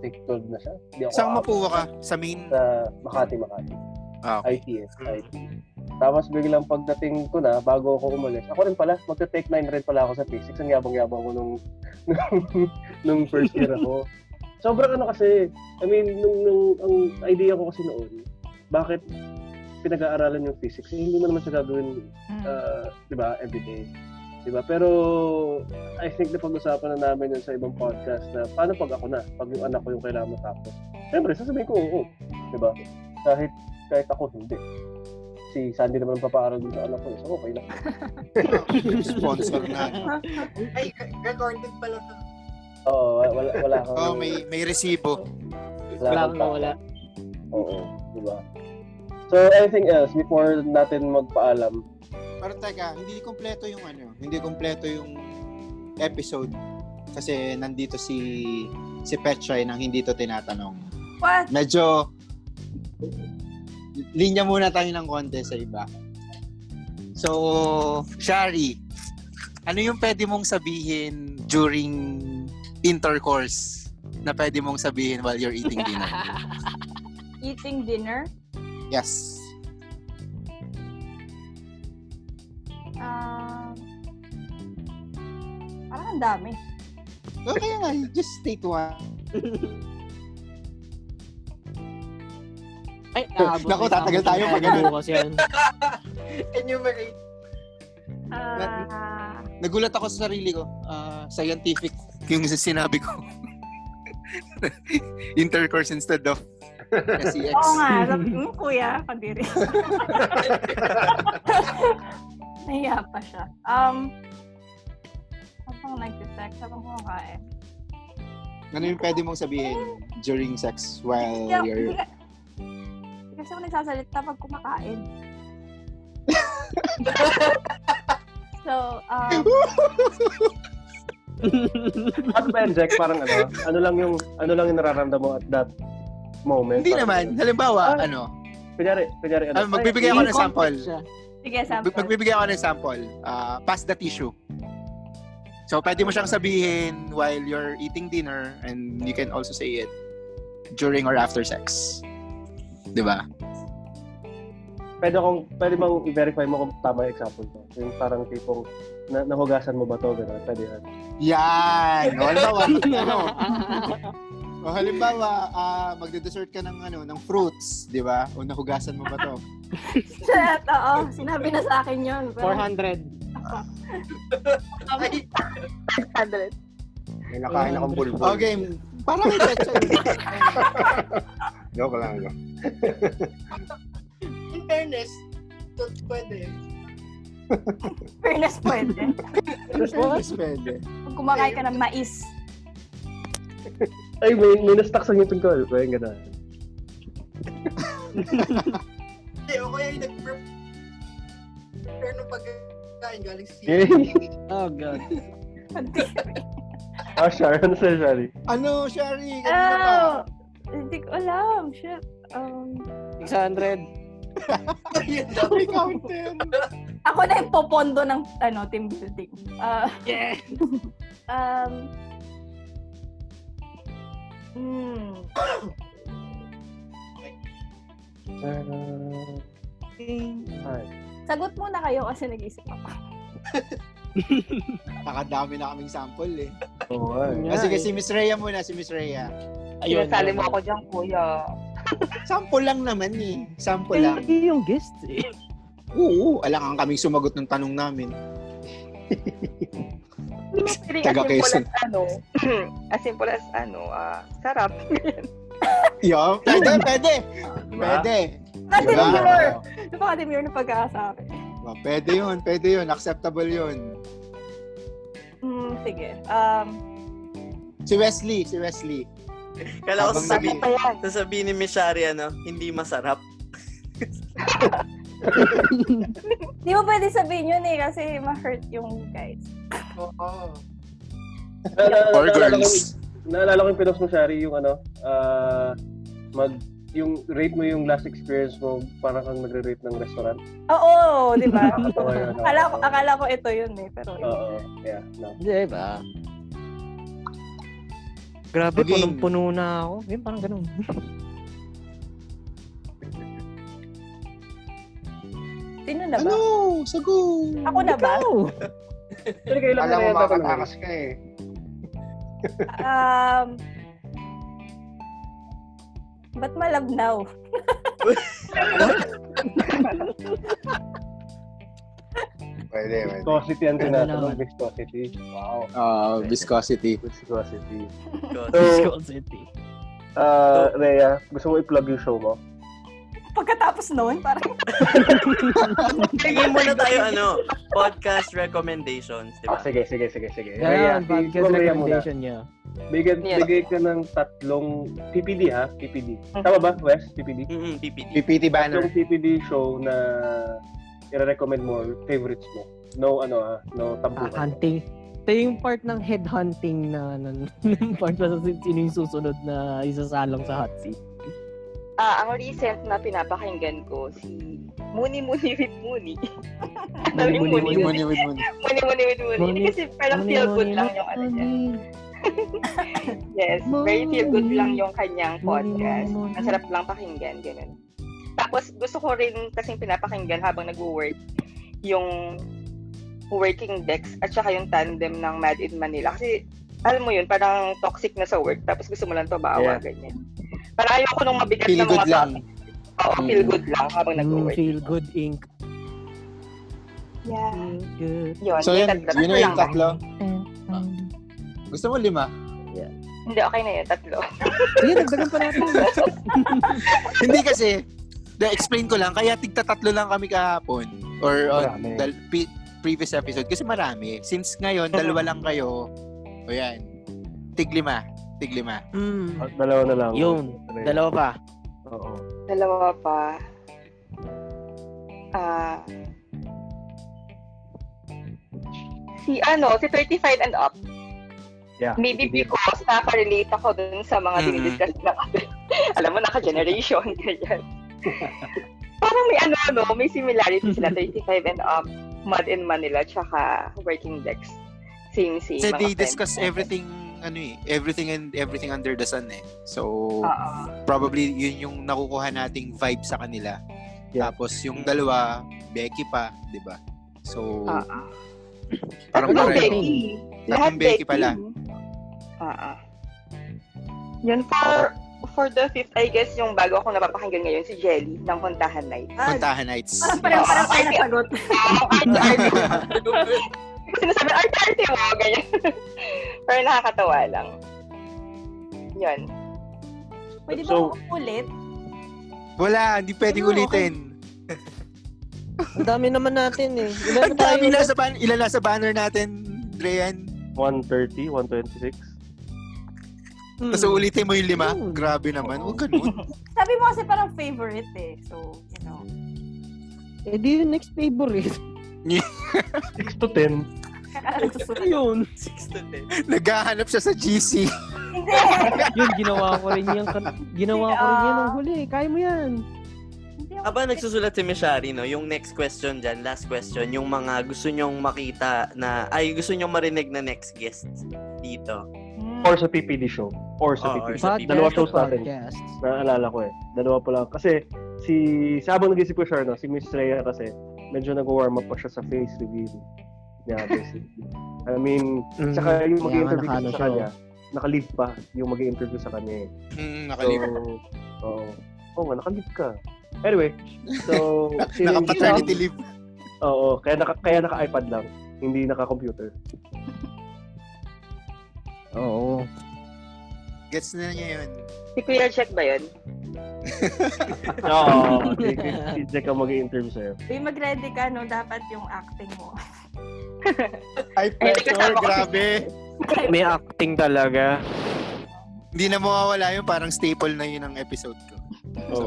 S3: Take 12 na siya. Di ako
S6: Saan
S3: aabot.
S6: mapuha ka? Sa main?
S3: Sa Makati, Makati.
S6: Ah,
S3: ITS, IT. Tapos biglang pagdating ko na, bago ako umalis, ako rin pala, magta-take 9 rin pala ako sa physics. Ang yabang-yabang ko nung, (laughs) nung first year ako. Sobrang ano kasi, I mean, nung, nung, ang idea ko kasi noon, bakit pinag-aaralan yung physics? Eh, hindi mo naman siya gagawin, ah, di ba, everyday. Di ba? Pero I think na pag-usapan na namin yun sa ibang podcast na paano pag ako na, pag yung anak ko yung kailangan matapos. Siyempre, sasabihin ko oo. Di ba? Kahit, kahit ako, hindi. Si Sandy naman ang papaaral dun sa anak ko. So, okay lang.
S6: Sponsor
S15: Ay, recorded pala to.
S3: Oo, wala, wala, wala akong...
S6: Oh, may, may resibo.
S3: Wala akong wala. Oo, di ba? So, anything else before natin magpaalam?
S6: Pero teka, hindi kumpleto yung ano, hindi kumpleto yung episode kasi nandito si si Petray nang hindi to tinatanong.
S5: What?
S6: Medyo linya muna tayo ng konti sa iba. So, Shari, ano yung pwede mong sabihin during intercourse na pwede mong sabihin while you're eating dinner?
S5: (laughs) Eating dinner?
S6: Yes.
S5: Ah, parang ang dami.
S6: Okay nga, just state one.
S22: Ay,
S6: naabot Naku, na sa tatagal akin. tayo pag ganun. Naabot kasi yan.
S15: Enumerate.
S5: Ah,
S6: Nagulat ako sa sarili ko. Ah, scientific yung sinabi ko. (laughs) Intercourse instead
S5: (laughs)
S6: of SEX.
S5: Oo nga, sabi ko, "Hmm, kuya, kadiri.
S6: (laughs)
S5: Nahiya pa siya. Um, ano habang nagsisex, habang kumakain.
S6: Ano yung pwede mong sabihin during sex while
S5: Kaya,
S6: Oh, you're...
S5: hindi ka- hindi kasi ako nagsasalita pag
S6: (laughs)
S5: kumakain. so,
S6: (laughs)
S5: um,
S3: Ano ba yan, Jack? Parang ano? Ano lang yung, ano lang yung nararamdam mo at that moment?
S6: Hindi
S3: Parang
S6: naman.
S3: ganun.
S6: Halimbawa, ano?
S3: Kunyari, kunyari ano?
S6: Ah, magbibigay ako ng sample.
S5: sige, sample.
S6: Mag- Magbibigay ako ng sample. Ah, pass the tissue. So, pwede mo siyang sabihin while you're eating dinner and you can also say it during or after sex. Di ba?
S3: Pwede akong, pwede bang i-verify mo kung tama yung example ko? Yung parang tipong, na, nahugasan mo ba to? Ganun, pwede yan.
S6: Yan! O, halimbawa, ano? O, halimbawa, ah, magde-dessert ka ng, ano, ng fruits, di ba? O, nahugasan mo ba to?
S5: Shit, (laughs) oo. Sinabi na sa akin yun. pero-
S22: 400.
S5: Ay, 400.
S4: May nakain akong bulbul.
S6: Okay, parang may petray.
S4: Joke lang. Joke.
S15: In fairness, to- pwede.
S5: Fairness
S6: (laughs)
S5: pwede.
S6: Yes, pwede.
S5: Pag kumakain ka ng mais.
S3: Ay, may, may nastock sa ngipin ko. Pwede yung ganun. (laughs)
S15: Hindi, o kaya yung nag-prep. Pero nung pagkain, galing si...
S3: Eh.
S22: oh, God.
S3: Ah, Shari. Ano sa'yo, Shari?
S6: Ano, Shari? (laughs)
S5: Oh! Hindi ko alam. Shit. Um,
S22: 600.
S5: ako na yung popondo ng ano, team building. Uh, yeah! (laughs) um, hmm. Sagot muna kayo kasi nag-isip ako.
S6: Nakadami na kaming sample eh. Ah, sige, si Miss Rhea muna, si Miss Rhea.
S11: Sinasali mo ako dyan, kuya.
S6: Sample lang naman eh. Sample
S11: Eh,
S6: lang.
S22: yung guest eh.
S6: Oo, alangan kaming sumagot ng tanong namin.
S2: (laughs)
S11: Actually,
S6: Taga
S11: as
S6: Quezon.
S11: simple as ano, (clears throat) as simple as ano, ah, sarap.
S6: Yeah, pwede, pwede. Pwede. Diba?
S5: Napaka-demure. Napaka-demure na pag-aasa akin.
S6: Oh, Pwede yun, pwede yun. Acceptable yun.
S5: Hmm, sige. Um,
S6: Si Wesley, si Wesley.
S9: Kala ko
S6: Habang
S9: sasabihin,
S6: nag-
S9: sasabihin ni Miss Shari, ano, hindi masarap.
S5: Di mo pwede sabihin yun eh kasi ma-hurt yung guys. Oo.
S3: Naalala-
S6: Or
S3: naalala ko-
S6: girls.
S3: Naalala ko yung pinost mo, Shari, yung ano, ah, mag, yung rate mo yung last experience mo, parang kang nagre-rate ng restaurant.
S5: Oo, di ba? (laughs)
S3: Nakakatawa yun.
S5: akala, ko, akala ko ito yun eh, pero
S3: Oo, yeah, no.
S2: Di ba? Grabe,
S3: Game.
S2: punong-puno na ako. Yun, parang ganun.
S5: Sino na ba?
S6: Ano? Sago!
S5: Ako na ba?
S11: Ah.
S2: (laughs)
S3: Pero kailangan
S4: Alam mo,
S3: na yata
S4: makakatakas ka eh.
S5: um, ba't malabnaw?
S4: Pwede, pwede.
S3: Viscosity ang tinatanong, viscosity. Wow.
S6: Ah, viscosity.
S3: Viscosity.
S2: Viscosity.
S3: Ah, Rhea, gusto mo i-plug yung show mo?
S5: Pagkatapos noon, parang
S9: Bigyan muna tayo, ano, podcast recommendations, di ba?
S3: Ah, sige, sige, sige, sige.
S2: Yan,
S3: Rhea,
S2: podcast
S3: ikaw, Rhea, muna.
S2: recommendation niya.
S3: Bigyan,
S9: Yes.
S3: bigay ka ng tatlong PPD ha, PPD. Tama ba, Wes? PPD?
S9: Mm-hmm, PPD.
S6: PPT banner.
S3: Tatlong PPD show na i-recommend mo, or favorites mo. No, ano ha,
S2: Ah,
S3: no tabuhan.
S2: hunting. Ito yung part ng headhunting na (laughs) ano, yung part pa sa sino yung susunod na isasalang sa hot seat.
S11: Ah, ang recent na pinapakinggan ko si Muni Muni with Muni. (laughs) Ano
S2: Muni,
S11: yung
S2: Muni,
S11: Muni
S2: Muni,
S11: Muni Muni Muni with Muni. Hindi
S2: Muni,
S11: kasi parang
S2: Muni,
S11: feel good
S2: Muni,
S11: lang yung ano niya. yes, very feel good lang yung kanyang podcast. Masarap lang pakinggan, ganun. Tapos gusto ko rin kasing pinapakinggan habang nagwo-work yung working decks at saka yung tandem ng Mad in Manila. Kasi alam mo yun, parang toxic na sa work tapos gusto mo lang tumawa,
S2: Yeah.
S11: ganyan. Parang ayoko nung mabigat
S2: Feel
S11: na mga
S2: good lang.
S11: topic. Oo, feel good lang habang nag-work.
S2: Mm, Feel Good Inc.
S11: Yeah.
S2: Good.
S11: Yun,
S6: So yun,
S11: tatlo.
S6: yun na yung
S11: lang ba?
S6: tatlo. Gusto mo lima?
S11: Hindi, okay na yun, tatlo.
S2: Hindi, nagdagan pa natin.
S11: (laughs)
S6: Hindi kasi, na-explain ko lang, kaya tigtatatlo lang kami kahapon or on
S4: Marami.
S6: the pre- previous episode kasi marami. Since ngayon,
S11: Mm-hmm.
S6: dalawa lang kayo. O yan, tiglima. Tiglima.
S2: Mm.
S3: Dalawa na lang.
S2: Yun, dalawa pa.
S3: Oo.
S11: Dalawa pa. Ah... si ano, si 35 and up.
S3: Yeah.
S11: Maybe because nakarelate ako dun sa mga
S3: Mhm.
S11: dinidiscuss na (laughs) Alam mo, naka-generation, (laughs) ganyan. Parang may ano, no? May similarity sila, 35 and up, Mud in Manila, tsaka Working Decks. Same, same.
S6: Kasi
S11: mga
S6: they
S11: friends.
S6: discuss everything, ano eh, everything and everything under the sun eh. So,
S11: Oo.
S6: probably yun yung nakukuha nating vibe sa kanila. Tapos yung dalawa, Becky pa, di ba? So,
S11: Oo.
S6: parang
S11: Tatlong
S6: pareho.
S11: Ah. Ano Becky. Lahat
S6: Tatlong Becky pala.
S11: Oo. Ah, Yun for for the fifth, I guess yung bago akong napapakinggan ngayon, si Jelly ng Kontahan
S6: (laughs)
S11: Night.
S6: Puntahan Nights.
S2: Ah.
S5: parang parang parang tayo na sagot.
S11: Sinasabi, arte-arte mo, ganyan. (laughs) Pero nakakatawa lang. Yun.
S5: Pwede ba
S6: So-
S5: ulit?
S6: Wala, hindi pwedeng ulitin.
S2: Ano? (laughs) Ang dami naman natin eh.
S6: Ang dami ilan sa, ban- ilan nasa banner natin, Drian.
S3: 130, 126.
S2: Hmm.
S6: Tapos ulitin mo yung lima. Grabe naman. Huwag ganun. (laughs)
S5: Sabi mo kasi parang favorite eh. So, you know.
S2: Eh di yung next favorite. (laughs)
S3: 6 to 10.
S2: Yun.
S9: 6 to 10.
S6: Naghahanap siya sa GC.
S2: yun, ginawa ko rin yan. Ginawa ko rin yan ng huli. Kaya mo yan.
S9: Aba, nagsusulat si Mishari, no? Yung next question dyan, last question, yung mga gusto nyong makita na, ay, gusto nyong marinig na next guest dito.
S6: Hmm.
S3: Or sa PPD show. Or sa
S9: Oo,
S3: PPD.
S9: or sa
S3: show. Dalawa
S9: PPD.
S3: shows natin.
S2: Podcast.
S3: Naalala ko eh. Dalawa pa lang. Kasi si sabang nag-isip ko siya, no, si Miss Rhea kasi medyo nag-warm up pa siya sa face reveal. niya
S2: (laughs)
S3: basically. I mean,
S2: Mm,
S3: saka
S2: kaya
S3: yung
S2: nga
S3: mag-interview
S2: nakaano
S3: sa
S2: siya, oh.
S3: kanya, nakalive pa yung mag-interview sa kanya eh.
S21: Mm,
S3: nakalive. So, oo. Oo nga, nakalive ka. Anyway,
S2: (laughs)
S3: so...
S21: Nakapaternity
S3: leave. Oo, kaya, naka, kaya naka-iPad lang, hindi naka-computer.
S2: Oo.
S6: Gets na niya yun.
S11: Si Kuya Jack ba yun?
S3: Oo, (laughs) si si Jack ang mag-interview sa'yo.
S5: Uy, mag-ready ka, no? Dapat yung acting mo.
S21: Ay,
S6: pressure, grabe.
S14: May acting talaga.
S6: Hindi na mawawala yun, parang staple na yun ng episode ko. So,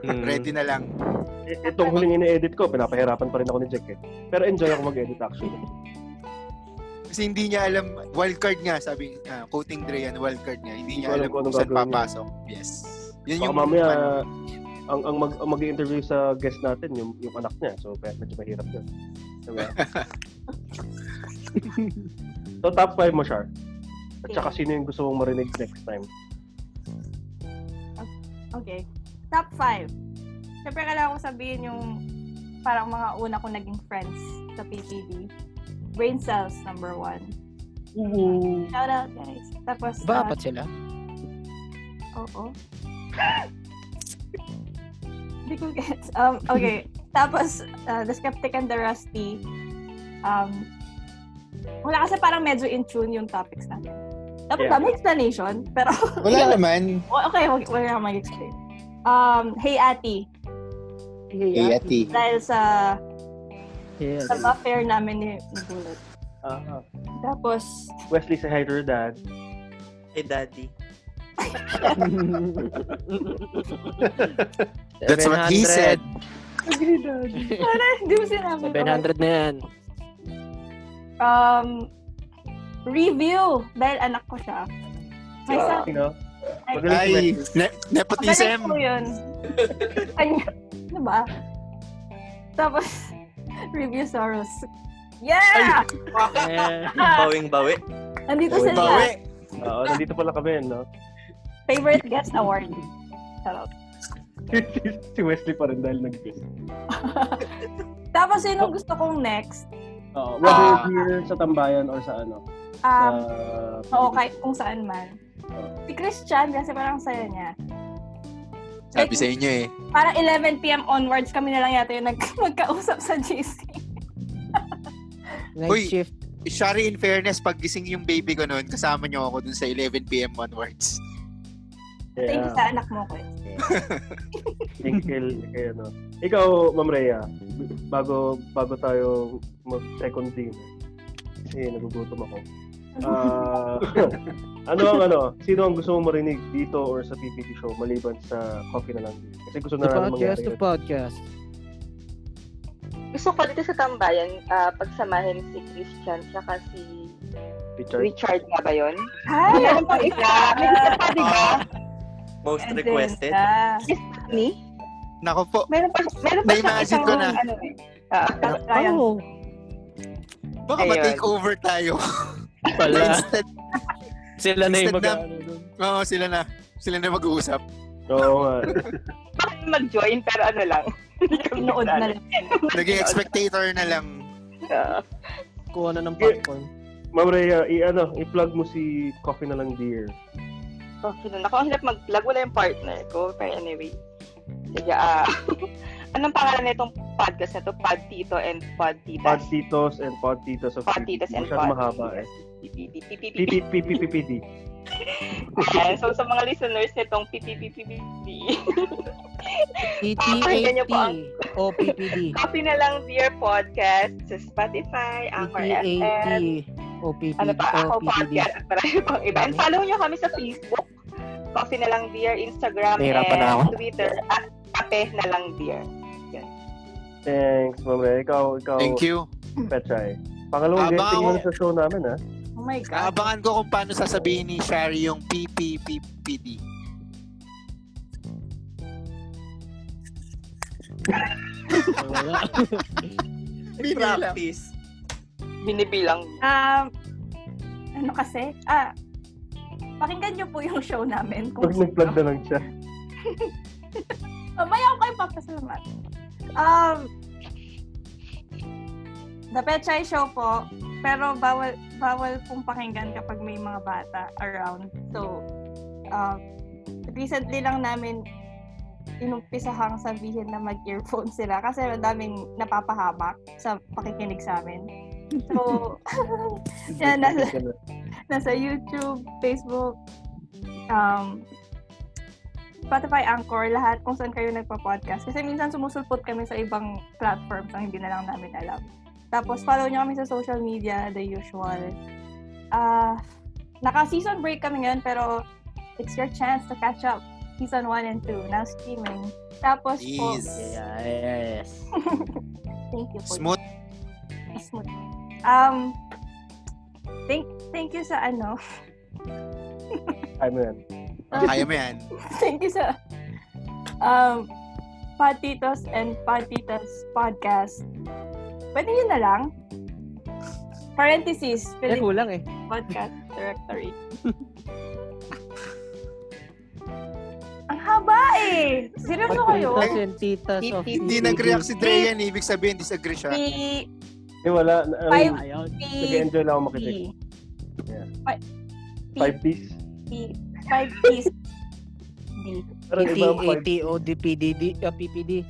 S3: Hmm.
S6: ready na lang.
S3: I- Itong huling ini-edit ko, pinapahirapan pa rin ako ni Jack eh. Pero enjoy ako mag-edit actually.
S6: Kasi hindi niya alam, wildcard nga, sabi, ah, quoting Dre yan, wildcard niya. Hindi niya alam kung
S3: gagawin
S6: saan
S3: niya.
S6: papasok. Yes. Yun
S3: Baka
S6: yung ano?
S3: mamaya, ang, ang, mag, ang mag-interview sa guest natin, yung, yung anak niya. So, kaya medyo mahirap yun. Diba? so, top 5 mo, Char. At saka sino yung gusto mong marinig next time?
S5: Okay. Top 5. Siyempre, kailangan ko sabihin yung parang mga una kong naging friends sa PPD. Brain cells, number one. Shout out, guys. Tapos,
S17: Ba,
S5: ah,
S17: apat sila?
S5: Oo. (laughs) Hindi ko gets. Um, okay. Tapos, uh, The Skeptic and the Rusty. Um, wala kasi parang medyo in tune yung topics natin. Dapat
S21: Yeah.
S5: ba? May explanation? Pero, (laughs)
S21: Wala naman.
S5: O- okay, wag, wala na mag-explain. Um, hey, Ati.
S6: Eh,
S21: Hey, Ati.
S5: Dahil sa, sa love affair namin ni ni Bullet.
S3: Ah,
S5: Tapos,
S3: Wesley, say hi to your dad.
S9: Hey, daddy.
S6: That's what he said.
S5: Agree, (laughs) Daddy. Para, hindi mo sinabi. Okay.
S17: 700 na yan.
S5: Um, review. Dahil anak ko siya. May sa-
S3: You know?
S5: Ay.
S6: Ay, ne-
S5: Magaling
S6: nepotism.
S5: po yun. Kanya. Ano ba? Tapos, (laughs) review Soros. Yeah!
S9: Bawing bawi.
S5: Nandito sila. Bawi.
S3: Oo, nandito pala kami, eh, no? (laughs)
S5: Favorite guest award. Shout out.
S3: si Wesley pa rin dahil nag-guest.
S5: Tapos, yun ang gusto kong next.
S3: Oo, whether here sa Tambayan or sa ano.
S5: Um,
S3: sa-
S5: oo, kahit kung saan man. Si Christian, kasi parang saya niya.
S6: Sabi sa inyo eh.
S5: Parang 11 p.m. onwards kami na lang yata yung nag- (laughs) magkausap sa GC.
S6: Night shift. Shari, in fairness, pag gising yung baby ko noon, kasama niyo ako dun sa 11pm onwards.
S5: Thank you sa anak mo ko.
S3: Thank you kay ano. Ikaw, Ma'am Rhea, bago bago tayo mag-second dinner, kasi eh, nagugutom ako. Ah, (laughs) ano ang ano? Sino ang gusto mong marinig dito or sa PPT show maliban sa coffee na lang? Kasi gusto
S2: The
S3: na lang
S2: podcast,
S3: mangyari.
S2: the
S3: yun.
S2: podcast.
S11: Gusto ko dito sa tambayan, ah, pagsamahin si Christian tsaka si
S3: Richard.
S11: Richard nga ba yun?
S5: Hi!
S11: (laughs) Meron pa isa. May isa pa, di ba?
S9: Most requested.
S5: ah,
S6: Ah.
S11: Ni?
S6: Nako po.
S11: Meron pa, meron pa siyang
S6: Na-imagine
S11: isang,
S6: ko na.
S11: ano eh. Ah,
S2: Oo.
S6: Baka ba
S11: Ayun.
S6: take over tayo?
S14: Wala.
S6: (laughs) Instead-
S14: Sila na yung
S6: instead
S14: mag-
S6: Oo, sila na. Sila na mag-uusap.
S3: Oo nga.
S11: Baka mag-join, pero ano lang. Nood
S6: na lang. Naging spectator na lang.
S2: Kuha na ng popcorn.
S3: Ma'am Rhea, i ano, i-plug mo si Coffee na lang dear.
S11: Okay, nun. Ako, ang hirap mag-vlog. Wala yung partner ko. But anyway. Sige, ah. anong pangalan nitong podcast na to? Pod Tito and Pod
S3: Pod
S11: Titas.
S3: Titos and Pod Titos of
S11: Pod
S3: PPT.
S11: Titos and
S3: Masyado
S11: Pod
S3: mahaba eh.
S11: PPPPP.
S3: PPPPPD.
S11: Ayan, so sa mga listeners nitong PPPPPP. Pakinggan niyo po ang
S22: E
S2: O
S11: (laughs)
S2: PPD.
S11: Copy na lang Dear Podcast sa Spotify,
S22: E
S11: Anchor
S2: PAT.
S11: FM,
S2: O PPD.
S11: ano pa,
S2: O
S11: ako
S2: PPD.
S11: podcast, at (laughs) marami pang iba. And follow nyo kami sa Facebook, Coffee na lang Dear, Instagram,
S3: Nahirapan na ako.
S11: and Twitter, at Kape na lang Dear.
S3: Thanks, Ma'am Rhea. Ikaw, ikaw.
S6: Thank you.
S3: Pechay. Pangalawang
S6: Abang
S3: guesting
S6: ako.
S3: mo sa show namin, ah. ha?
S5: Oh my God.
S6: Abangan ko kung paano sasabihin ni Shari yung PPPPD.
S9: Practice.
S11: Binibilang.
S5: Um, ano kasi? Ah, pakinggan niyo po yung show namin. Kung
S3: Pag nag-plug na lang siya.
S5: Mamaya ako kayo papasalamat. Um, The Pechay Show po, pero bawal bawal pong pakinggan kapag may mga bata around. So, uh, recently lang namin inumpisahang sabihin na mag-earphone sila kasi madaming napapahamak sa pakikinig sa amin. So, yan, nasa, nasa YouTube, Facebook, um, Spotify, Anchor, lahat kung saan kayo nagpa-podcast. Kasi minsan sumusulpot kami sa ibang platforms ang hindi na lang namin alam. Tapos, follow nyo kami sa social media, the usual. Ah, naka-season break kami ngayon, pero it's your chance to catch up. Season 1 and 2, now streaming. Tapos po,
S9: Yes.
S5: thank you po.
S6: Smooth.
S5: Smooth. Um, thank, thank you sa ano.
S3: Kaya mo Ano yan.
S6: Kaya mo yan.
S5: (laughs) thank you sa um, Patitos and Patitas Podcast. Pwede yun na lang. Parenthesis.
S22: Eh, kulang eh.
S5: Podcast Directory. (laughs) Ang haba eh! Seryoso kayo?
S22: Patitas and titas of-
S6: Hindi nag-react si Dreyan, eh. ibig sabihin disagree siya.
S5: P,
S3: Eh, wala. na-
S5: Five-
S3: Ayun.
S5: P-
S3: Nag-enjoy lang ako makinig. Yeah.
S5: Five-
S3: Five piece.
S5: P, five P's. D.
S3: Parang iba ang five.
S2: ATO, DPDD, uh, PPD.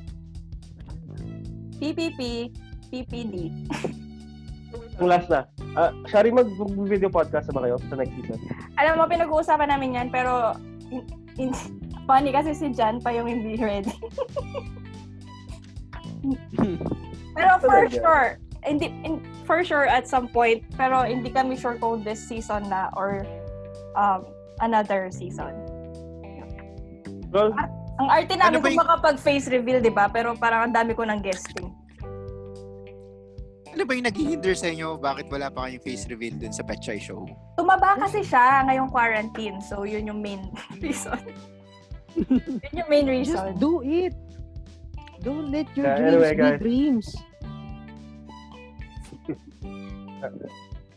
S5: PPP, PPD.
S3: Ang last na. Ah, Shari, mag-video podcast na ba kayo sa next season?
S5: Alam mo, pinag-uusapan namin yan, pero in, in- funny kasi si Jan pa yung hindi ready. (laughs) pero for
S3: Talaga?
S5: sure, hindi, in, for sure at some point, pero hindi kami sure kung this season na or um, another season.
S3: Well,
S5: Ang arte namin
S3: Ano ba
S5: kung makapag-face reveal, di ba? Pero parang ang dami ko ng guesting.
S6: Ano ba yung naghihinder sa inyo? Bakit wala pa kayong face reveal dun sa Petchay Show?
S5: Tumaba kasi siya ngayong quarantine. So, yun yung main (laughs)
S3: (laughs)
S5: reason. yun yung main reason.
S22: Just do it. Don't let your
S3: Yeah,
S22: dreams
S3: anyway,
S22: be
S3: guys.
S22: dreams.
S3: Ah,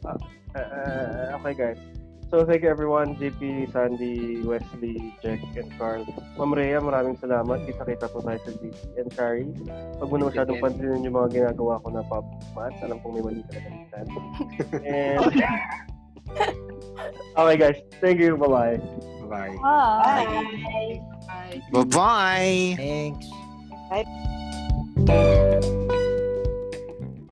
S3: ah, ah, okay guys. So thank you everyone, JP, Sandy, Wesley, Jack, and Carl. Ma'am Rhea, maraming salamat. Kita-kita po tayo sa JP and Shari. Huwag mo na masyadong pansinin yung mga ginagawa ko na pop maths. Alam kong may mali ka na minsan.
S5: (laughs)
S3: And... (laughs) okay guys, thank you. Bye-bye.
S6: Bye.
S5: Bye.
S6: Bye-bye!
S2: Thanks.
S11: Bye.